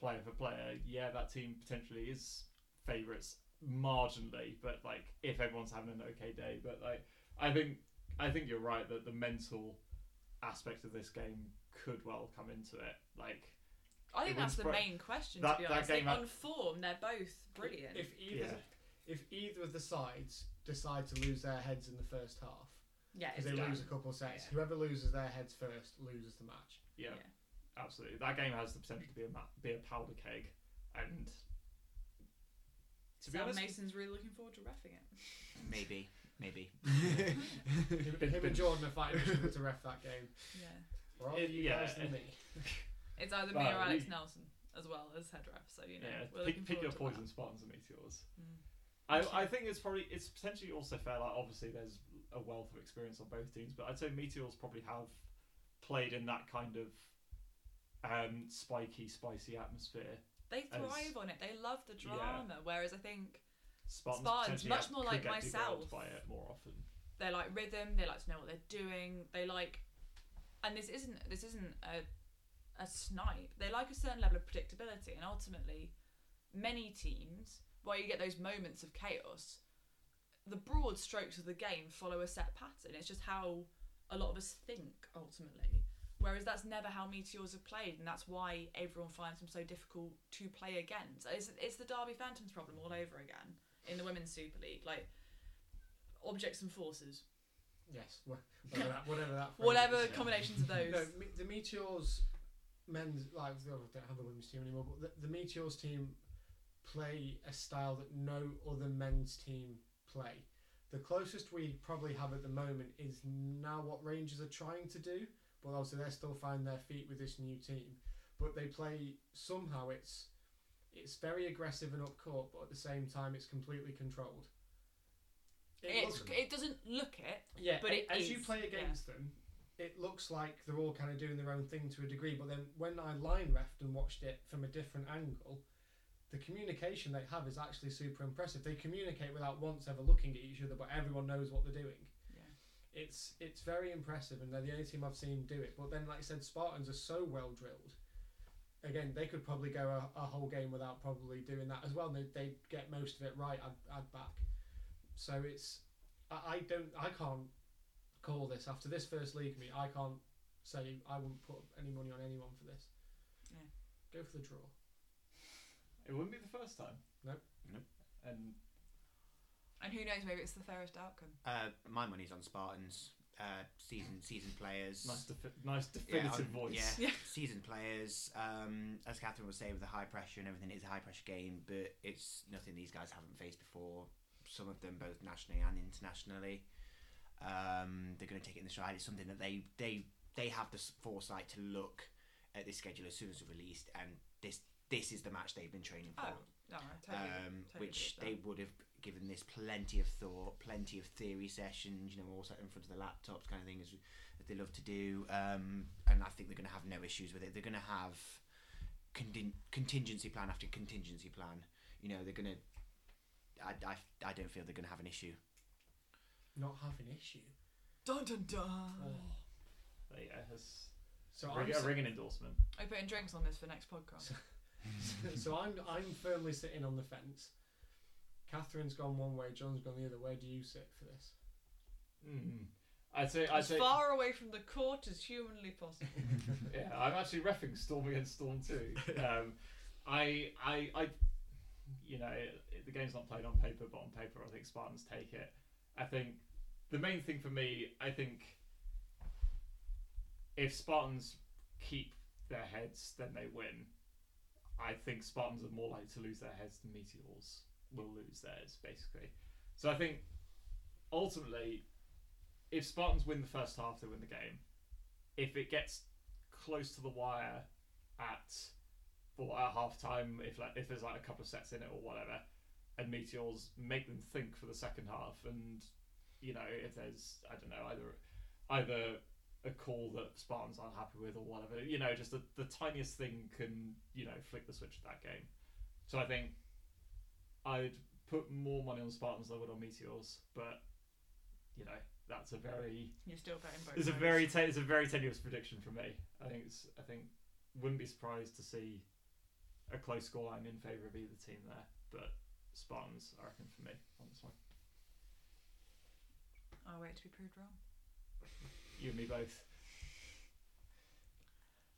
Speaker 3: player for player, yeah, that team potentially is favourites marginally, but like if everyone's having an okay day, but like I think I think you're right that the mental aspect of this game could well come into it. Like
Speaker 1: I think
Speaker 3: It
Speaker 1: that's
Speaker 3: wins
Speaker 1: the
Speaker 3: pro-
Speaker 1: main question,
Speaker 3: that-
Speaker 1: to be
Speaker 3: that
Speaker 1: honest. I think
Speaker 3: game-
Speaker 1: on form, they're both brilliant.
Speaker 4: If either
Speaker 3: Yeah.
Speaker 4: if either of the sides decide to lose their heads in the first half,
Speaker 1: yeah,
Speaker 4: because
Speaker 1: it's
Speaker 4: they
Speaker 3: done.
Speaker 4: lose a couple of sets,
Speaker 1: Yeah.
Speaker 4: whoever loses their heads first loses the match.
Speaker 3: yeah,
Speaker 1: Yeah.
Speaker 3: absolutely. That game has the potential to be a ma- be a powder keg, and To be honest,
Speaker 8: Mason's really looking forward to roughing it.
Speaker 2: Maybe, maybe.
Speaker 4: Him,
Speaker 3: Been-
Speaker 4: him
Speaker 3: been-
Speaker 4: and Jordan are fighting each other to ref that game.
Speaker 8: Yeah.
Speaker 4: Or are
Speaker 3: It-
Speaker 4: you
Speaker 3: yeah.
Speaker 4: guys and me?
Speaker 1: It's either me
Speaker 3: Well,
Speaker 1: or Alex
Speaker 3: we-
Speaker 1: Nelson as well as head ref. So you know,
Speaker 3: yeah,
Speaker 1: we're looking
Speaker 3: pick, pick
Speaker 1: forward
Speaker 3: your
Speaker 1: to
Speaker 3: poison, Spartans and meteors.
Speaker 1: that. Mm.
Speaker 3: I, I think it's probably it's potentially also fair. Like obviously, there's a wealth of experience on both teams, but I'd say Meteors probably have played in that kind of um, spiky, spicy atmosphere.
Speaker 1: They
Speaker 3: As-
Speaker 1: thrive on it. They love the
Speaker 3: Yeah.
Speaker 1: drama. Whereas I think
Speaker 3: Spartans,
Speaker 1: Spartans,
Speaker 3: potentially
Speaker 1: much
Speaker 3: have-
Speaker 1: more
Speaker 3: could
Speaker 1: like
Speaker 3: get
Speaker 1: myself.
Speaker 3: derailed by it more often.
Speaker 1: they like rhythm. They like to know what they're doing. They like, and this isn't this isn't a a snipe. They like a certain level of predictability, and ultimately, many teams where you get those moments of chaos, the broad strokes of the game follow a set pattern. It's just how a lot of us think ultimately. Whereas that's never how meteors are played, and that's why everyone finds them so difficult to play against. It's, it's the Derby Phantoms problem all over again in the Women's Super League. Like objects and forces.
Speaker 4: Yes. wha- Whatever that. Whatever, that phrase
Speaker 1: whatever
Speaker 4: is.
Speaker 1: combinations of those.
Speaker 4: No, me, the Meteors men's like they don't have the women's team anymore, but the, the Meteors team play a style that no other men's team play. The closest we probably have at the moment is now what Rangers are trying to do, but obviously they're still finding their feet with this new team. But they play somehow it's it's very aggressive and up court, but at the same time it's completely controlled. It
Speaker 1: It's,
Speaker 4: looks-
Speaker 1: it doesn't look it.
Speaker 4: yeah,
Speaker 1: But
Speaker 4: a-
Speaker 1: it
Speaker 4: as you
Speaker 1: is,
Speaker 4: play
Speaker 1: yeah.
Speaker 4: against them, it looks like they're all kind of doing their own thing to a degree. But then when I line refed and watched it from a different angle, the communication they have is actually super impressive. They communicate without once ever looking at each other, but everyone knows what they're doing.
Speaker 1: Yeah.
Speaker 4: It's it's very impressive, and they're the only team I've seen do it. But then, like I said, Spartans are so well drilled. Again, they could probably go a, a whole game without probably doing that as well. And they, they get most of it right. I'd, I'd back. So it's I, I don't I can't call this after this first league meet. I can't say I wouldn't put any money on anyone for this.
Speaker 1: Yeah.
Speaker 4: Go for the draw.
Speaker 3: It wouldn't be the first time.
Speaker 4: Nope.
Speaker 2: Nope.
Speaker 3: And
Speaker 1: And who knows? Maybe it's the fairest outcome.
Speaker 2: Uh, my money's on Spartans. Uh, season season players.
Speaker 3: nice, defi- nice
Speaker 2: Yeah,
Speaker 3: definitive
Speaker 2: I'm-
Speaker 3: voice.
Speaker 2: Yeah,
Speaker 1: Yeah.
Speaker 2: seasoned players. Um, as Catherine was saying, with the high pressure and everything, it's a high pressure game, but it's nothing these guys haven't faced before. Some of them, both nationally and internationally, um, they're going to take it in the stride. It's something that they they they have the s- foresight to look at this schedule as soon as it's released, and this this is the match they've been training for
Speaker 1: Oh, No, I totally.
Speaker 2: um,
Speaker 1: totally
Speaker 2: which
Speaker 1: agree
Speaker 2: they
Speaker 1: with
Speaker 2: would have given this plenty of thought, plenty of theory sessions, you know, all sat in front of the laptops, kind of thing, as, as they love to do. Um, and I think they're going to have no issues with it. They're going to have contin- contingency plan after contingency plan. You know, they're going to. I, I, I don't feel they're going to have an issue.
Speaker 4: Not have an issue.
Speaker 1: that. Dun dun dun.
Speaker 3: But yeah, it's
Speaker 4: So
Speaker 3: ring,
Speaker 4: I'm
Speaker 3: a
Speaker 4: si-
Speaker 3: ringing endorsement.
Speaker 1: Are you putting drinks on this for next podcast?
Speaker 4: so I'm I'm firmly sitting on the fence. Catherine's gone one way, John's gone the other. Where do you sit for this?
Speaker 3: Mm. I'd say I'd
Speaker 1: As
Speaker 3: say
Speaker 1: far away from the court as humanly possible.
Speaker 3: yeah, I'm actually refing Storm against Storm too. Um, I, I, I, you know, it, the game's not played on paper, but on paper, I think Spartans take it. I think the main thing for me, I think, if Spartans keep their heads, then they win. I think Spartans are more likely to lose their heads than Meteors will lose theirs, basically. So I think ultimately, if Spartans win the first half, they win the game. If it gets close to the wire at well at half time if like if there's like a couple of sets in it or whatever and meteors make them think for the second half and you know if there's i don't know either either a call that spartans aren't happy with or whatever you know just the, the tiniest thing can you know flick the switch of that game so i think i'd put more money on spartans than i would on meteors but you know that's a very
Speaker 1: You're still betting both.
Speaker 3: it's a
Speaker 1: ways.
Speaker 3: very te- it's a very tenuous prediction for me. I think it's I think wouldn't be surprised to see a close score. I'm in favour of either team there, but Spartans, I reckon for me on this one.
Speaker 1: I'll wait to be proved wrong.
Speaker 3: You and me both.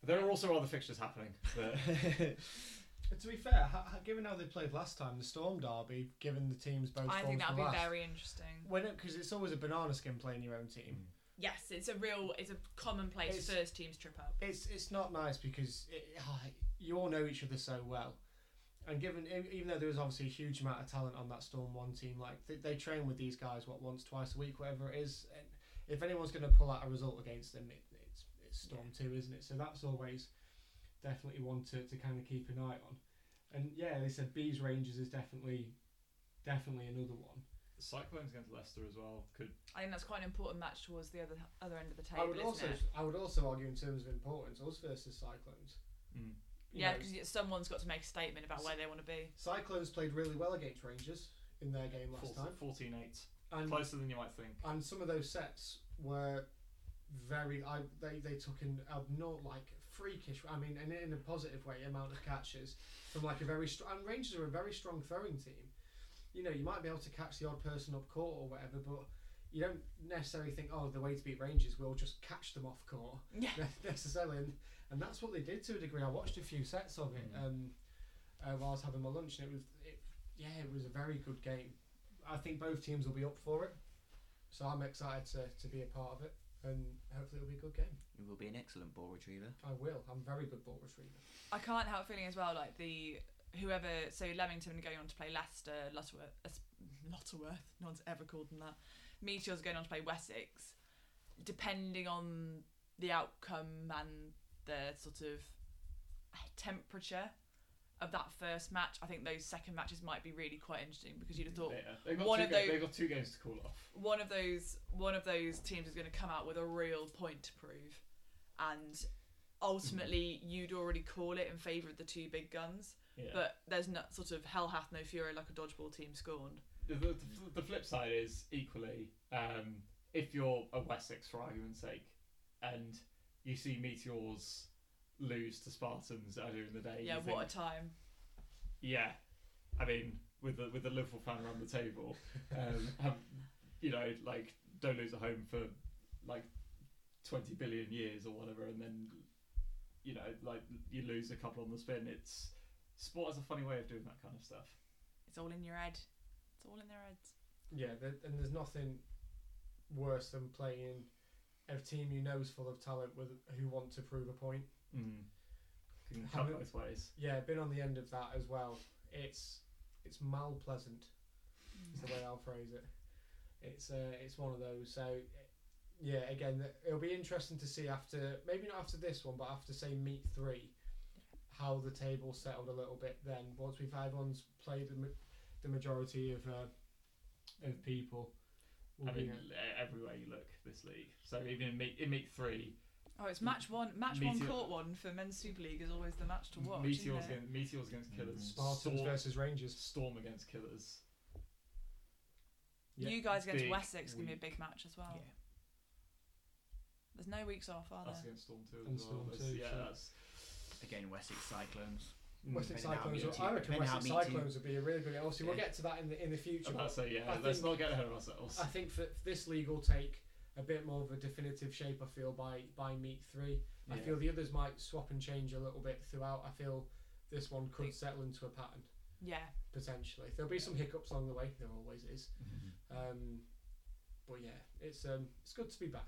Speaker 3: There are also other fixtures happening. But
Speaker 4: To be fair, given how they played last time, the Storm Derby, given the teams both.
Speaker 1: I think that'll be very interesting.
Speaker 4: When because it's always a banana skin playing your own team.
Speaker 1: Yes, it's a real, it's a commonplace
Speaker 4: It's-
Speaker 1: first teams trip up.
Speaker 4: it's it's not nice because it, ah, you all know each other so well,
Speaker 9: And given e- even though there was obviously a huge amount of talent on that Storm One team, like they, they train with these guys what once, twice a week, whatever it is. And if anyone's going to pull out a result against them, it, it's it's Storm Two, isn't it? So that's always definitely one to, to kind of keep an eye on. And yeah, they said Bees Rangers is definitely definitely another one.
Speaker 3: Cyclones against Leicester as well could
Speaker 1: I think that's quite an important match towards the other other end of the table.
Speaker 4: I would
Speaker 1: isn't
Speaker 4: also
Speaker 1: it?
Speaker 4: I would also argue in terms of importance, us versus Cyclones.
Speaker 3: mm,
Speaker 4: You
Speaker 1: yeah,
Speaker 4: know,
Speaker 1: because someone's got to make a statement about where they want to be.
Speaker 4: Cyclones played really well against Rangers in their game last
Speaker 3: 14,
Speaker 4: time,
Speaker 3: 14 8.
Speaker 1: Um,
Speaker 4: and
Speaker 3: Closer than you might think.
Speaker 4: and some of those sets were very. I they they took an not like freakish. I mean, and in a positive way, amount of catches from like a very strong. And Rangers are a very strong throwing team. You know, you might be able to catch the odd person up court or whatever, but you don't necessarily think, oh, the way to beat Rangers will just catch them off court.
Speaker 1: Yeah.
Speaker 4: necessarily, and, and that's what they did to a degree. I watched a few sets of it
Speaker 3: Mm.
Speaker 4: um, uh, while I was having my lunch, and it was, it, yeah, it was a very good game. I think both teams will be up for it, so I'm excited to, to be a part of it, and hopefully it'll be a good game.
Speaker 2: You will be an excellent ball retriever.
Speaker 4: I will. I'm a very good ball retriever.
Speaker 1: I can't help feeling as well like the whoever so Leamington going on to play Leicester, Lutterworth, Es- Lutterworth, no one's ever called them that. Meteors going on to play Wessex. Depending on the outcome and the sort of temperature of that first match, I think those second matches might be really quite interesting because you'd have thought
Speaker 3: They, uh, they've, got
Speaker 1: one
Speaker 3: two
Speaker 1: of
Speaker 3: ga-
Speaker 1: those-
Speaker 3: they've got two games to call off.
Speaker 1: one of those one of those teams is going to come out with a real point to prove, and ultimately you'd already call it in favour of the two big guns.
Speaker 3: Yeah.
Speaker 1: But there's not sort of hell hath no fury like a dodgeball team scorned.
Speaker 3: the, the, the flip side is equally um, if you're a Wessex for argument's sake and you see Meteors lose to Spartans earlier in the day,
Speaker 1: Yeah,
Speaker 3: Uh, you
Speaker 1: what
Speaker 3: think,
Speaker 1: a time.
Speaker 3: yeah. I mean, with the with the Liverpool fan around the table, um, have, you know, like don't lose a home for like twenty billion years or whatever, and then you know, like you lose a couple on the spin. It's sport has a funny way of doing that kind of stuff.
Speaker 1: It's all in your head. It's all in their heads.
Speaker 4: Yeah, there, and there's nothing worse than playing a team you know is full of talent with who want to prove a point.
Speaker 3: Mm. Can
Speaker 4: Have
Speaker 3: cut
Speaker 4: it-
Speaker 3: both ways.
Speaker 4: Yeah, been on the end of that as well. It's it's mal pleasant. Is the way I'll phrase it. It's uh, it's one of those. So yeah, again, it'll be interesting to see after maybe not after this one, but after say meet three, how the table settled a little bit. Then once we've had ones played the, ma- the majority of uh, of people. will
Speaker 3: I
Speaker 4: be,
Speaker 3: mean,
Speaker 4: uh,
Speaker 3: e- everywhere you look this league. So even in meet, in meet three,
Speaker 1: Oh, it's match one, match one,
Speaker 3: Meteor-
Speaker 1: court one for men's super league is always the match to watch. isn't
Speaker 3: meteors
Speaker 1: it?
Speaker 3: against, meteors against killers,
Speaker 4: Spartans
Speaker 3: storm,
Speaker 4: versus Rangers.
Speaker 3: storm against killers.
Speaker 1: you guys against
Speaker 3: Big
Speaker 1: Wessex is gonna be a
Speaker 3: week.
Speaker 1: big match as well.
Speaker 2: Yeah.
Speaker 1: There's no weeks off, are there?
Speaker 3: That's against storm two as
Speaker 4: And
Speaker 3: well.
Speaker 4: Storm
Speaker 3: That's-
Speaker 4: two,
Speaker 3: yeah,
Speaker 4: sure.
Speaker 3: that's
Speaker 2: Again, Wessex Cyclones.
Speaker 3: Mm.
Speaker 4: Wessex
Speaker 2: Depending on how
Speaker 4: Cyclones.
Speaker 2: meaty-
Speaker 4: will- I reckon
Speaker 2: depending how
Speaker 4: Wessex
Speaker 2: meaty-
Speaker 4: Cyclones would be a really good. Obviously, we'll
Speaker 2: Yeah.
Speaker 4: get to that in the in the future.
Speaker 3: about to say, yeah.
Speaker 4: I
Speaker 3: let's
Speaker 4: think-
Speaker 3: not get ahead of ourselves.
Speaker 4: I think that this league will take a bit more of a definitive shape. I feel by by meet three. I
Speaker 3: Yeah.
Speaker 4: feel the others might swap and change a little bit throughout. I feel this one could settle into a pattern
Speaker 1: Yeah.
Speaker 4: potentially. There'll be some hiccups along the way. There always is. Um, but yeah, it's um, it's good to be back.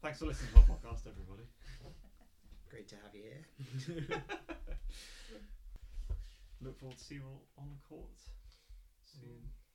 Speaker 3: Thanks for listening to our podcast, everybody.
Speaker 2: Great to have you here.
Speaker 3: Look forward to seeing you all on the court. Soon.
Speaker 4: Mm.